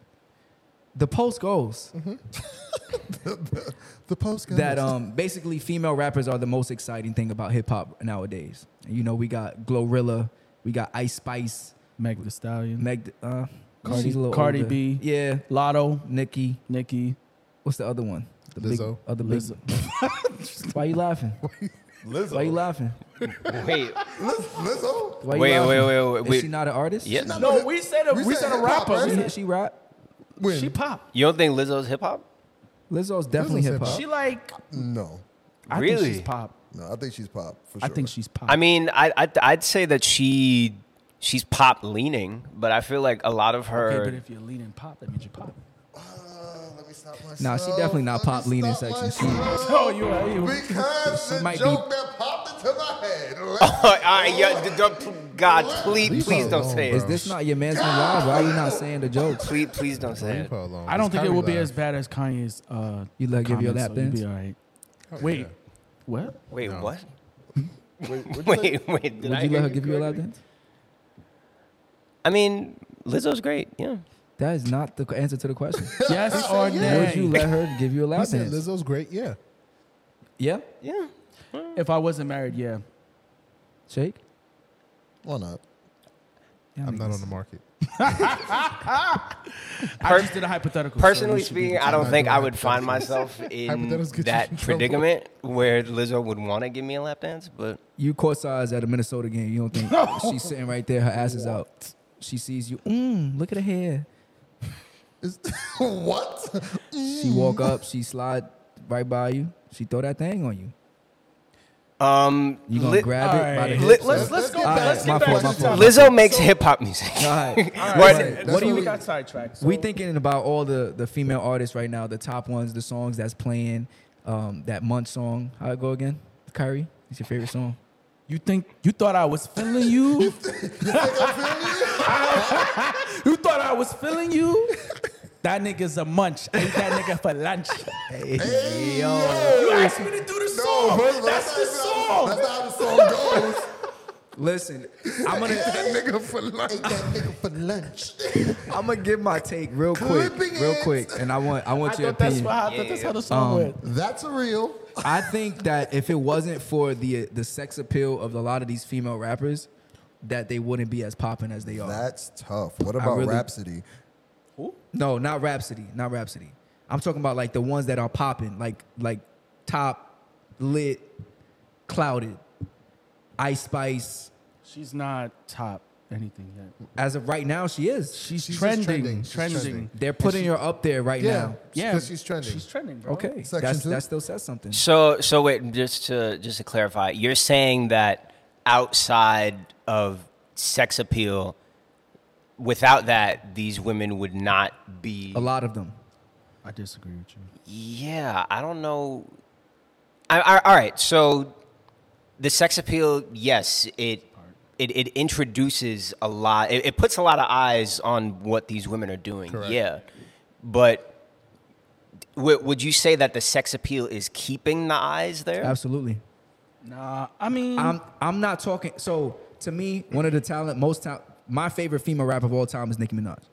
[SPEAKER 4] The post goes
[SPEAKER 9] Mm-hmm.
[SPEAKER 4] (laughs)
[SPEAKER 9] The post goes
[SPEAKER 4] that um basically female rappers are the most exciting thing about hip hop nowadays. And, you know, we got Glorilla, we got Ice Spice,
[SPEAKER 5] Meg The Stallion,
[SPEAKER 4] Meg, uh,
[SPEAKER 5] Cardi-
[SPEAKER 4] she's a little
[SPEAKER 5] Cardi
[SPEAKER 4] older.
[SPEAKER 5] B.
[SPEAKER 4] yeah,
[SPEAKER 5] Lotto,
[SPEAKER 4] Nicki.
[SPEAKER 5] Nicki,
[SPEAKER 4] What's the other one? The Big,
[SPEAKER 3] Lizzo.
[SPEAKER 4] other big, (laughs) Why you
[SPEAKER 9] (laughs)
[SPEAKER 4] laughing? Why you laughing?
[SPEAKER 10] (laughs) Wait,
[SPEAKER 9] Lizzo.
[SPEAKER 4] Why you
[SPEAKER 10] Wait,
[SPEAKER 4] laughing?
[SPEAKER 10] wait, wait, wait,
[SPEAKER 4] Is
[SPEAKER 10] wait.
[SPEAKER 4] she not an artist?
[SPEAKER 10] yeah.
[SPEAKER 5] No, we said a,
[SPEAKER 9] We
[SPEAKER 5] we,
[SPEAKER 9] said
[SPEAKER 5] said a
[SPEAKER 9] hip-hop,
[SPEAKER 5] rapper.
[SPEAKER 9] right?
[SPEAKER 4] She, she rap.
[SPEAKER 9] When?
[SPEAKER 5] She pop.
[SPEAKER 10] You don't think Lizzo's hip hop?
[SPEAKER 4] Lizzo's definitely hip
[SPEAKER 9] hip-hop.
[SPEAKER 4] hop.
[SPEAKER 5] She like
[SPEAKER 9] no,
[SPEAKER 5] I
[SPEAKER 10] Really?
[SPEAKER 5] think she's pop.
[SPEAKER 9] no, I think she's pop for
[SPEAKER 5] I
[SPEAKER 9] sure.
[SPEAKER 5] think she's pop.
[SPEAKER 10] I mean, I, I I'd say that she she's pop leaning, but I feel like a lot of her.
[SPEAKER 5] okay, but if you're leading pop, that means you pop.
[SPEAKER 9] Uh, let me stop myself.
[SPEAKER 4] Nah, she definitely not
[SPEAKER 9] Let me
[SPEAKER 4] pop leaning
[SPEAKER 9] stop
[SPEAKER 4] section. She-
[SPEAKER 9] myself
[SPEAKER 5] Oh, you are you.
[SPEAKER 9] Because
[SPEAKER 4] She
[SPEAKER 9] the
[SPEAKER 4] might be-
[SPEAKER 9] joke that popped into my
[SPEAKER 4] (laughs)
[SPEAKER 9] head.
[SPEAKER 10] (laughs) All right, yeah, d- d- God, please,
[SPEAKER 3] Leave
[SPEAKER 10] please
[SPEAKER 3] her
[SPEAKER 10] don't
[SPEAKER 3] alone,
[SPEAKER 10] say
[SPEAKER 4] Oh, Is
[SPEAKER 10] it.
[SPEAKER 4] this not your man's live? Why are you not saying the jokes?
[SPEAKER 10] Please, please don't say it.
[SPEAKER 3] Leave her alone.
[SPEAKER 5] I don't
[SPEAKER 3] It's
[SPEAKER 5] think it
[SPEAKER 3] Kyrie
[SPEAKER 5] will be
[SPEAKER 3] live.
[SPEAKER 5] as bad as Kanye's. Uh,
[SPEAKER 4] You like give your
[SPEAKER 5] comments,
[SPEAKER 4] lap
[SPEAKER 5] so
[SPEAKER 4] dance?
[SPEAKER 5] You'll be all right.
[SPEAKER 3] Oh,
[SPEAKER 5] Wait,
[SPEAKER 3] yeah.
[SPEAKER 5] (laughs) what?
[SPEAKER 10] Wait,
[SPEAKER 3] No.
[SPEAKER 10] what?
[SPEAKER 9] Wait, what'd you say?
[SPEAKER 10] (laughs) Wait, wait. (laughs) Did
[SPEAKER 4] Would
[SPEAKER 10] I
[SPEAKER 4] you
[SPEAKER 10] hear
[SPEAKER 4] let her give you a lap dance?
[SPEAKER 10] I mean, Lizzo's great. Yeah.
[SPEAKER 4] That is not the answer to the question.
[SPEAKER 5] Yes or
[SPEAKER 4] Would you
[SPEAKER 5] nay?
[SPEAKER 4] let her give
[SPEAKER 3] (laughs)
[SPEAKER 4] you a
[SPEAKER 3] I
[SPEAKER 4] lap
[SPEAKER 3] said
[SPEAKER 4] dance?
[SPEAKER 3] Lizzo's great. Yeah.
[SPEAKER 4] Yeah,
[SPEAKER 10] Yeah.
[SPEAKER 5] If I wasn't married, yeah.
[SPEAKER 4] shake.
[SPEAKER 9] Why not?
[SPEAKER 4] Yeah,
[SPEAKER 3] I'm
[SPEAKER 4] niggas.
[SPEAKER 3] not on the market.
[SPEAKER 5] I just did a hypothetical. so
[SPEAKER 10] Personally
[SPEAKER 5] you should be
[SPEAKER 10] speaking,
[SPEAKER 5] good.
[SPEAKER 10] I don't
[SPEAKER 3] I'm
[SPEAKER 10] think
[SPEAKER 3] not
[SPEAKER 10] I
[SPEAKER 3] doing
[SPEAKER 10] would find myself in
[SPEAKER 3] Hypotheticals get you in
[SPEAKER 10] that
[SPEAKER 3] trouble.
[SPEAKER 10] predicament where Lizzo would want to give me a lap dance, but
[SPEAKER 4] You caught size at a Minnesota game. You don't think she's sitting right there? Her ass is out. She sees you. Mm, look at her hair.
[SPEAKER 9] Is- what?
[SPEAKER 4] She walk up. She slide right by you. She throw that thing on you.
[SPEAKER 10] um,
[SPEAKER 4] You gonna
[SPEAKER 10] Li-
[SPEAKER 4] grab it by the
[SPEAKER 5] Alright.
[SPEAKER 4] hip.
[SPEAKER 10] Li- let's
[SPEAKER 3] Let's
[SPEAKER 10] let's
[SPEAKER 3] get
[SPEAKER 10] go.
[SPEAKER 3] back-
[SPEAKER 4] Alright,
[SPEAKER 3] let's
[SPEAKER 4] my
[SPEAKER 3] get back
[SPEAKER 4] fault,
[SPEAKER 3] to
[SPEAKER 4] my
[SPEAKER 3] the
[SPEAKER 4] fault.
[SPEAKER 3] topic.
[SPEAKER 10] Lizzo makes hip hop music.
[SPEAKER 4] All right.
[SPEAKER 5] All
[SPEAKER 4] What-
[SPEAKER 5] right,
[SPEAKER 4] what
[SPEAKER 5] that's
[SPEAKER 4] do you-
[SPEAKER 5] we got sidetracked? So
[SPEAKER 4] we thinking about all the the female artists right now, the top ones, the songs that's playing, um, that month song. How it go again? Kyrie, it's your favorite song.
[SPEAKER 5] you think you thought I was feeling you? you (laughs) thought I was feeling you? That nigga's a munch. I ate that nigga for lunch.
[SPEAKER 9] Hey,
[SPEAKER 5] You
[SPEAKER 9] yo.
[SPEAKER 5] asked me to do the song.
[SPEAKER 9] first of all,
[SPEAKER 5] that's the
[SPEAKER 9] how-
[SPEAKER 5] song.
[SPEAKER 9] That's not how the song goes.
[SPEAKER 4] Listen, I'm gonna
[SPEAKER 9] that nigga for lunch. Ate that nigga for lunch.
[SPEAKER 4] I'm gonna give my take real quick,
[SPEAKER 9] Clipping
[SPEAKER 4] real
[SPEAKER 9] it.
[SPEAKER 4] quick, and I want I
[SPEAKER 5] I
[SPEAKER 4] want your
[SPEAKER 5] thought that's
[SPEAKER 4] opinion.
[SPEAKER 5] why. I thought that's how the song went.
[SPEAKER 9] That's a real.
[SPEAKER 4] I think that if it wasn't for the the sex appeal of a lot of these female rappers, that they wouldn't be as popping as they are.
[SPEAKER 9] That's tough. What about
[SPEAKER 4] really-
[SPEAKER 9] Rhapsody?
[SPEAKER 4] No, not Rhapsody, not Rhapsody. I'm talking about like the ones that are popping, like like top lit, clouded, Ice Spice.
[SPEAKER 5] She's not top anything yet.
[SPEAKER 4] As of right now, she is.
[SPEAKER 5] She's,
[SPEAKER 3] She's just
[SPEAKER 5] trending,
[SPEAKER 3] trending.
[SPEAKER 5] trending.
[SPEAKER 3] She's trending.
[SPEAKER 4] They're putting her up there right
[SPEAKER 3] Yeah.
[SPEAKER 4] now.
[SPEAKER 5] Yeah,
[SPEAKER 3] Because she's trending.
[SPEAKER 5] She's trending, bro.
[SPEAKER 4] Okay,
[SPEAKER 9] Section
[SPEAKER 4] that's,
[SPEAKER 9] two?
[SPEAKER 4] that still says something.
[SPEAKER 10] So so wait, just to just to clarify, you're saying that outside of sex appeal, without that, these women would not be
[SPEAKER 4] A lot of them.
[SPEAKER 5] I disagree with you.
[SPEAKER 10] Yeah, I don't know. I, I, all right, so the sex appeal, yes, it it, it introduces a lot. It, it puts a lot of eyes on what these women are doing. Yeah, but w- would you say that the sex appeal is keeping the eyes there?
[SPEAKER 4] Absolutely.
[SPEAKER 5] Nah, I mean,
[SPEAKER 4] I'm I'm not talking. So to me, one of the talent, most talent, my favorite female rapper of all time is Nicki Minaj.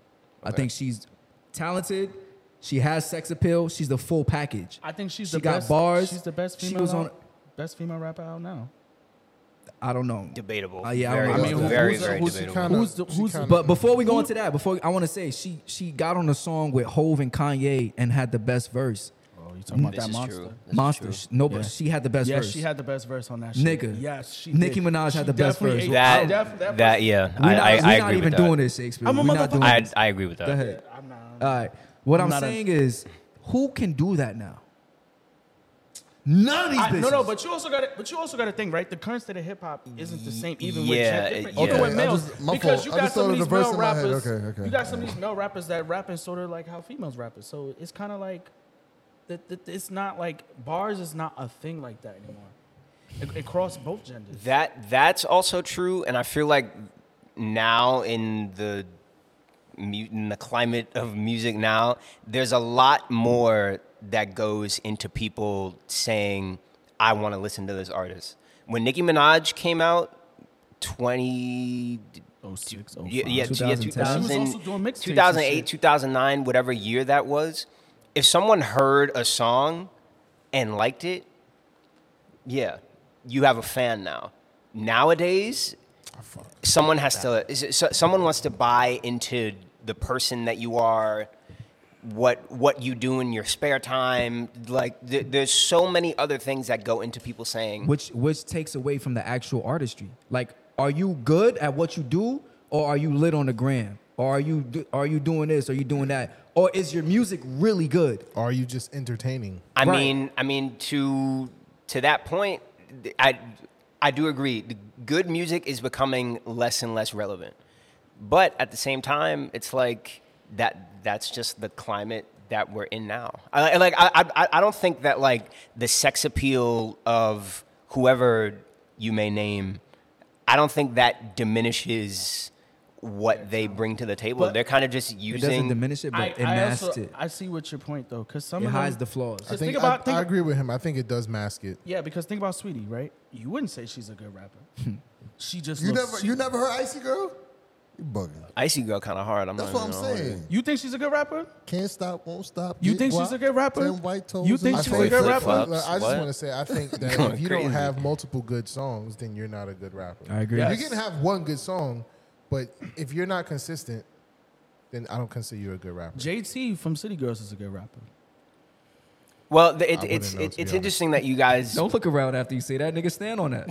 [SPEAKER 4] I think she's talented. She has sex appeal. She's the full package.
[SPEAKER 5] I think she's
[SPEAKER 4] she
[SPEAKER 5] the
[SPEAKER 4] got
[SPEAKER 5] best.
[SPEAKER 4] bars.
[SPEAKER 5] She's the best
[SPEAKER 4] She
[SPEAKER 5] female.
[SPEAKER 4] was on-
[SPEAKER 5] out- best female rapper out now.
[SPEAKER 4] I don't know.
[SPEAKER 10] Debatable.
[SPEAKER 4] Uh, yeah, I,
[SPEAKER 10] Very
[SPEAKER 4] don't know. I mean, who-
[SPEAKER 10] Very,
[SPEAKER 4] who's,
[SPEAKER 10] very
[SPEAKER 4] who's,
[SPEAKER 10] debatable.
[SPEAKER 4] who's the-
[SPEAKER 10] She
[SPEAKER 4] who's-
[SPEAKER 10] kinda-
[SPEAKER 4] but before we go into that, before I want to say she she got on a song with Hove and Kanye and had the best verse.
[SPEAKER 5] Oh, you talking about This that is monster? true. This is
[SPEAKER 4] Monster.
[SPEAKER 5] true.
[SPEAKER 4] Sh- No,
[SPEAKER 5] Yeah.
[SPEAKER 4] but she had the best
[SPEAKER 5] Yeah,
[SPEAKER 4] verse.
[SPEAKER 5] she had the best verse on that shit.
[SPEAKER 4] Nigga.
[SPEAKER 5] Yes, she
[SPEAKER 4] Nicki
[SPEAKER 5] did.
[SPEAKER 4] Minaj
[SPEAKER 5] She
[SPEAKER 4] had the best
[SPEAKER 5] definitely
[SPEAKER 4] verse.
[SPEAKER 5] ate-
[SPEAKER 10] That,
[SPEAKER 5] I def-
[SPEAKER 10] that,
[SPEAKER 5] that
[SPEAKER 4] verse-
[SPEAKER 10] yeah.
[SPEAKER 4] We're
[SPEAKER 10] I,
[SPEAKER 4] not-
[SPEAKER 10] I,
[SPEAKER 4] we're not
[SPEAKER 10] I agree
[SPEAKER 4] even
[SPEAKER 10] with
[SPEAKER 4] doing
[SPEAKER 10] that.
[SPEAKER 4] this, Shakespeare. I'm a We're not doing motherfucker.
[SPEAKER 10] I,
[SPEAKER 4] this.
[SPEAKER 10] I agree with that.
[SPEAKER 4] Go ahead. All right. What
[SPEAKER 5] I'm
[SPEAKER 4] I'm,
[SPEAKER 5] not a-
[SPEAKER 4] saying is, who can do that now? None of these
[SPEAKER 5] I-
[SPEAKER 4] bitches.
[SPEAKER 5] no, no, but you also got to, but you also got to think, right? The current state of hip hop isn't the same, even
[SPEAKER 10] Yeah,
[SPEAKER 5] with gen-
[SPEAKER 10] yeah.
[SPEAKER 5] even
[SPEAKER 10] I
[SPEAKER 5] with males,
[SPEAKER 10] just- my
[SPEAKER 5] because
[SPEAKER 10] fault.
[SPEAKER 5] you
[SPEAKER 10] I
[SPEAKER 5] got
[SPEAKER 10] just
[SPEAKER 5] some
[SPEAKER 10] thought
[SPEAKER 5] of
[SPEAKER 10] of the
[SPEAKER 5] these
[SPEAKER 10] verse
[SPEAKER 5] male
[SPEAKER 10] in my head.
[SPEAKER 5] rappers.
[SPEAKER 10] Okay, okay.
[SPEAKER 5] You got some of these male rappers that rapping sort of like how females rapping. So it's kind of like that. that- It's not like bars is not a thing like that anymore. It, it crossed both genders.
[SPEAKER 10] That that's also true, and I feel like now in the mu- in the climate of music now, there's a lot more that goes into people saying, "I want to listen to this artist." When Nicki Minaj came out, twenty. yeah, yeah, two- yeah,
[SPEAKER 5] 2010. She was also
[SPEAKER 10] 2000,
[SPEAKER 5] doing mixtapes and
[SPEAKER 10] 2008,
[SPEAKER 5] shit.
[SPEAKER 10] 2009, whatever year that was. If someone heard a song and liked it, yeah, you have a fan now. Nowadays, someone has to. is it- so- Someone wants to buy into the person that you are, what what you do in your spare time. Like, th- there's so many other things that go into people saying.
[SPEAKER 4] which which takes away from the actual artistry. Like, are you good at what you do, or are you lit on the gram, or are you do- are you doing this, are you doing that, or is your music really good?
[SPEAKER 3] Are you just entertaining?
[SPEAKER 10] I mean, I mean to to that point, th- I I do agree. The Good music is becoming less and less relevant, but at the same time, it's like that that's just the climate that we're in now. I, I- like I, I I don't think that like the sex appeal of whoever you may name, I don't think that diminishes what they bring to the table.
[SPEAKER 5] But-
[SPEAKER 10] They're kind of just
[SPEAKER 4] It
[SPEAKER 10] using
[SPEAKER 4] doesn't diminish it, but it masks
[SPEAKER 5] also-
[SPEAKER 4] it.
[SPEAKER 5] I see what your point though, because some
[SPEAKER 4] It
[SPEAKER 5] of
[SPEAKER 4] hides
[SPEAKER 5] them,
[SPEAKER 4] the flaws.
[SPEAKER 5] Just
[SPEAKER 3] I think,
[SPEAKER 5] think about
[SPEAKER 3] I,
[SPEAKER 5] think,
[SPEAKER 3] I agree with him. I think it does mask it.
[SPEAKER 5] yeah, because think about Sweetie, right? You wouldn't say she's a good
[SPEAKER 10] (laughs)
[SPEAKER 5] rapper. she just
[SPEAKER 9] You
[SPEAKER 5] looks,
[SPEAKER 9] never,
[SPEAKER 5] she-
[SPEAKER 9] you never heard Icy Girl? You bugging.
[SPEAKER 10] Icy girl kind of hard. I'm "Oh,
[SPEAKER 9] That's
[SPEAKER 10] not
[SPEAKER 9] what I'm
[SPEAKER 10] even gonna hold you.
[SPEAKER 9] saying.
[SPEAKER 5] You think she's a good rapper?
[SPEAKER 9] Can't stop, won't stop.
[SPEAKER 5] You
[SPEAKER 9] get
[SPEAKER 5] think she's
[SPEAKER 9] guap,
[SPEAKER 5] a good rapper?
[SPEAKER 9] ten white toes
[SPEAKER 5] You think
[SPEAKER 9] and-
[SPEAKER 5] she's a good rapper?
[SPEAKER 3] Look, I just
[SPEAKER 10] What?
[SPEAKER 3] want to say, I
[SPEAKER 10] (laughs)
[SPEAKER 3] think that
[SPEAKER 10] Going
[SPEAKER 3] if you don't
[SPEAKER 10] crazy.
[SPEAKER 3] have multiple good songs, then you're not a good rapper.
[SPEAKER 4] I agree.
[SPEAKER 3] You can have one good song, but if you're not consistent, then I don't consider you a good rapper.
[SPEAKER 5] JT from City Girls is a good rapper.
[SPEAKER 10] Well, the, it,
[SPEAKER 3] wouldn't
[SPEAKER 10] it's
[SPEAKER 3] know,
[SPEAKER 10] it,
[SPEAKER 3] to
[SPEAKER 10] it's
[SPEAKER 3] be
[SPEAKER 10] interesting that you guys. (laughs)
[SPEAKER 4] Don't look around after you say that, nigga. Stand on that.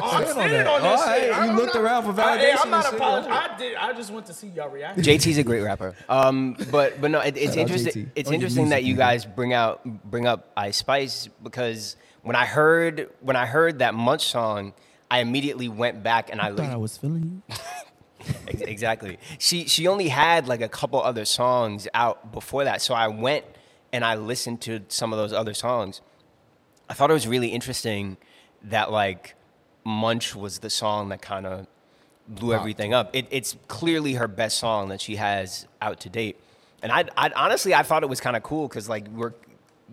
[SPEAKER 5] I'm standing Oh, on
[SPEAKER 4] All
[SPEAKER 5] that shit.
[SPEAKER 4] right, you
[SPEAKER 5] I'm
[SPEAKER 4] looked
[SPEAKER 5] not-
[SPEAKER 4] around for
[SPEAKER 5] I- hey,
[SPEAKER 4] validation
[SPEAKER 5] I'm not
[SPEAKER 4] and shit.
[SPEAKER 5] apologizing. I did. I just want to see y'all react.
[SPEAKER 10] JT's a great rapper. Um, but but no, it, it's
[SPEAKER 3] (laughs)
[SPEAKER 4] Shout out
[SPEAKER 10] interesting.
[SPEAKER 4] JT.
[SPEAKER 10] It's
[SPEAKER 4] Oh, you
[SPEAKER 10] interesting that
[SPEAKER 4] music
[SPEAKER 10] you
[SPEAKER 4] nigga.
[SPEAKER 10] guys bring out bring up Ice Spice because when I heard when I heard that Munch song, I immediately went back and I,
[SPEAKER 5] (laughs) thought I
[SPEAKER 10] looked
[SPEAKER 5] was feeling you.
[SPEAKER 10] ex- exactly. She she only had like a couple other songs out before that, so I went and I listened to some of those other songs. I thought it was really interesting that like Munch was the song that kind of blew everything up. It, it's clearly her best song that she has out to date, and I, I honestly I thought it was kind of cool because like we're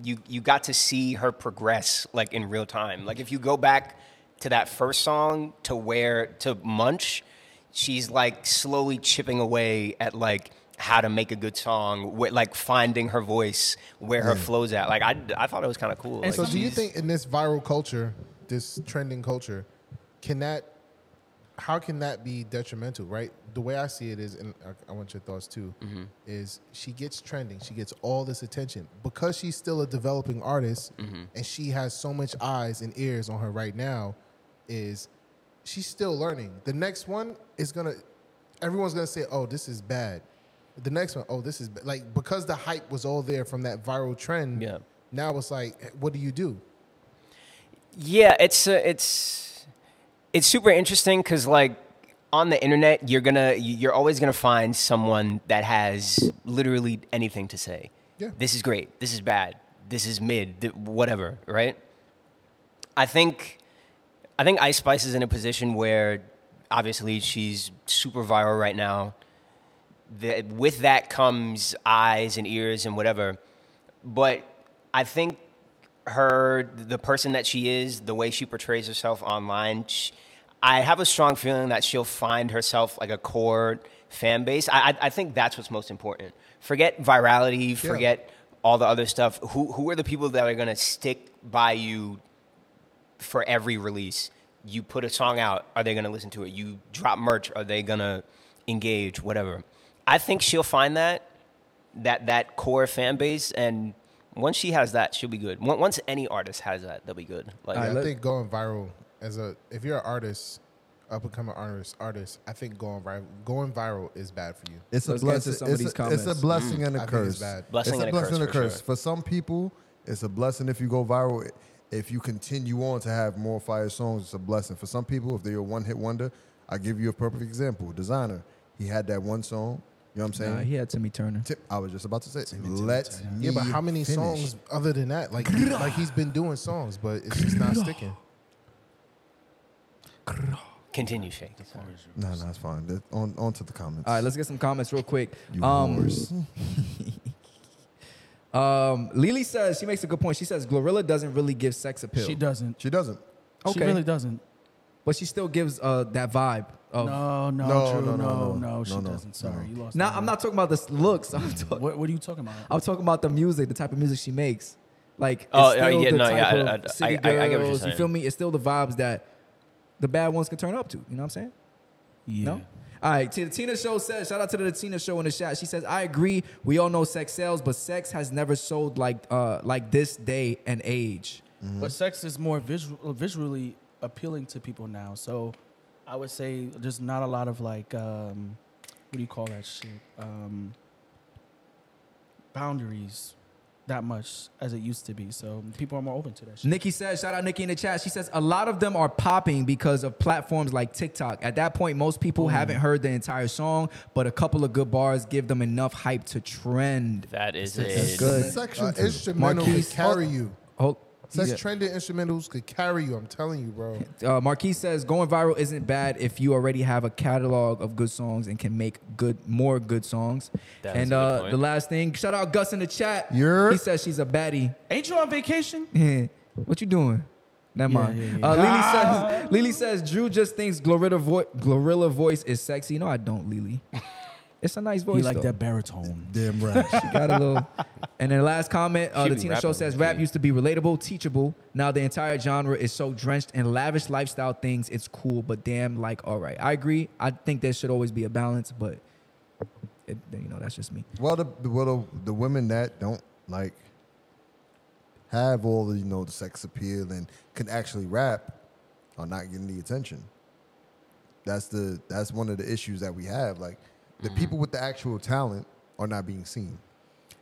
[SPEAKER 10] you you got to see her progress like in real time. Like if you go back to that first song to where to Munch, she's like slowly chipping away at like how to make a good song, where, like finding her voice, where her flows at. Like I, I thought it was kind of cool. Like,
[SPEAKER 3] so, do you
[SPEAKER 10] she's-
[SPEAKER 3] think in this viral culture, this trending culture, can that, how can that be detrimental? Right, the way I see it is, and I- I want your thoughts too, is she gets trending, she gets all this attention because she's still a developing artist, and she has so much eyes and ears on her right now. Is she's still learning? The next one is gonna, everyone's gonna say, "Oh, this is bad." The next one, oh, this is ba-" like because the hype was all there from that viral trend.
[SPEAKER 10] Yeah.
[SPEAKER 3] Now it's like, what do you do?
[SPEAKER 10] Yeah, it's uh, it's it's super interesting because like on the internet, you're gonna you're always gonna find someone that has literally anything to say.
[SPEAKER 3] Yeah.
[SPEAKER 10] This is great. This is bad. This is mid. th- whatever. Right. I think I think Ice Spice is in a position where obviously she's super viral right now. The, with that comes eyes and ears and whatever. But I think her, the person that she is, the way she portrays herself online, sh I have a strong feeling that she'll find herself like a core fan base. I, I, I think that's what's most important. Forget virality, forget all the other stuff. Who, who are the people that are going to stick by you for every release. you put a song out, are they going to listen to it? You drop merch, are they going to engage? Whatever. I think she'll find that that that core fan base, and once she has that, she'll be good. Once once any artist has that, they'll be good. Like
[SPEAKER 3] Yeah, I think going viral as a if you're an artist, up and coming artist, artist, I think going viral going viral is bad for you.
[SPEAKER 9] It's a blessing. It's a, it's a blessing and
[SPEAKER 3] Mm. I
[SPEAKER 9] a
[SPEAKER 3] think
[SPEAKER 9] curse.
[SPEAKER 3] It's bad.
[SPEAKER 9] it's a blessing and a curse. For some people, it's a blessing if you go viral. If you continue on to have more fire songs, it's a blessing. For some people, if they're a one hit wonder, I give you a perfect example. Designer, he had that one song. You know what I'm saying?
[SPEAKER 4] Nah, he had Timmy Turner.
[SPEAKER 9] Ti- I was just about to say, let me.
[SPEAKER 3] Yeah, but how many
[SPEAKER 9] finish.
[SPEAKER 3] songs other than that? Like like he's been doing songs, but it's
[SPEAKER 4] (laughs)
[SPEAKER 3] just not sticking.
[SPEAKER 10] Continue, Shake.
[SPEAKER 9] No, no, it's fine. That- On, on to the comments.
[SPEAKER 4] All right, let's get some comments real quick. um, (laughs) um, Lily says she makes a good point. She says Glorilla doesn't really give sex appeal.
[SPEAKER 5] She doesn't.
[SPEAKER 9] She doesn't.
[SPEAKER 5] She really doesn't.
[SPEAKER 4] But she still gives uh, that vibe. Of,
[SPEAKER 5] No, no, Oh. No, Drew, no, no, no, no, no, she no, no, doesn't. Sorry, no. you lost
[SPEAKER 4] Now
[SPEAKER 5] me.
[SPEAKER 4] I'm not talking about this looks. (laughs) I'm talking.
[SPEAKER 5] What, what are you talking about?
[SPEAKER 4] I'm talking about the music, the type of music she makes. Like,
[SPEAKER 10] Oh,
[SPEAKER 4] it's
[SPEAKER 10] yeah,
[SPEAKER 4] still
[SPEAKER 10] yeah,
[SPEAKER 4] the
[SPEAKER 10] no,
[SPEAKER 4] type
[SPEAKER 10] yeah, I-
[SPEAKER 4] of
[SPEAKER 10] I- I-
[SPEAKER 4] city
[SPEAKER 10] I- I get what you're
[SPEAKER 4] girls, You
[SPEAKER 10] saying.
[SPEAKER 4] feel me? It's still the vibes that the bad ones can turn up to. You know what I'm saying?
[SPEAKER 5] Yeah.
[SPEAKER 4] No. All right, Tina, Tina Show says, shout out to the Tina Show in the chat. She says, I agree, we all know sex sells, but sex has never sold like uh like this day and age.
[SPEAKER 5] But sex is more visual, visually appealing to people now. So I would say there's not a lot of like, um, what do you call that shit? Um, boundaries that much as it used to be. So people are more open to that shit.
[SPEAKER 4] Nikki says, shout out Nikki in the chat. She says, a lot of them are popping because of platforms like TikTok. At that point, most people haven't heard the entire song, but a couple of good bars give them enough hype to trend.
[SPEAKER 10] That is
[SPEAKER 4] That's
[SPEAKER 10] it.
[SPEAKER 4] good.
[SPEAKER 3] Section Uh, two. instrumental could
[SPEAKER 4] Marquise-
[SPEAKER 3] carry you.
[SPEAKER 4] Oh,
[SPEAKER 3] Such
[SPEAKER 4] yeah.
[SPEAKER 3] trending instrumentals could carry you. I'm telling you, bro.
[SPEAKER 4] Uh, Marquis says going viral isn't bad if you already have a catalog of good songs and can make good more good songs.
[SPEAKER 5] That was
[SPEAKER 4] and
[SPEAKER 5] a good
[SPEAKER 4] uh,
[SPEAKER 5] point.
[SPEAKER 4] the last thing, shout out Gus in the chat.
[SPEAKER 5] You're-
[SPEAKER 4] He says she's a baddie.
[SPEAKER 5] Ain't you
[SPEAKER 4] (laughs)
[SPEAKER 5] on vacation?
[SPEAKER 4] Yeah. What you doing? Never
[SPEAKER 5] Yeah,
[SPEAKER 4] mind.
[SPEAKER 5] yeah, yeah.
[SPEAKER 4] Uh, Lily
[SPEAKER 5] (laughs) Ah.
[SPEAKER 4] says Lily says Drew just thinks Glorilla, vo- Glorilla voice is sexy. No, I don't,
[SPEAKER 5] (laughs)
[SPEAKER 4] Lily. It's a nice voice.
[SPEAKER 5] like
[SPEAKER 4] though.
[SPEAKER 5] that baritone.
[SPEAKER 9] Damn right.
[SPEAKER 4] she got a little. And then the last comment, uh,
[SPEAKER 5] She
[SPEAKER 4] the
[SPEAKER 5] be
[SPEAKER 4] Tina Show
[SPEAKER 5] rapping
[SPEAKER 4] says rap used to be relatable, teachable. Now the entire genre is so drenched in lavish lifestyle things. It's cool, but damn, like, all right, I agree. I think there should always be a balance, but it, you know, that's just me.
[SPEAKER 9] Well, the the- well the, the women that don't like have all the you know the sex appeal and can actually rap are not getting the attention. That's the that's one of the issues that we have. Like the
[SPEAKER 5] Mm-hmm.
[SPEAKER 9] people with the actual talent are not being seen.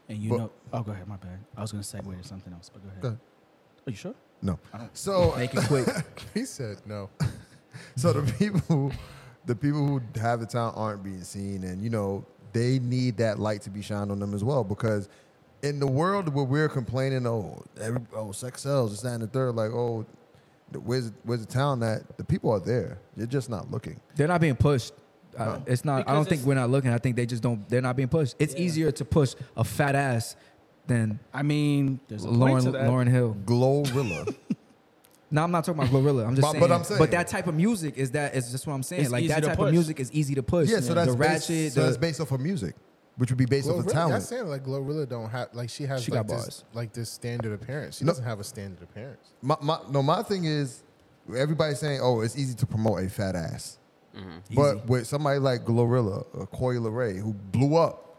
[SPEAKER 5] And you
[SPEAKER 9] But-
[SPEAKER 5] know, oh, go ahead, my bad. I was going to segue to something else, but go ahead.
[SPEAKER 9] Go ahead.
[SPEAKER 5] Are you sure?
[SPEAKER 9] No.
[SPEAKER 5] I don't-
[SPEAKER 9] So
[SPEAKER 5] Make it quick.
[SPEAKER 9] (laughs)
[SPEAKER 3] he said no.
[SPEAKER 9] so the people, the people who have the talent aren't being seen, and you know they need that light to be shined on them as well. Because in the world where we're complaining, oh, every, oh, sex sells, it's that and the third, like oh, the- where's where's the talent that the people are there? They're just not looking.
[SPEAKER 4] (laughs) They're not being pushed. Uh,
[SPEAKER 9] No.
[SPEAKER 4] it's not. I
[SPEAKER 9] Because
[SPEAKER 4] don't think
[SPEAKER 9] it's-
[SPEAKER 4] we're not looking. I think they just don't. They're not being pushed. It's easier to push a fat ass than
[SPEAKER 5] I mean, there's a point
[SPEAKER 4] Lauren
[SPEAKER 5] to that.
[SPEAKER 4] Lauren Hill. (laughs)
[SPEAKER 9] Glorilla.
[SPEAKER 4] no, I'm not talking about Glorilla. I'm just
[SPEAKER 9] But-
[SPEAKER 4] saying.
[SPEAKER 9] but I'm saying-
[SPEAKER 4] that type of music is that is just what I'm saying.
[SPEAKER 9] It's
[SPEAKER 4] like
[SPEAKER 9] easy
[SPEAKER 4] that
[SPEAKER 9] to
[SPEAKER 4] type of
[SPEAKER 9] push.
[SPEAKER 4] music is easy to push.
[SPEAKER 9] Yeah, so that's
[SPEAKER 4] the
[SPEAKER 9] based,
[SPEAKER 4] ratchet.
[SPEAKER 9] so
[SPEAKER 4] the-
[SPEAKER 9] that's based off her music, which would be based off
[SPEAKER 3] Glorilla-
[SPEAKER 9] her
[SPEAKER 3] That's
[SPEAKER 9] talent.
[SPEAKER 3] saying like Glorilla don't have like she has
[SPEAKER 9] She
[SPEAKER 3] like,
[SPEAKER 9] got
[SPEAKER 3] this,
[SPEAKER 9] bars.
[SPEAKER 3] like this standard appearance. She
[SPEAKER 9] No.
[SPEAKER 3] doesn't have a standard appearance.
[SPEAKER 9] My, my, no, my thing is everybody's saying, oh, it's easy to promote a fat ass.
[SPEAKER 3] Mhm.
[SPEAKER 9] But with somebody like Glorilla or Coy Ray, who blew up,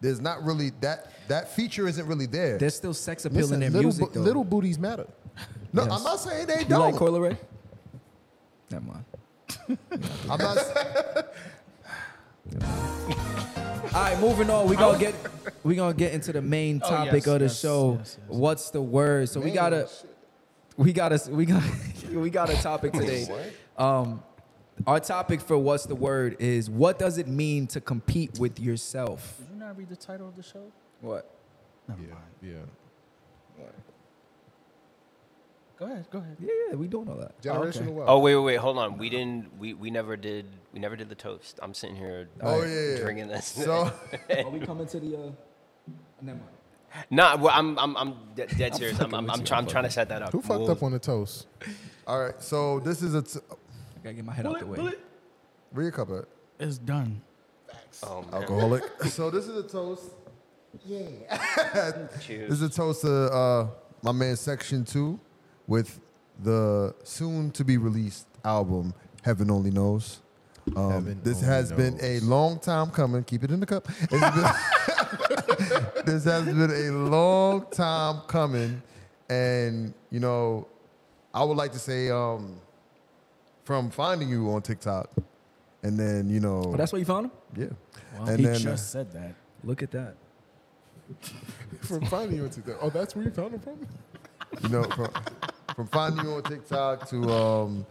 [SPEAKER 9] there's not really that that feature isn't really there.
[SPEAKER 4] There's still sex appeal
[SPEAKER 3] Listen,
[SPEAKER 4] in their
[SPEAKER 3] little,
[SPEAKER 4] music,
[SPEAKER 3] bo-
[SPEAKER 4] though.
[SPEAKER 3] little booties matter.
[SPEAKER 9] No,
[SPEAKER 4] Yes.
[SPEAKER 9] I'm not saying they
[SPEAKER 4] You like
[SPEAKER 9] don't.
[SPEAKER 4] Coil Ray? Never mind.
[SPEAKER 9] I'm not.
[SPEAKER 4] All right, moving on. We gonna get we gonna get into the main
[SPEAKER 5] Oh,
[SPEAKER 4] topic
[SPEAKER 5] yes,
[SPEAKER 4] of the
[SPEAKER 5] yes,
[SPEAKER 4] show.
[SPEAKER 5] yes,
[SPEAKER 4] What's the word? So we
[SPEAKER 5] Man,
[SPEAKER 4] gotta we gotta we got (laughs) we got a topic today. Um, our topic for what's the word is what does it mean to compete with yourself?
[SPEAKER 5] Did you not read the title of the show?
[SPEAKER 4] What?
[SPEAKER 5] Never
[SPEAKER 3] (laughs) yeah, yeah.
[SPEAKER 5] Go ahead, go ahead.
[SPEAKER 4] Yeah, yeah, we doing all that.
[SPEAKER 3] Generational wealth.
[SPEAKER 10] Oh wait, wait, wait, hold on. We didn't. We, we never did. We never did the toast. I'm sitting here.
[SPEAKER 4] Oh,
[SPEAKER 10] like,
[SPEAKER 4] yeah, yeah.
[SPEAKER 10] drinking this.
[SPEAKER 4] (laughs)
[SPEAKER 10] (laughs)
[SPEAKER 4] So- Are we coming to the? Uh, never mind.
[SPEAKER 10] Nah, well, I'm I'm I'm de- dead
[SPEAKER 3] I'm
[SPEAKER 10] serious.
[SPEAKER 3] fucking
[SPEAKER 10] I'm I'm,
[SPEAKER 3] with
[SPEAKER 10] I'm,
[SPEAKER 3] you.
[SPEAKER 10] try,
[SPEAKER 3] I'm
[SPEAKER 10] I'm trying to
[SPEAKER 3] fucking-
[SPEAKER 10] set that up.
[SPEAKER 3] Who fucked
[SPEAKER 10] We'll-
[SPEAKER 3] up on the toast?
[SPEAKER 9] All right, so this is a. T-
[SPEAKER 4] I gotta get my head out the way.
[SPEAKER 9] Read a couple. of it.
[SPEAKER 5] It's done.
[SPEAKER 10] Oh,
[SPEAKER 9] Alcoholic. so this is a toast. Yeah.
[SPEAKER 10] Cheers.
[SPEAKER 3] Oh.
[SPEAKER 9] This is a toast to uh, my man Section Two with the soon to be released album, Heaven Only Knows. Um, this has been a long time coming. Keep it in the cup. It's been- (laughs) this has been a long time coming. And, you know, I would like to say um, from finding you on TikTok and then, you know.
[SPEAKER 4] Oh, that's where you found him?
[SPEAKER 9] Yeah.
[SPEAKER 4] Wow.
[SPEAKER 9] And
[SPEAKER 4] He
[SPEAKER 9] then, uh,
[SPEAKER 4] just
[SPEAKER 5] said that.
[SPEAKER 4] Look at that.
[SPEAKER 3] from finding you on TikTok. Oh, that's where you found him from?
[SPEAKER 9] you know, from, from finding you on TikTok to um,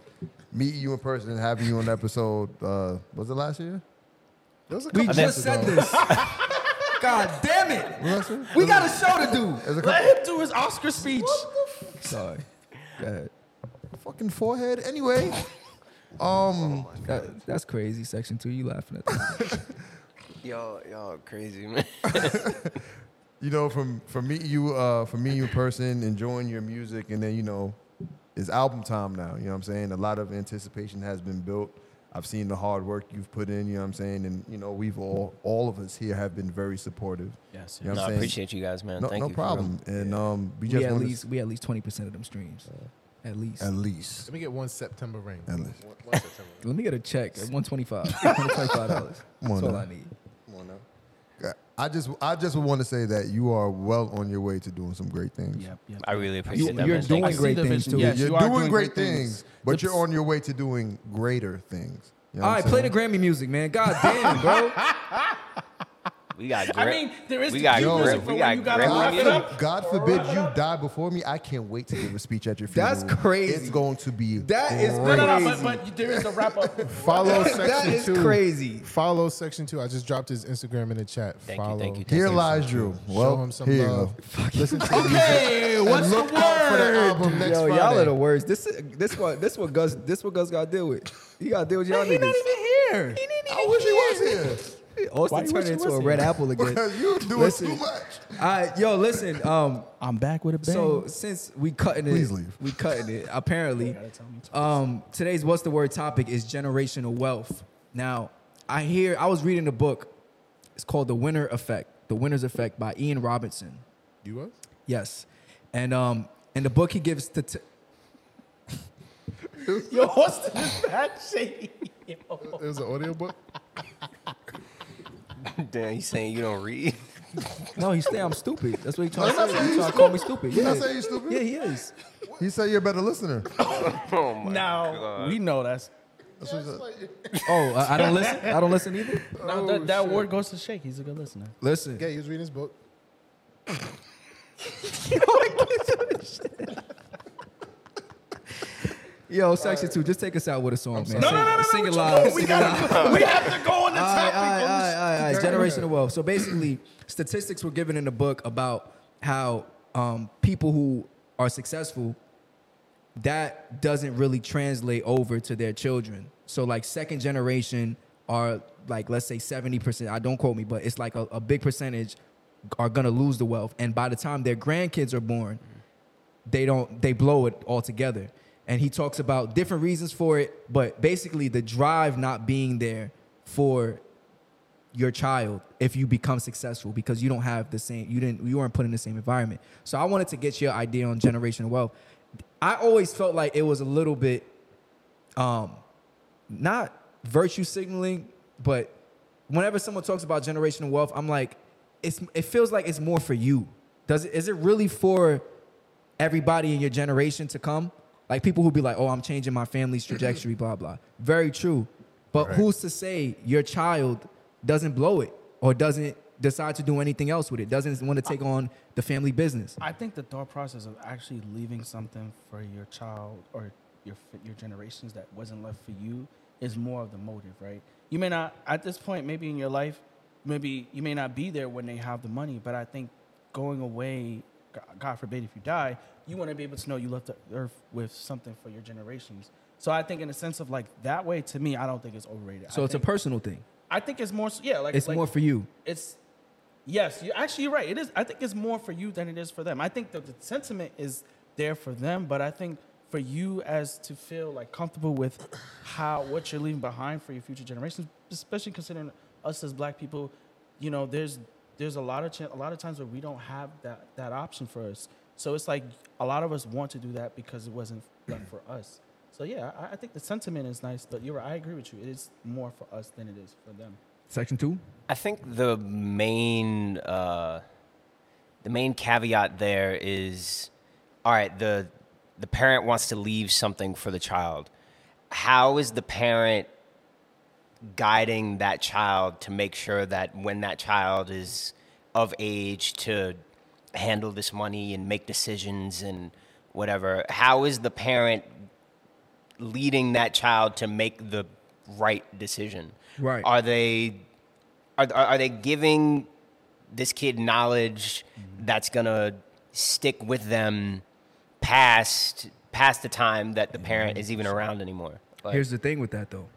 [SPEAKER 9] meeting you in person and having you on the episode, uh, was it last year?
[SPEAKER 3] Those
[SPEAKER 4] We just said this. (laughs) God damn
[SPEAKER 9] it.
[SPEAKER 4] We got a show to do.
[SPEAKER 9] There's a
[SPEAKER 5] Let
[SPEAKER 9] couple,
[SPEAKER 5] him do his Oscar speech.
[SPEAKER 4] Sorry. Go ahead.
[SPEAKER 9] fucking forehead. Anyway, um,
[SPEAKER 4] That- that's crazy. Section two, you laughing at that.
[SPEAKER 10] Y'all, y'all
[SPEAKER 3] (laughs)
[SPEAKER 10] crazy, man.
[SPEAKER 9] you know, from from meeting you, uh, from meeting you in person, enjoying your music, and then you know, it's album time now. You know what I'm saying? A lot of anticipation has been built. I've seen the hard work you've put in. You know what I'm saying? And you know, we've all all of us here have been very supportive.
[SPEAKER 5] Yes,
[SPEAKER 9] You
[SPEAKER 10] No,
[SPEAKER 9] know what
[SPEAKER 10] I
[SPEAKER 9] I'm saying?
[SPEAKER 10] appreciate you guys, man.
[SPEAKER 9] No,
[SPEAKER 10] Thank
[SPEAKER 9] no
[SPEAKER 10] you for real.
[SPEAKER 9] problem. And um, we just
[SPEAKER 4] We at
[SPEAKER 9] wanna- Uh,
[SPEAKER 4] least we at least twenty percent of them streams. At least.
[SPEAKER 9] at least
[SPEAKER 3] Let me get one September ring.
[SPEAKER 9] at least.
[SPEAKER 3] One, one September ring.
[SPEAKER 4] Let me get a check at one twenty
[SPEAKER 9] (laughs)
[SPEAKER 4] five. One twenty five dollars.
[SPEAKER 9] Come on
[SPEAKER 4] That's all
[SPEAKER 9] now.
[SPEAKER 4] I need.
[SPEAKER 9] I just I just want to say that you are well on your way to doing some great things.
[SPEAKER 5] Yep, yep.
[SPEAKER 10] I really appreciate that.
[SPEAKER 4] you're
[SPEAKER 10] man.
[SPEAKER 4] doing
[SPEAKER 10] Thank you.
[SPEAKER 4] great
[SPEAKER 5] the
[SPEAKER 4] things,
[SPEAKER 5] vision.
[SPEAKER 4] too.
[SPEAKER 5] Yes,
[SPEAKER 9] you're
[SPEAKER 5] you are
[SPEAKER 9] doing, great things, but
[SPEAKER 5] The-
[SPEAKER 9] you're on your way to doing greater things. You know
[SPEAKER 4] All
[SPEAKER 9] what
[SPEAKER 4] right,
[SPEAKER 9] I'm
[SPEAKER 4] play the
[SPEAKER 9] saying?
[SPEAKER 4] Grammy music, man. God damn,
[SPEAKER 9] (laughs)
[SPEAKER 4] bro.
[SPEAKER 10] We got.
[SPEAKER 5] I
[SPEAKER 10] gra-
[SPEAKER 5] mean, there is
[SPEAKER 10] We
[SPEAKER 5] the
[SPEAKER 10] got.
[SPEAKER 5] cue
[SPEAKER 10] gra-
[SPEAKER 5] music for
[SPEAKER 10] we
[SPEAKER 5] when
[SPEAKER 10] got.
[SPEAKER 5] you gotta
[SPEAKER 10] gra-
[SPEAKER 5] wrap it
[SPEAKER 10] music.
[SPEAKER 5] up.
[SPEAKER 9] God forbid you die before me. I can't wait to give a speech at your funeral.
[SPEAKER 4] That's crazy.
[SPEAKER 9] It's going to be
[SPEAKER 4] That is
[SPEAKER 9] great.
[SPEAKER 5] No, no, no, but, but there is a wrap (laughs) up.
[SPEAKER 3] Follow
[SPEAKER 4] (laughs)
[SPEAKER 3] section
[SPEAKER 4] that is
[SPEAKER 3] two.
[SPEAKER 4] crazy.
[SPEAKER 3] Follow section two. I just dropped his Instagram in the chat.
[SPEAKER 10] Thank you,
[SPEAKER 3] Follow.
[SPEAKER 10] thank you, thank
[SPEAKER 9] Here
[SPEAKER 10] you.
[SPEAKER 9] lies Drew. Well,
[SPEAKER 3] Show him some
[SPEAKER 9] here you
[SPEAKER 3] love.
[SPEAKER 9] go. Listen to the music
[SPEAKER 5] hey,
[SPEAKER 9] and
[SPEAKER 5] what's the
[SPEAKER 9] look out for the
[SPEAKER 5] word?
[SPEAKER 9] album next
[SPEAKER 4] Yo,
[SPEAKER 9] Friday.
[SPEAKER 4] y'all are the worst. This is this what this what Gus this what Gus got to deal with. He got to deal with y'all niggas.
[SPEAKER 5] even here.
[SPEAKER 9] I wish he
[SPEAKER 4] (laughs)
[SPEAKER 9] was
[SPEAKER 4] Austin
[SPEAKER 5] Why-
[SPEAKER 4] turned
[SPEAKER 5] what you
[SPEAKER 4] into a
[SPEAKER 5] was
[SPEAKER 4] red
[SPEAKER 5] it?
[SPEAKER 4] apple again.
[SPEAKER 9] here. you doing
[SPEAKER 4] Listen.
[SPEAKER 9] too much.
[SPEAKER 4] I yo, listen. Um,
[SPEAKER 5] I'm back with a bang.
[SPEAKER 4] so since we cutting it,
[SPEAKER 9] Please leave.
[SPEAKER 4] we cutting
[SPEAKER 5] (laughs)
[SPEAKER 4] it. Apparently, um, today's what's the word topic is generational wealth. Now, I hear I was reading a book. It's called The Winner Effect. The Winner's Effect by Ian Robinson.
[SPEAKER 3] You was?
[SPEAKER 4] Yes, and um, in the book he gives stati-
[SPEAKER 5] Yo, Austin is that shady. (laughs)
[SPEAKER 3] It was an audiobook?
[SPEAKER 10] Damn, you saying you don't read?
[SPEAKER 4] No, he's saying I'm stupid. That's what he trying
[SPEAKER 9] No,
[SPEAKER 4] to
[SPEAKER 9] he's
[SPEAKER 4] say.
[SPEAKER 9] not
[SPEAKER 4] He
[SPEAKER 9] saying
[SPEAKER 4] trying to call me stupid.
[SPEAKER 9] He's
[SPEAKER 4] Yeah.
[SPEAKER 9] not saying you stupid.
[SPEAKER 4] Yeah, he is.
[SPEAKER 9] He said you're a better listener.
[SPEAKER 5] Oh Now we know that's
[SPEAKER 9] That's what he said.
[SPEAKER 4] Oh, I, I don't listen. I don't listen either.
[SPEAKER 5] now that, that award goes to Shake. He's a good listener.
[SPEAKER 4] Listen.
[SPEAKER 3] Yeah, he was reading his book.
[SPEAKER 4] Yo, section two, just take us out with a song, man.
[SPEAKER 5] No, no, no, no,
[SPEAKER 4] Sing
[SPEAKER 5] no,
[SPEAKER 4] it
[SPEAKER 5] what
[SPEAKER 4] live.
[SPEAKER 5] you- We
[SPEAKER 4] Sing it live.
[SPEAKER 5] gotta, we have to go on (laughs) the
[SPEAKER 4] All right,
[SPEAKER 5] topic.
[SPEAKER 4] all right, all
[SPEAKER 5] on
[SPEAKER 4] right,
[SPEAKER 5] this-
[SPEAKER 4] all right, all right. Generational wealth. So basically, statistics were given in the book about how um, people who are successful that doesn't really translate over to their children. So like second generation are like let's say 70%, I don't quote me, but it's like a, a big percentage are gonna lose the wealth. And by the time their grandkids are born, they don't they blow it altogether. And he talks about different reasons for it, but basically the drive not being there for your child if you become successful because you don't have the same you didn't you weren't put in the same environment so i wanted to get your idea on generational wealth i always felt like it was a little bit um not virtue signaling but whenever someone talks about generational wealth i'm like it's it feels like it's more for you does it is it really for everybody in your generation to come like people who be like oh i'm changing my family's trajectory blah blah very true but who's to say your child doesn't blow it or doesn't decide to do anything else with it doesn't want to take on the family business
[SPEAKER 5] I think the thought process of actually leaving something for your child or your f- your generations that wasn't left for you is more of the motive, right? You may not at this point, maybe in your life, maybe you may not be there when they have the money, but I think going away, g- God forbid, if you die, you want to be able to know you left the earth with something for your generations. So I think in a sense of like that way, to me, I don't think it's overrated.
[SPEAKER 4] so
[SPEAKER 5] I
[SPEAKER 4] it's a
[SPEAKER 5] think,
[SPEAKER 4] personal thing
[SPEAKER 5] I think it's more. s- Yeah, like
[SPEAKER 4] it's
[SPEAKER 5] like-
[SPEAKER 4] more for you
[SPEAKER 5] it's yes you actually you're right it is i think it's more for you than it is for them i think that the sentiment is there for them but i think for you as to feel like comfortable with how what you're leaving behind for your future generations especially considering us as black people you know there's there's a lot of chan a lot of times where we don't have that that option for us. So it's like a lot of us want to do that because it wasn't done for us. So yeah, I, I think the sentiment is nice, but you're right. I agree with you. It is more for us than it is for them.
[SPEAKER 4] Section two.
[SPEAKER 10] I think the main uh, the main caveat there is, all right, the the parent wants to leave something for the child. How is the parent guiding that child to make sure that when that child is of age to handle this money and make decisions and whatever? How is the parent leading that child to make the right decision?
[SPEAKER 4] Right.
[SPEAKER 10] Are they are are, are they giving this kid knowledge that's gonna stick with them past past the time that the parent is even around anymore? Like,
[SPEAKER 4] Here's the thing with that though.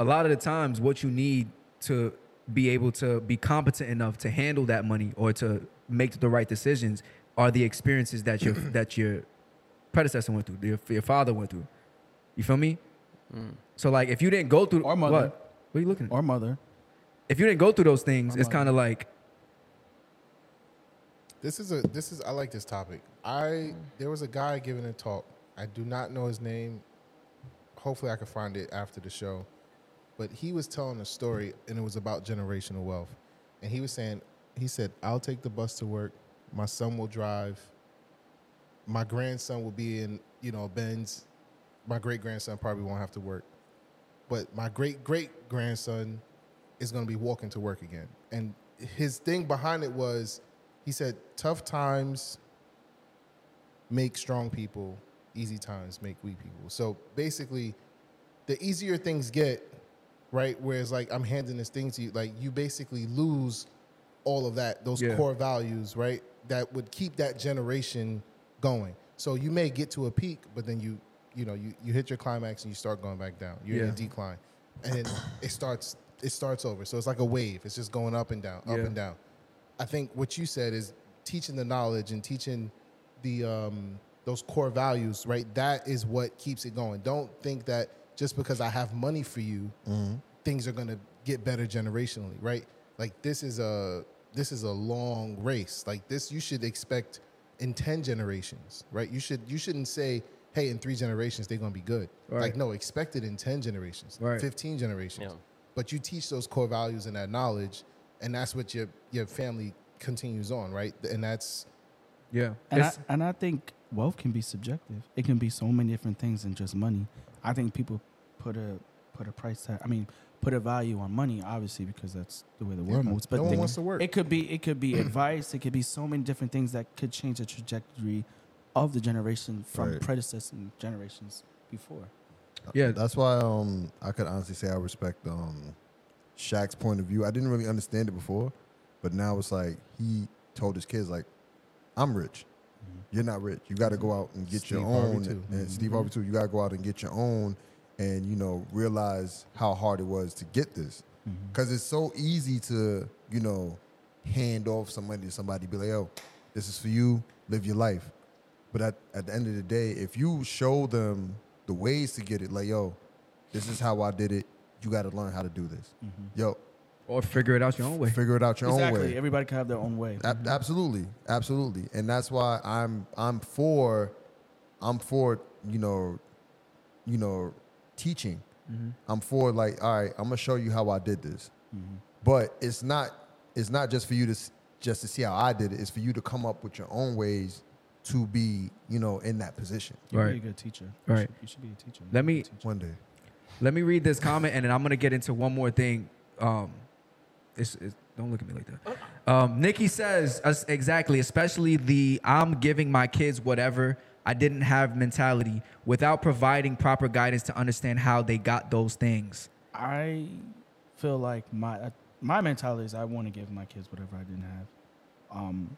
[SPEAKER 4] A lot of the times, what you need to be able to be competent enough to handle that money or to make the right decisions are the experiences that your that your predecessor went through, your, your father went through. You feel me? So like, if you didn't go through
[SPEAKER 5] or mother.
[SPEAKER 4] what? What are you looking at?
[SPEAKER 5] Or mother.
[SPEAKER 4] If you didn't go through those things, it's kind of like
[SPEAKER 3] This is a this is I like this topic. I there was a guy giving a talk. I do not know his name. Hopefully I can find it after the show. But he was telling a story and it was about generational wealth. And he was saying he said, I'll take the bus to work, my son will drive, my grandson will be in, you know, Benz. My great grandson probably won't have to work. But my great great grandson is going to be walking to work again. And his thing behind it was he said, tough times make strong people, easy times make weak people. So basically, the easier things get, right? Whereas, like, I'm handing this thing to you, like, you basically lose all of that, those
[SPEAKER 13] Yeah.
[SPEAKER 3] core values, right? That would keep that generation going. So you may get to a peak, but then you, you know, you, you hit your climax and you start going back down. You're in
[SPEAKER 13] Yeah.
[SPEAKER 3] a decline. And then it starts it starts over. So it's like a wave. It's just going up and down, up
[SPEAKER 13] Yeah.
[SPEAKER 3] and down. I think what you said is teaching the knowledge and teaching the um, those core values, right? That is what keeps it going. Don't think that just because I have money for you, things are gonna get better generationally, right? Like this is a this is a long race. Like this, you should expect in ten generations, right? You should you shouldn't say, hey, in three generations they're gonna be good. Like
[SPEAKER 13] Right.
[SPEAKER 3] no, expect it in ten generations,
[SPEAKER 13] Right.
[SPEAKER 3] fifteen generations.
[SPEAKER 13] Yeah.
[SPEAKER 3] But you teach those core values and that knowledge, and that's what your your family continues on, right? And that's
[SPEAKER 4] yeah.
[SPEAKER 5] And I, and I think wealth can be subjective. It can be so many different things than just money. I think people put a put a price tag. I mean, put a value on money, obviously, because that's the way the world
[SPEAKER 3] Yeah,
[SPEAKER 5] moves. But
[SPEAKER 3] no one
[SPEAKER 5] they-
[SPEAKER 3] wants to work.
[SPEAKER 5] It could be it could be advice. It could be so many different things that could change the trajectory of the generation from
[SPEAKER 9] Right.
[SPEAKER 5] predecessor generations before.
[SPEAKER 9] Yeah, that's why um I could honestly say I respect um Shaq's point of view. I didn't really understand it before, but now it's like he told his kids like, "I'm rich.
[SPEAKER 4] Mm-hmm.
[SPEAKER 9] You're not rich. You got to go out and get your
[SPEAKER 3] Steve Harvey
[SPEAKER 9] own."
[SPEAKER 3] too.
[SPEAKER 9] And Steve Harvey too. You got to go out and get your own, and you know realize how hard it was to get this,
[SPEAKER 4] Mm-hmm.
[SPEAKER 9] because it's so easy to you know hand off some money to somebody, be like, "Yo, this is for you. Live your life." But at, at the end of the day, if you show them the ways to get it, like, yo, this is how I did it. You got to learn how to do this. Yo.
[SPEAKER 4] Mm-hmm. Or figure it out your own way.
[SPEAKER 9] Figure it out your own
[SPEAKER 5] exactly.
[SPEAKER 9] way.
[SPEAKER 5] Everybody can have their own way.
[SPEAKER 9] Ab- absolutely, absolutely, and that's why I'm I'm for, I'm for you know, you know, teaching.
[SPEAKER 5] Mm-hmm.
[SPEAKER 13] Mhm.
[SPEAKER 9] I'm for like, all right, I'm gonna show you how I did this,
[SPEAKER 5] Mm-hmm.
[SPEAKER 9] but it's not it's not just for you to s- just to see how I did it. It's for you to come up with your own ways to be you know in that position.
[SPEAKER 5] You'd be a good teacher. You
[SPEAKER 4] Right.
[SPEAKER 5] should, you should be a teacher.
[SPEAKER 4] Let me
[SPEAKER 9] one day.
[SPEAKER 4] Let me read this comment, and then I'm gonna get into one more thing. Um, it's, it's, don't look at me like that. Um, Nikki says us exactly, especially the "I'm giving my kids whatever I didn't have" mentality, without providing proper guidance to understand how they got those things.
[SPEAKER 5] I feel like my uh, my mentality is I want to give my kids whatever I didn't have. Um,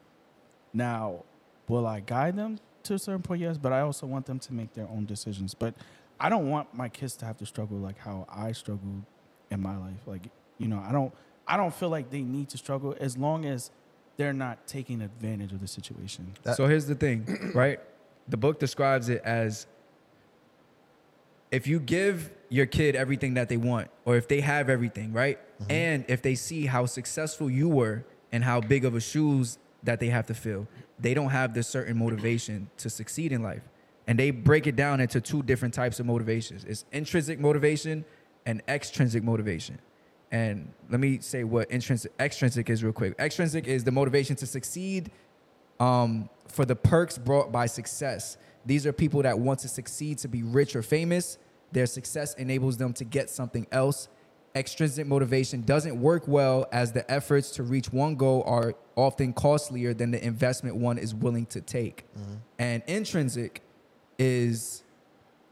[SPEAKER 5] now, will I guide them to a certain point? Yes, but I also want them to make their own decisions. But I don't want my kids to have to struggle like how I struggled in my life. Like you know, I don't I don't feel like they need to struggle as long as they're not taking advantage of the situation.
[SPEAKER 4] so here's the thing, right? The book describes it as if you give your kid everything that they want, or if they have everything, right? And if they see how successful you were and how big of a shoes that they have to fill. They don't have this certain motivation to succeed in life. And they break it down into two different types of motivations. It's intrinsic motivation and extrinsic motivation. And let me say what intrinsic extrinsic is real quick. Extrinsic is the motivation to succeed um, for the perks brought by success. These are people that want to succeed to be rich or famous. Their success enables them to get something else. Extrinsic motivation doesn't work well as the efforts to reach one goal are often costlier than the investment one is willing to take. And intrinsic is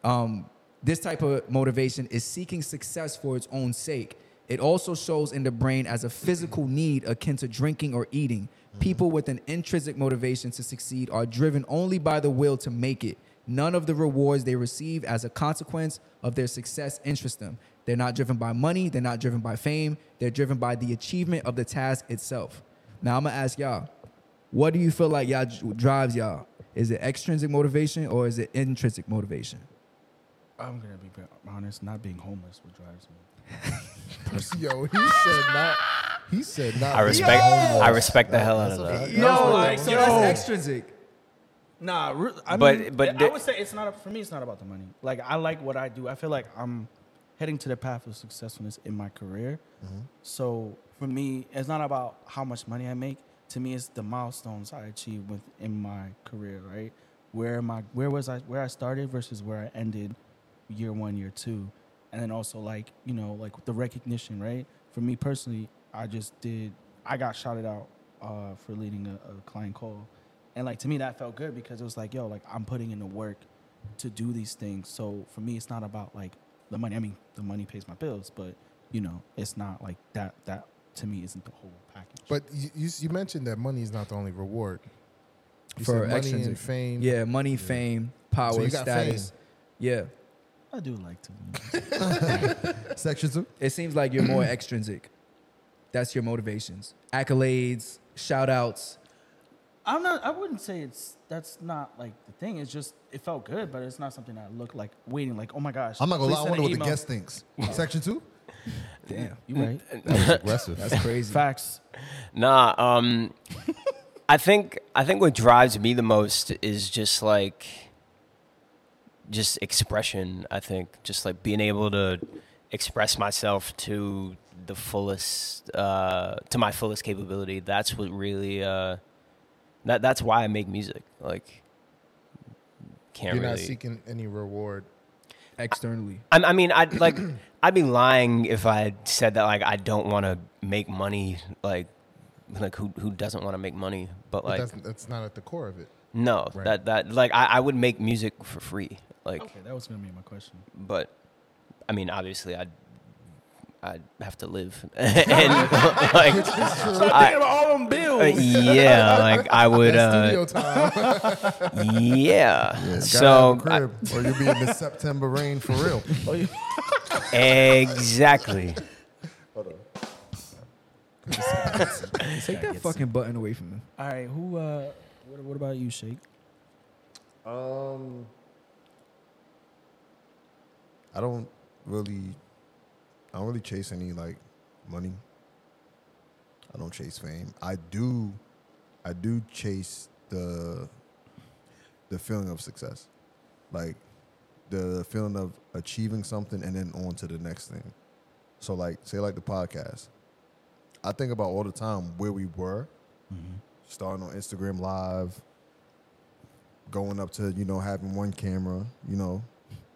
[SPEAKER 4] um, this type of motivation is seeking success for its own sake. It also shows in the brain as a physical need akin to drinking or eating. People with an intrinsic motivation to succeed are driven only by the will to make it. None of the rewards they receive as a consequence of their success interest them. They're not driven by money, they're not driven by fame, they're driven by the achievement of the task itself. Now, I'm gonna ask y'all, what do you feel like y'all dr- drives y'all? Is it extrinsic motivation or is it intrinsic motivation?
[SPEAKER 5] I'm gonna be honest. Not being homeless what drives me.
[SPEAKER 9] Yo, he said not. He said not.
[SPEAKER 10] I respect.
[SPEAKER 9] Yo!
[SPEAKER 10] I respect the hell out of that.
[SPEAKER 5] No, like,
[SPEAKER 4] so
[SPEAKER 5] yo.
[SPEAKER 4] that's extrinsic.
[SPEAKER 5] Nah, re- I
[SPEAKER 10] But-
[SPEAKER 5] mean,
[SPEAKER 10] but
[SPEAKER 5] I
[SPEAKER 10] the-
[SPEAKER 5] would say it's not a, for me. It's not about the money. Like I like what I do. I feel like I'm heading to the path of successfulness in my career. So for me, it's not about how much money I make. To me, it's the milestones I achieve within my career. Right? Where my where was I? Where I started versus where I ended. Year one, year two, and then also like you know like the recognition. Right? For me personally, I just did. I got shouted out uh, for leading a, a client call. And like to me, that felt good because it was like, yo, like I'm putting in the work to do these things. So for me, it's not about like the money. I mean, the money pays my bills, but you know, it's not like that. That to me isn't the whole package.
[SPEAKER 3] But you, you, you mentioned that money is not the only reward. You
[SPEAKER 4] for
[SPEAKER 3] said money
[SPEAKER 4] extrinsic.
[SPEAKER 3] and fame.
[SPEAKER 4] Yeah, money, fame, power,
[SPEAKER 3] So you got
[SPEAKER 4] status.
[SPEAKER 3] fame.
[SPEAKER 4] Yeah,
[SPEAKER 5] I do like to.
[SPEAKER 9] Sexism.
[SPEAKER 4] it seems like you're more extrinsic. That's your motivations, accolades, shout outs.
[SPEAKER 5] I'm not. I wouldn't say it's. That's not like the thing. It's just it felt good, but it's not something I look like waiting. Like, oh my gosh.
[SPEAKER 9] I'm not gonna
[SPEAKER 5] please
[SPEAKER 9] lie. I
[SPEAKER 5] send
[SPEAKER 9] wonder
[SPEAKER 5] an
[SPEAKER 9] what the
[SPEAKER 5] email.
[SPEAKER 9] guest
[SPEAKER 5] (laughs)
[SPEAKER 9] thinks. Section two.
[SPEAKER 4] Damn,
[SPEAKER 5] You right?
[SPEAKER 4] Mm-hmm.
[SPEAKER 9] Aggressive.
[SPEAKER 4] that's crazy.
[SPEAKER 5] Facts.
[SPEAKER 10] Nah, um, (laughs) I think I think what drives me the most is just like just expression. I think just like being able to express myself to the fullest uh, to my fullest capability. That's what really uh, that that's why I make music. Like, can't
[SPEAKER 3] You're
[SPEAKER 10] really.
[SPEAKER 3] not seeking any reward.
[SPEAKER 4] Externally,
[SPEAKER 10] I, I mean, I'd like, (clears throat) I'd be lying if I said that like I don't want to make money. Like, like who who doesn't want to make money? But
[SPEAKER 3] But
[SPEAKER 10] like,
[SPEAKER 3] that's, that's not at the core of it.
[SPEAKER 10] no,
[SPEAKER 3] Right.
[SPEAKER 10] that that like I, I would make music for free. Like,
[SPEAKER 5] Okay, that was gonna be my question.
[SPEAKER 10] but I mean, obviously, I'd I'd have to live (laughs) and like. I-
[SPEAKER 5] all them bills.
[SPEAKER 10] uh, yeah, like I would.
[SPEAKER 3] Studio
[SPEAKER 10] Uh,
[SPEAKER 13] (laughs)
[SPEAKER 3] time.
[SPEAKER 10] yeah.
[SPEAKER 9] Gotta have
[SPEAKER 10] so
[SPEAKER 9] a crib, or you'll be
[SPEAKER 5] (laughs)
[SPEAKER 9] in the September rain for real.
[SPEAKER 10] I- uh, exactly.
[SPEAKER 4] take that fucking button away from me.
[SPEAKER 5] All right, who? uh What, what about you, Shake?
[SPEAKER 9] Um, I don't really, I don't really chase any like money. I don't chase fame. I do, I do chase the, the feeling of success, like the feeling of achieving something and then on to the next thing. So like, say like the podcast, I think about all the time where we were, starting on Instagram Live, going up to you know having one camera. You know,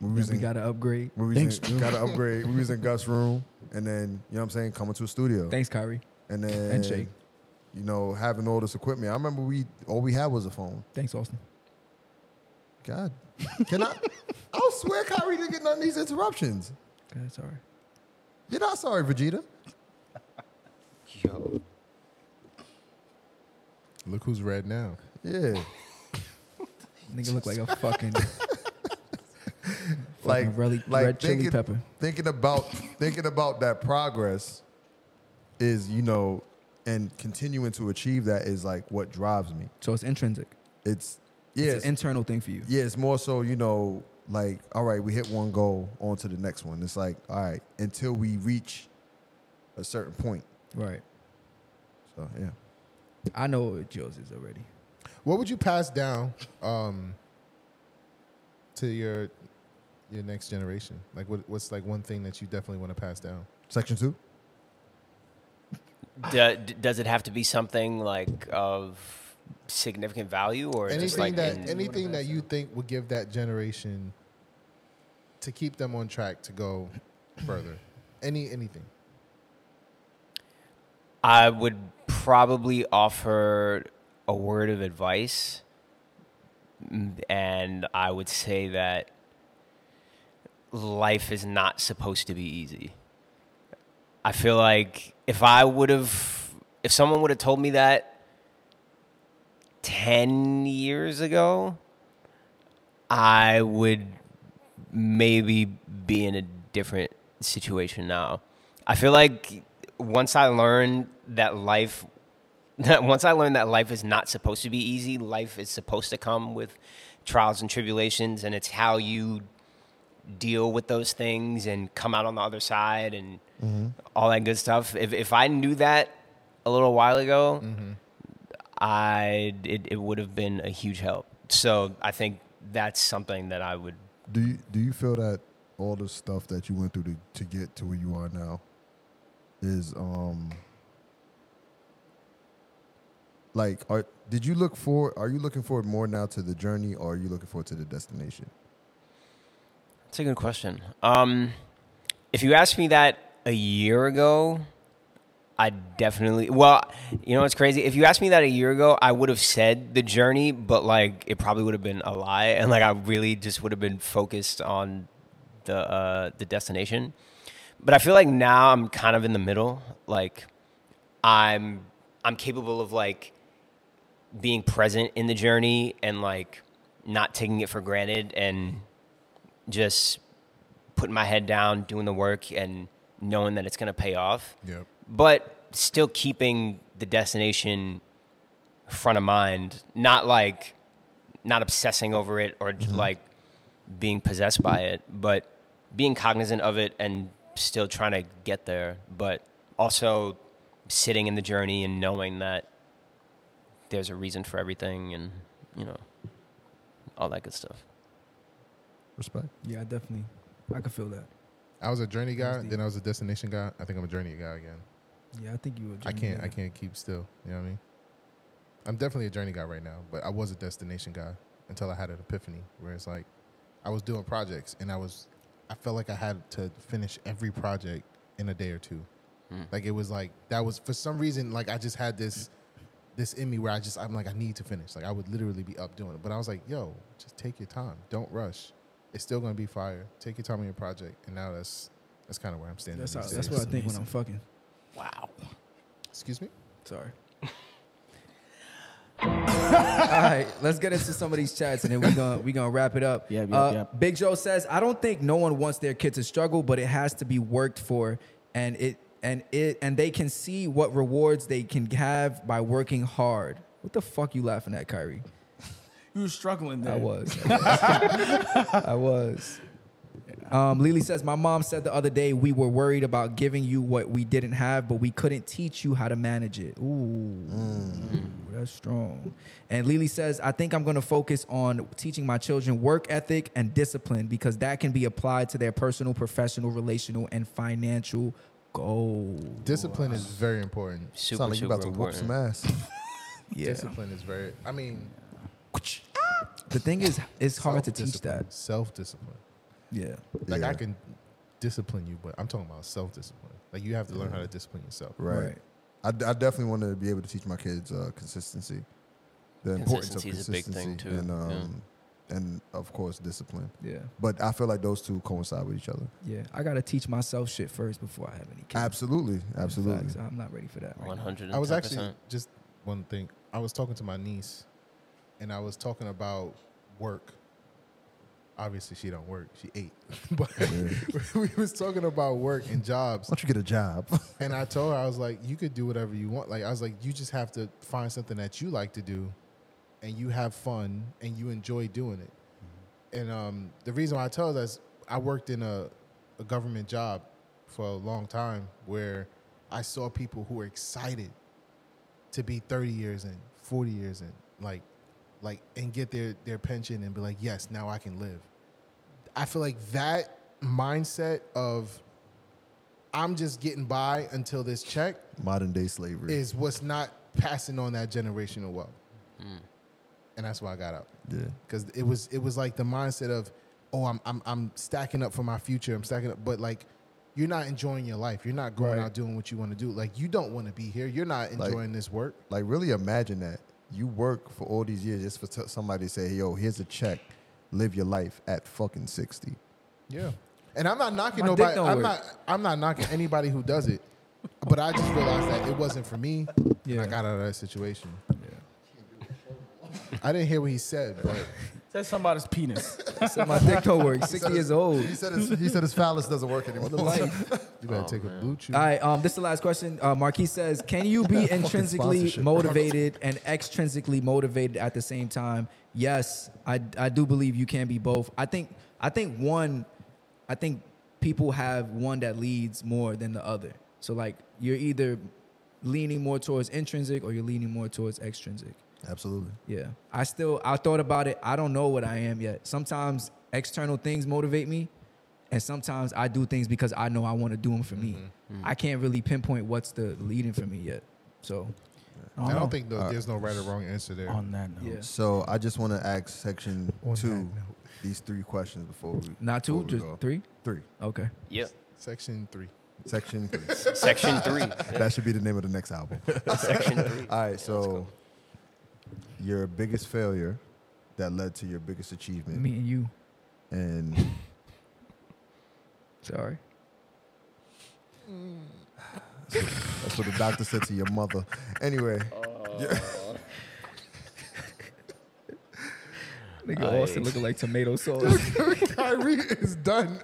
[SPEAKER 9] we was
[SPEAKER 4] We
[SPEAKER 9] in,
[SPEAKER 4] gotta upgrade.
[SPEAKER 9] we was in- we gotta upgrade. We was in Gus' room, and then you know what I'm saying coming to a studio,
[SPEAKER 4] Thanks, Kyrie.
[SPEAKER 9] and then
[SPEAKER 4] and Shay.
[SPEAKER 9] You know, having all this equipment. I remember we all we had was a phone.
[SPEAKER 4] Thanks, Austin.
[SPEAKER 9] God, can I? (laughs) I'll swear Kyrie didn't get none of these interruptions.
[SPEAKER 4] God, sorry.
[SPEAKER 9] You're not sorry, Vegeta.
[SPEAKER 3] Look who's red now.
[SPEAKER 9] Yeah,
[SPEAKER 4] Nigga look like a (laughs) fucking
[SPEAKER 9] like
[SPEAKER 4] really-
[SPEAKER 9] like
[SPEAKER 4] red chili
[SPEAKER 9] thinking,
[SPEAKER 4] pepper.
[SPEAKER 9] Thinking about thinking about that progress is you know, and continuing to achieve that is like what drives me.
[SPEAKER 4] So it's intrinsic.
[SPEAKER 9] It's yeah,
[SPEAKER 4] It's an internal thing for you.
[SPEAKER 9] Yeah, it's more so, you know, like, all right, we hit one goal, on to the next one. It's like, all right, until we reach a certain point.
[SPEAKER 4] Right.
[SPEAKER 9] So yeah.
[SPEAKER 4] I know what yours is already.
[SPEAKER 3] What would you pass down um, to your your next generation? Like, what, what's like one thing that you definitely want to pass down?
[SPEAKER 9] Section two.
[SPEAKER 10] Do, d- does it have to be something like of significant value or just
[SPEAKER 3] anything
[SPEAKER 10] like
[SPEAKER 3] that
[SPEAKER 10] in-
[SPEAKER 3] anything that you think would give that generation to keep them on track to go further. Any anything.
[SPEAKER 10] I would probably offer a word of advice, m- and I would say that life is not supposed to be easy. I feel like if I would have, if someone would have told me that 10 years ago, I would maybe be in a different situation now. I feel like once I learned that life (laughs) that once I learned that life is not supposed to be easy, life is supposed to come with trials and tribulations and it's how you deal with those things and come out on the other side and
[SPEAKER 13] Mhm.
[SPEAKER 10] all that good stuff. If if I knew that a little while ago, I it, it would have been a huge help. So I think that's something that I would
[SPEAKER 9] Do you do you feel that all the stuff that you went through to, to get to where you are now is um like are did you look for are you looking forward more now to the journey or are you looking forward to the destination?
[SPEAKER 10] That's a good question. Um, if you asked me that a year ago, I definitely. Well, you know what's crazy? If you asked me that a year ago, I would have said the journey, but like it probably would have been a lie, and like I really just would have been focused on the uh, the destination. But I feel like now I'm kind of in the middle. Like I'm I'm capable of like being present in the journey and like not taking it for granted and just putting my head down, doing the work, and knowing that it's going to pay off.
[SPEAKER 3] Yep.
[SPEAKER 10] But still keeping the destination front of mind, not like not obsessing over it or j- like being possessed by it, but being cognizant of it and still trying to get there, but also sitting in the journey and knowing that there's a reason for everything and you know all that good stuff.
[SPEAKER 9] Respect.
[SPEAKER 4] Yeah, definitely. I could feel that.
[SPEAKER 3] I was a journey guy, then I was a destination guy. I think I'm a journey guy again.
[SPEAKER 4] Yeah, I think you would.
[SPEAKER 3] I can't I can't keep still. You know what I mean? I'm definitely a journey guy right now, but I was a destination guy until I had an epiphany where it's like I was doing projects and I was I felt like I had to finish every project in a day or two. Like it was like that was for some reason like I just had this this in me where I just I'm like I need to finish. Like I would literally be up doing it. But I was like, yo, just take your time. Don't rush. It's still gonna be fire. Take your time on your project. And now that's that's kind of where I'm standing.
[SPEAKER 4] That's, how,
[SPEAKER 3] these
[SPEAKER 4] that's
[SPEAKER 3] days.
[SPEAKER 4] what I think when I'm fucking.
[SPEAKER 10] Wow.
[SPEAKER 3] Excuse me?
[SPEAKER 4] (laughs) Sorry. All right, let's get into some of these chats and then we're gonna we gonna wrap it up. Yeah,
[SPEAKER 5] yeah, yeah.
[SPEAKER 4] Big Joe says, I don't think no one wants their kid to struggle, but it has to be worked for and it and it and they can see what rewards they can have by working hard. What the fuck you laughing at, Kyrie?
[SPEAKER 5] You were struggling there.
[SPEAKER 4] I was. I was. Um, Lily says, My mom said the other day we were worried about giving you what we didn't have, but we couldn't teach you how to manage it. Ooh, that's strong. And Lily says, I think I'm going to focus on teaching my children work ethic and discipline because that can be applied to their personal, professional, relational, and financial goals.
[SPEAKER 3] Discipline is very important.
[SPEAKER 10] Super, Sound like you about super to whoop some important.
[SPEAKER 9] ass.
[SPEAKER 4] yeah.
[SPEAKER 3] Discipline is very. I mean,
[SPEAKER 4] The thing is,
[SPEAKER 3] (laughs)
[SPEAKER 4] it's hard to teach that.
[SPEAKER 3] Self discipline.
[SPEAKER 4] Yeah.
[SPEAKER 3] Like
[SPEAKER 4] Yeah.
[SPEAKER 3] I can discipline you, but I'm talking about self discipline. Like you have to learn how to discipline yourself.
[SPEAKER 9] Right. I, d- I definitely want to be able to teach my kids uh, consistency, the importance of
[SPEAKER 10] Consistency is a big
[SPEAKER 9] consistency,
[SPEAKER 10] thing, too.
[SPEAKER 9] and
[SPEAKER 10] Yeah.
[SPEAKER 9] um, and of course discipline.
[SPEAKER 4] Yeah.
[SPEAKER 9] But I feel like those two coincide with each other.
[SPEAKER 4] Yeah, I gotta teach myself shit first before I have any kids.
[SPEAKER 9] Absolutely, absolutely.
[SPEAKER 4] Facts. I'm not ready for that. right now.
[SPEAKER 3] I was actually just one thing. I was talking to my niece, and I was talking about work. Obviously, she don't work. She ate, (laughs) but (laughs) we was talking about work and jobs.
[SPEAKER 9] Why don't you get a job? (laughs)
[SPEAKER 3] and I told her I was like, you could do whatever you want. Like I was like, you just have to find something that you like to do, and you have fun and you enjoy doing it. And um, the reason why I tell her that is I worked in a, a government job for a long time where I saw people who were excited to be 30 years in, 40 years in, like, like, and get their their pension and be like, yes, now I can live. I feel like that mindset of I'm just getting by until this check
[SPEAKER 9] Modern day slavery.
[SPEAKER 3] is what's not passing on that generational wealth.
[SPEAKER 9] Mm.
[SPEAKER 3] And that's why I got up.
[SPEAKER 9] Yeah.
[SPEAKER 3] Because it was it was like the mindset of, oh, I'm I'm I'm stacking up for my future. I'm stacking up, but like you're not enjoying your life. You're not going out doing what you want to do. Like you don't want to be here. You're not
[SPEAKER 9] Like-
[SPEAKER 3] enjoying this work.
[SPEAKER 9] Like, really imagine that. You work for all these years just for t- somebody to say, yo, here's a check. Live your life at fucking 60.
[SPEAKER 3] Yeah. And I'm not knocking
[SPEAKER 9] My dick
[SPEAKER 3] nobody.
[SPEAKER 9] don't
[SPEAKER 3] I'm
[SPEAKER 9] work.
[SPEAKER 3] not I'm not knocking anybody who does it. But I just realized that it wasn't for me. Yeah. I got out of that situation. I didn't hear what he said,
[SPEAKER 9] (laughs)
[SPEAKER 3] but
[SPEAKER 5] That's somebody's penis.
[SPEAKER 4] my dick don't work. 60 years
[SPEAKER 9] (laughs)
[SPEAKER 4] old.
[SPEAKER 9] He said his, he said his phallus doesn't work anymore. (laughs)
[SPEAKER 3] you
[SPEAKER 10] Oh,
[SPEAKER 3] better take a blue chew.
[SPEAKER 4] All right, um, this is the last question. Uh, Marquis says, "Can you be
[SPEAKER 9] Fucking
[SPEAKER 4] intrinsically
[SPEAKER 9] sponsorship.
[SPEAKER 4] motivated and extrinsically motivated at the same time?" Yes, I, I do believe you can be both. I think I think one, I think people have one that leads more than the other. So like you're either leaning more towards intrinsic or you're leaning more towards extrinsic.
[SPEAKER 9] Absolutely.
[SPEAKER 4] Yeah. I still I thought about it. I don't know what I am yet. Sometimes external things motivate me, and sometimes I do things because I know I want to do them for me.
[SPEAKER 3] Mm-hmm.
[SPEAKER 4] I can't really pinpoint what's the leading for me yet. So
[SPEAKER 3] I
[SPEAKER 4] know.
[SPEAKER 3] don't think
[SPEAKER 9] Uh,
[SPEAKER 3] though, there's no right or wrong answer there.
[SPEAKER 5] Oh, On that note.
[SPEAKER 4] Yeah.
[SPEAKER 9] So I just want to ask section
[SPEAKER 3] On that
[SPEAKER 9] two
[SPEAKER 3] note.
[SPEAKER 9] these three questions before we.
[SPEAKER 4] Not two,
[SPEAKER 9] before we
[SPEAKER 4] just
[SPEAKER 9] go.
[SPEAKER 4] three?
[SPEAKER 9] Three.
[SPEAKER 4] Okay.
[SPEAKER 10] Yep.
[SPEAKER 3] Section three.
[SPEAKER 9] Section three.
[SPEAKER 4] (laughs)
[SPEAKER 10] Section three. (laughs)
[SPEAKER 9] that should be the name of the next album.
[SPEAKER 10] Section three.
[SPEAKER 9] All right, so your biggest failure that led to your biggest achievement,
[SPEAKER 4] Me and you.
[SPEAKER 9] and
[SPEAKER 4] Sorry.
[SPEAKER 9] that's what the doctor said to your mother. Anyway,
[SPEAKER 4] Uh,
[SPEAKER 9] (laughs)
[SPEAKER 4] Nigga
[SPEAKER 10] Aye. Austin
[SPEAKER 4] looking like
[SPEAKER 3] (laughs)
[SPEAKER 4] tomato sauce.
[SPEAKER 3] Kyrie
[SPEAKER 4] (laughs)
[SPEAKER 3] is done.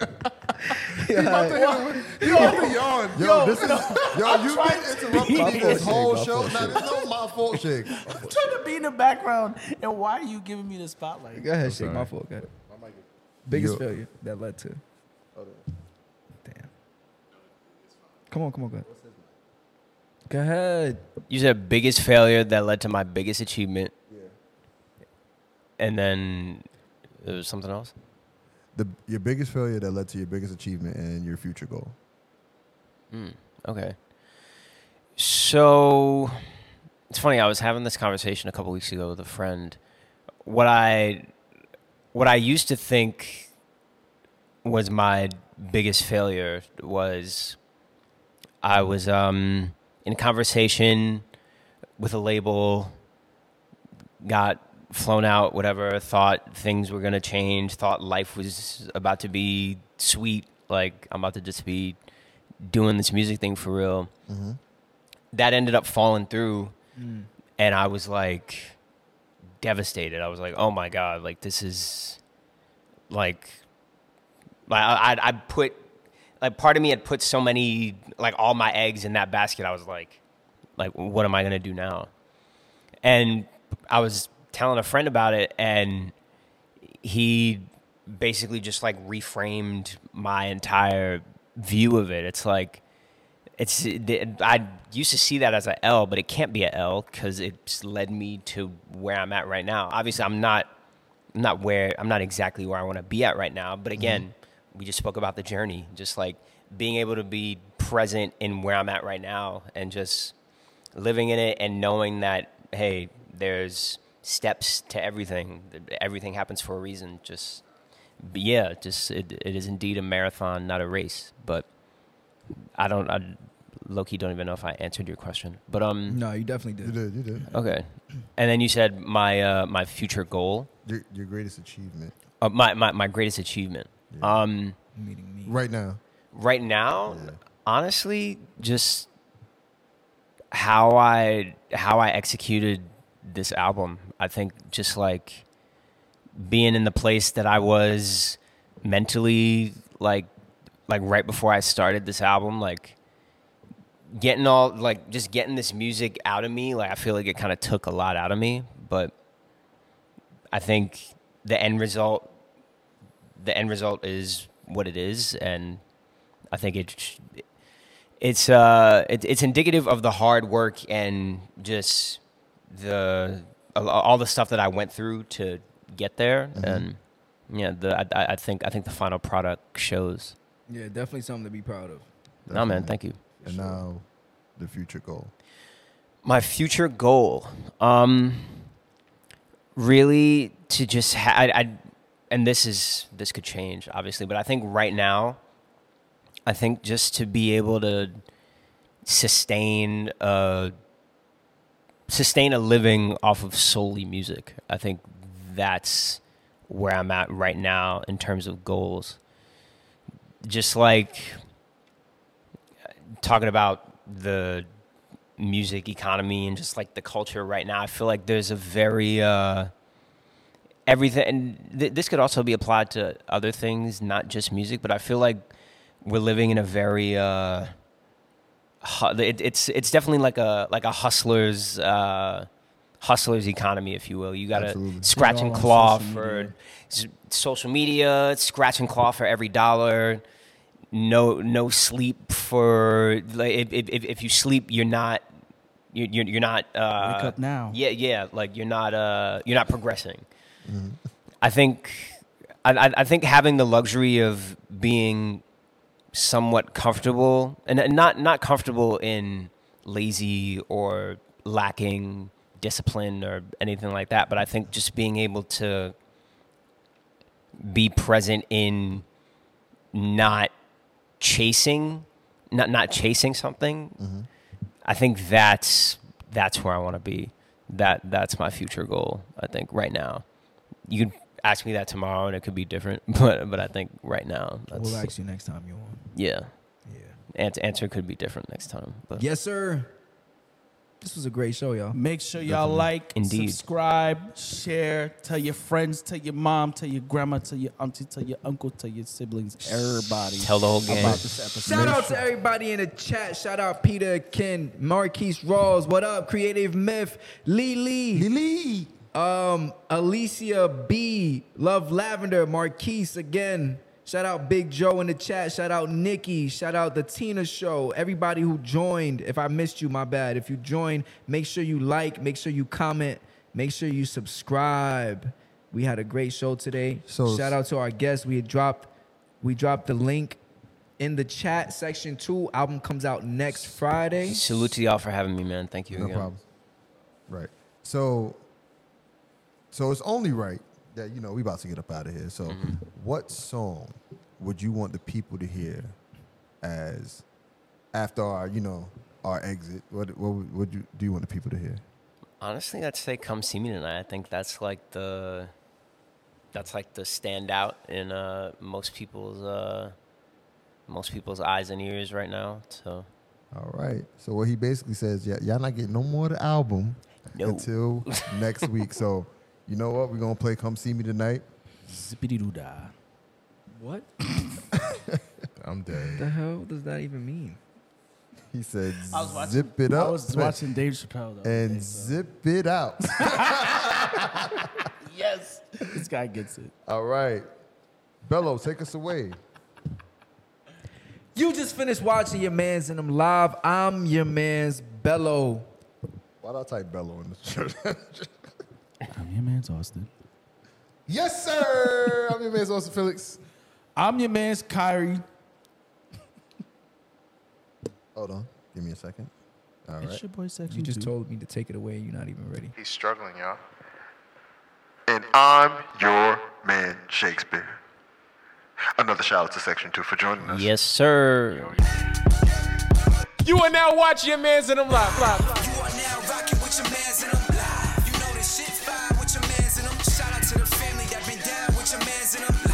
[SPEAKER 3] He about to yawn. He about to yawn.
[SPEAKER 9] yo, this is yo, you've been interrupting me this whole show. Now it's not my fault, shake.
[SPEAKER 5] I'm trying to be in the background, and why are you giving me the spotlight?
[SPEAKER 4] Go ahead, shake my fault. Go ahead. Biggest
[SPEAKER 9] Yo.
[SPEAKER 4] failure that led to. Damn. Come on, come on, go ahead. Go ahead.
[SPEAKER 10] You said biggest failure that led to my biggest achievement. Yeah. And then there was something else.
[SPEAKER 9] The your biggest failure that led to your biggest achievement and your future goal.
[SPEAKER 10] Okay. So it's funny. I was having this conversation a couple weeks ago with a friend. What I what I used to think was my biggest failure was I was um, in conversation with a label, got flown out, whatever. Thought things were gonna change. Thought life was about to be sweet. Like I'm about to just be doing this music thing for real. That ended up falling through, and I was like devastated. I was like, oh my god, like this is like like I I I put like part of me had put so many like all my eggs in that basket. I was like, like what am I gonna do now? And I was telling a friend about it, and he basically just like reframed my entire view of it. It's like it's I used to see that as a L, but it can't be a L because it's led me to where I'm at right now. Obviously, I'm not I'm not where I'm not exactly where I want to be at right now. But again, we just spoke about the journey, just like being able to be present in where I'm at right now and just living in it and knowing that hey, there's steps to everything. Everything happens for a reason. Just but yeah, just it, it is indeed a marathon, not a race. But I don't, I Loki, don't even know if I answered your question. But um,
[SPEAKER 4] No, you definitely
[SPEAKER 9] You
[SPEAKER 4] did.
[SPEAKER 9] did, you did.
[SPEAKER 10] okay. And then you said my uh, my future goal,
[SPEAKER 9] Your, your greatest achievement
[SPEAKER 10] uh, my, my my greatest achievement. Um,
[SPEAKER 4] Meeting me.
[SPEAKER 9] right now.
[SPEAKER 10] right now, honestly, just how I how I executed this album. I think just like being in the place that I was mentally like like right before I started this album like getting all like just getting this music out of me like I feel like it kind of took a lot out of me but I think the end result the end result is what it is and I think it sh- it's uh, it, it's indicative of the hard work and just the a- all the stuff that I went through to get there,
[SPEAKER 4] Mhm.
[SPEAKER 10] and yeah, the I- I, I think I think the final product shows.
[SPEAKER 4] Yeah, definitely something to be proud of.
[SPEAKER 10] No, man, thank you.
[SPEAKER 9] And now, the future goal.
[SPEAKER 10] My future goal, um, really to just ha- I, I, and this is this could change obviously, but I think right now, I think just to be able to sustain a sustain a living off of solely music. I think that's where I'm at right now in terms of goals. Just like talking about the music economy and just like the culture right now, I feel like there's a very uh, everything, and th- this could also be applied to other things, not just music. But I feel like we're living in a very uh, hu- it, it's it's definitely like a like a hustler's uh, hustler's economy, if you will. You gotta
[SPEAKER 13] Absolutely.
[SPEAKER 10] scratch
[SPEAKER 13] They're
[SPEAKER 10] and
[SPEAKER 13] all on
[SPEAKER 10] claw
[SPEAKER 13] social
[SPEAKER 10] for s- social media, scratch and claw for every dollar. No, no sleep for like if if- if, if you sleep, you're not you're you're, you're not uh,
[SPEAKER 5] up now.
[SPEAKER 10] Yeah, yeah, like you're not uh you're not progressing. I think I, I- I think having the luxury of being somewhat comfortable and and not not comfortable in lazy or lacking discipline or anything like that, but I think just being able to be present in not chasing not not chasing something i think that's that's where i want to be that that's my future goal i think right now you could ask me that tomorrow and it could be different (laughs) but but i think right now that's
[SPEAKER 4] We'll ask you next time you're on.
[SPEAKER 10] yeah yeah answer, answer could be different next time but
[SPEAKER 4] Yes, sir. This was a great show, y'all.
[SPEAKER 5] Make sure y'all like,
[SPEAKER 10] Indeed.
[SPEAKER 5] subscribe, share, tell your friends, tell your mom, tell your grandma, tell your auntie, tell your uncle, tell your siblings, everybody.
[SPEAKER 10] Tell the whole gang.
[SPEAKER 5] About this episode.
[SPEAKER 4] Shout out to everybody in the chat. Shout out Peter, Ken, Marquise Rawls. What up? Creative Myth, Lee Lee.
[SPEAKER 9] Lee
[SPEAKER 4] Um, Alicia B. Love Lavender, Marquise again. Shout out Big Joe in the chat. Shout out Nikki. Shout out the Tina Show. Everybody who joined. If I missed you, my bad. If you joined, make sure you like, make sure you comment, make sure you subscribe. We had a great show today.
[SPEAKER 9] So-
[SPEAKER 4] Shout out to our guests. We had dropped we dropped the link in the chat section too. Album comes out next Friday.
[SPEAKER 10] salute to y'all for having me man thank you
[SPEAKER 9] No
[SPEAKER 10] again.
[SPEAKER 9] problem. Right. So, so it's only right that you know we about to get up out of here. So,
[SPEAKER 10] Mm-hmm.
[SPEAKER 9] what song would you want the people to hear as after our you know our exit? What what would would you do you want the people to hear?
[SPEAKER 10] Honestly, I'd say "Come See Me Tonight." I think that's like the that's like the standout in uh, most people's uh, most people's eyes and ears right now. So
[SPEAKER 9] All right. So what he basically says, yeah, y'all not getting no more of the album
[SPEAKER 5] (laughs)
[SPEAKER 10] No.
[SPEAKER 9] until next week. So you know what? We're gonna play "Come See Me Tonight."
[SPEAKER 5] Zippity doo dah.
[SPEAKER 4] What
[SPEAKER 3] I'm dead.
[SPEAKER 4] the hell does that even mean?
[SPEAKER 9] He said,
[SPEAKER 5] I was watching-
[SPEAKER 9] "Zip it up."
[SPEAKER 5] I was watching Dave Chappelle, though,
[SPEAKER 9] And zip it out.
[SPEAKER 5] (laughs) Yes. This guy gets it.
[SPEAKER 9] All right. Bello, take us away.
[SPEAKER 4] You just finished watching your man's in them live. I'm your man's Bello.
[SPEAKER 9] Why'd I type Bello in the (laughs) shirt?
[SPEAKER 5] I'm your man's Austin.
[SPEAKER 9] yes, sir. I'm your man, Austin Felix.
[SPEAKER 5] I'm your man's Kyrie.
[SPEAKER 9] Hold on. Give me a second. All right.
[SPEAKER 5] It's your boy Section
[SPEAKER 4] You just
[SPEAKER 1] Mm-hmm.
[SPEAKER 5] Dude.
[SPEAKER 4] told me to take it away. You're not even ready.
[SPEAKER 6] He's struggling, y'all. And I'm your man, Shakespeare. Another shout out to Section 2 for joining us.
[SPEAKER 10] yes, sir.
[SPEAKER 1] You are now watching your man's in them live. live, live.
[SPEAKER 2] Rockin' with your mans in them live. You know this shit fire with your mans in them. Shout out to the family that been down with your mans in them live.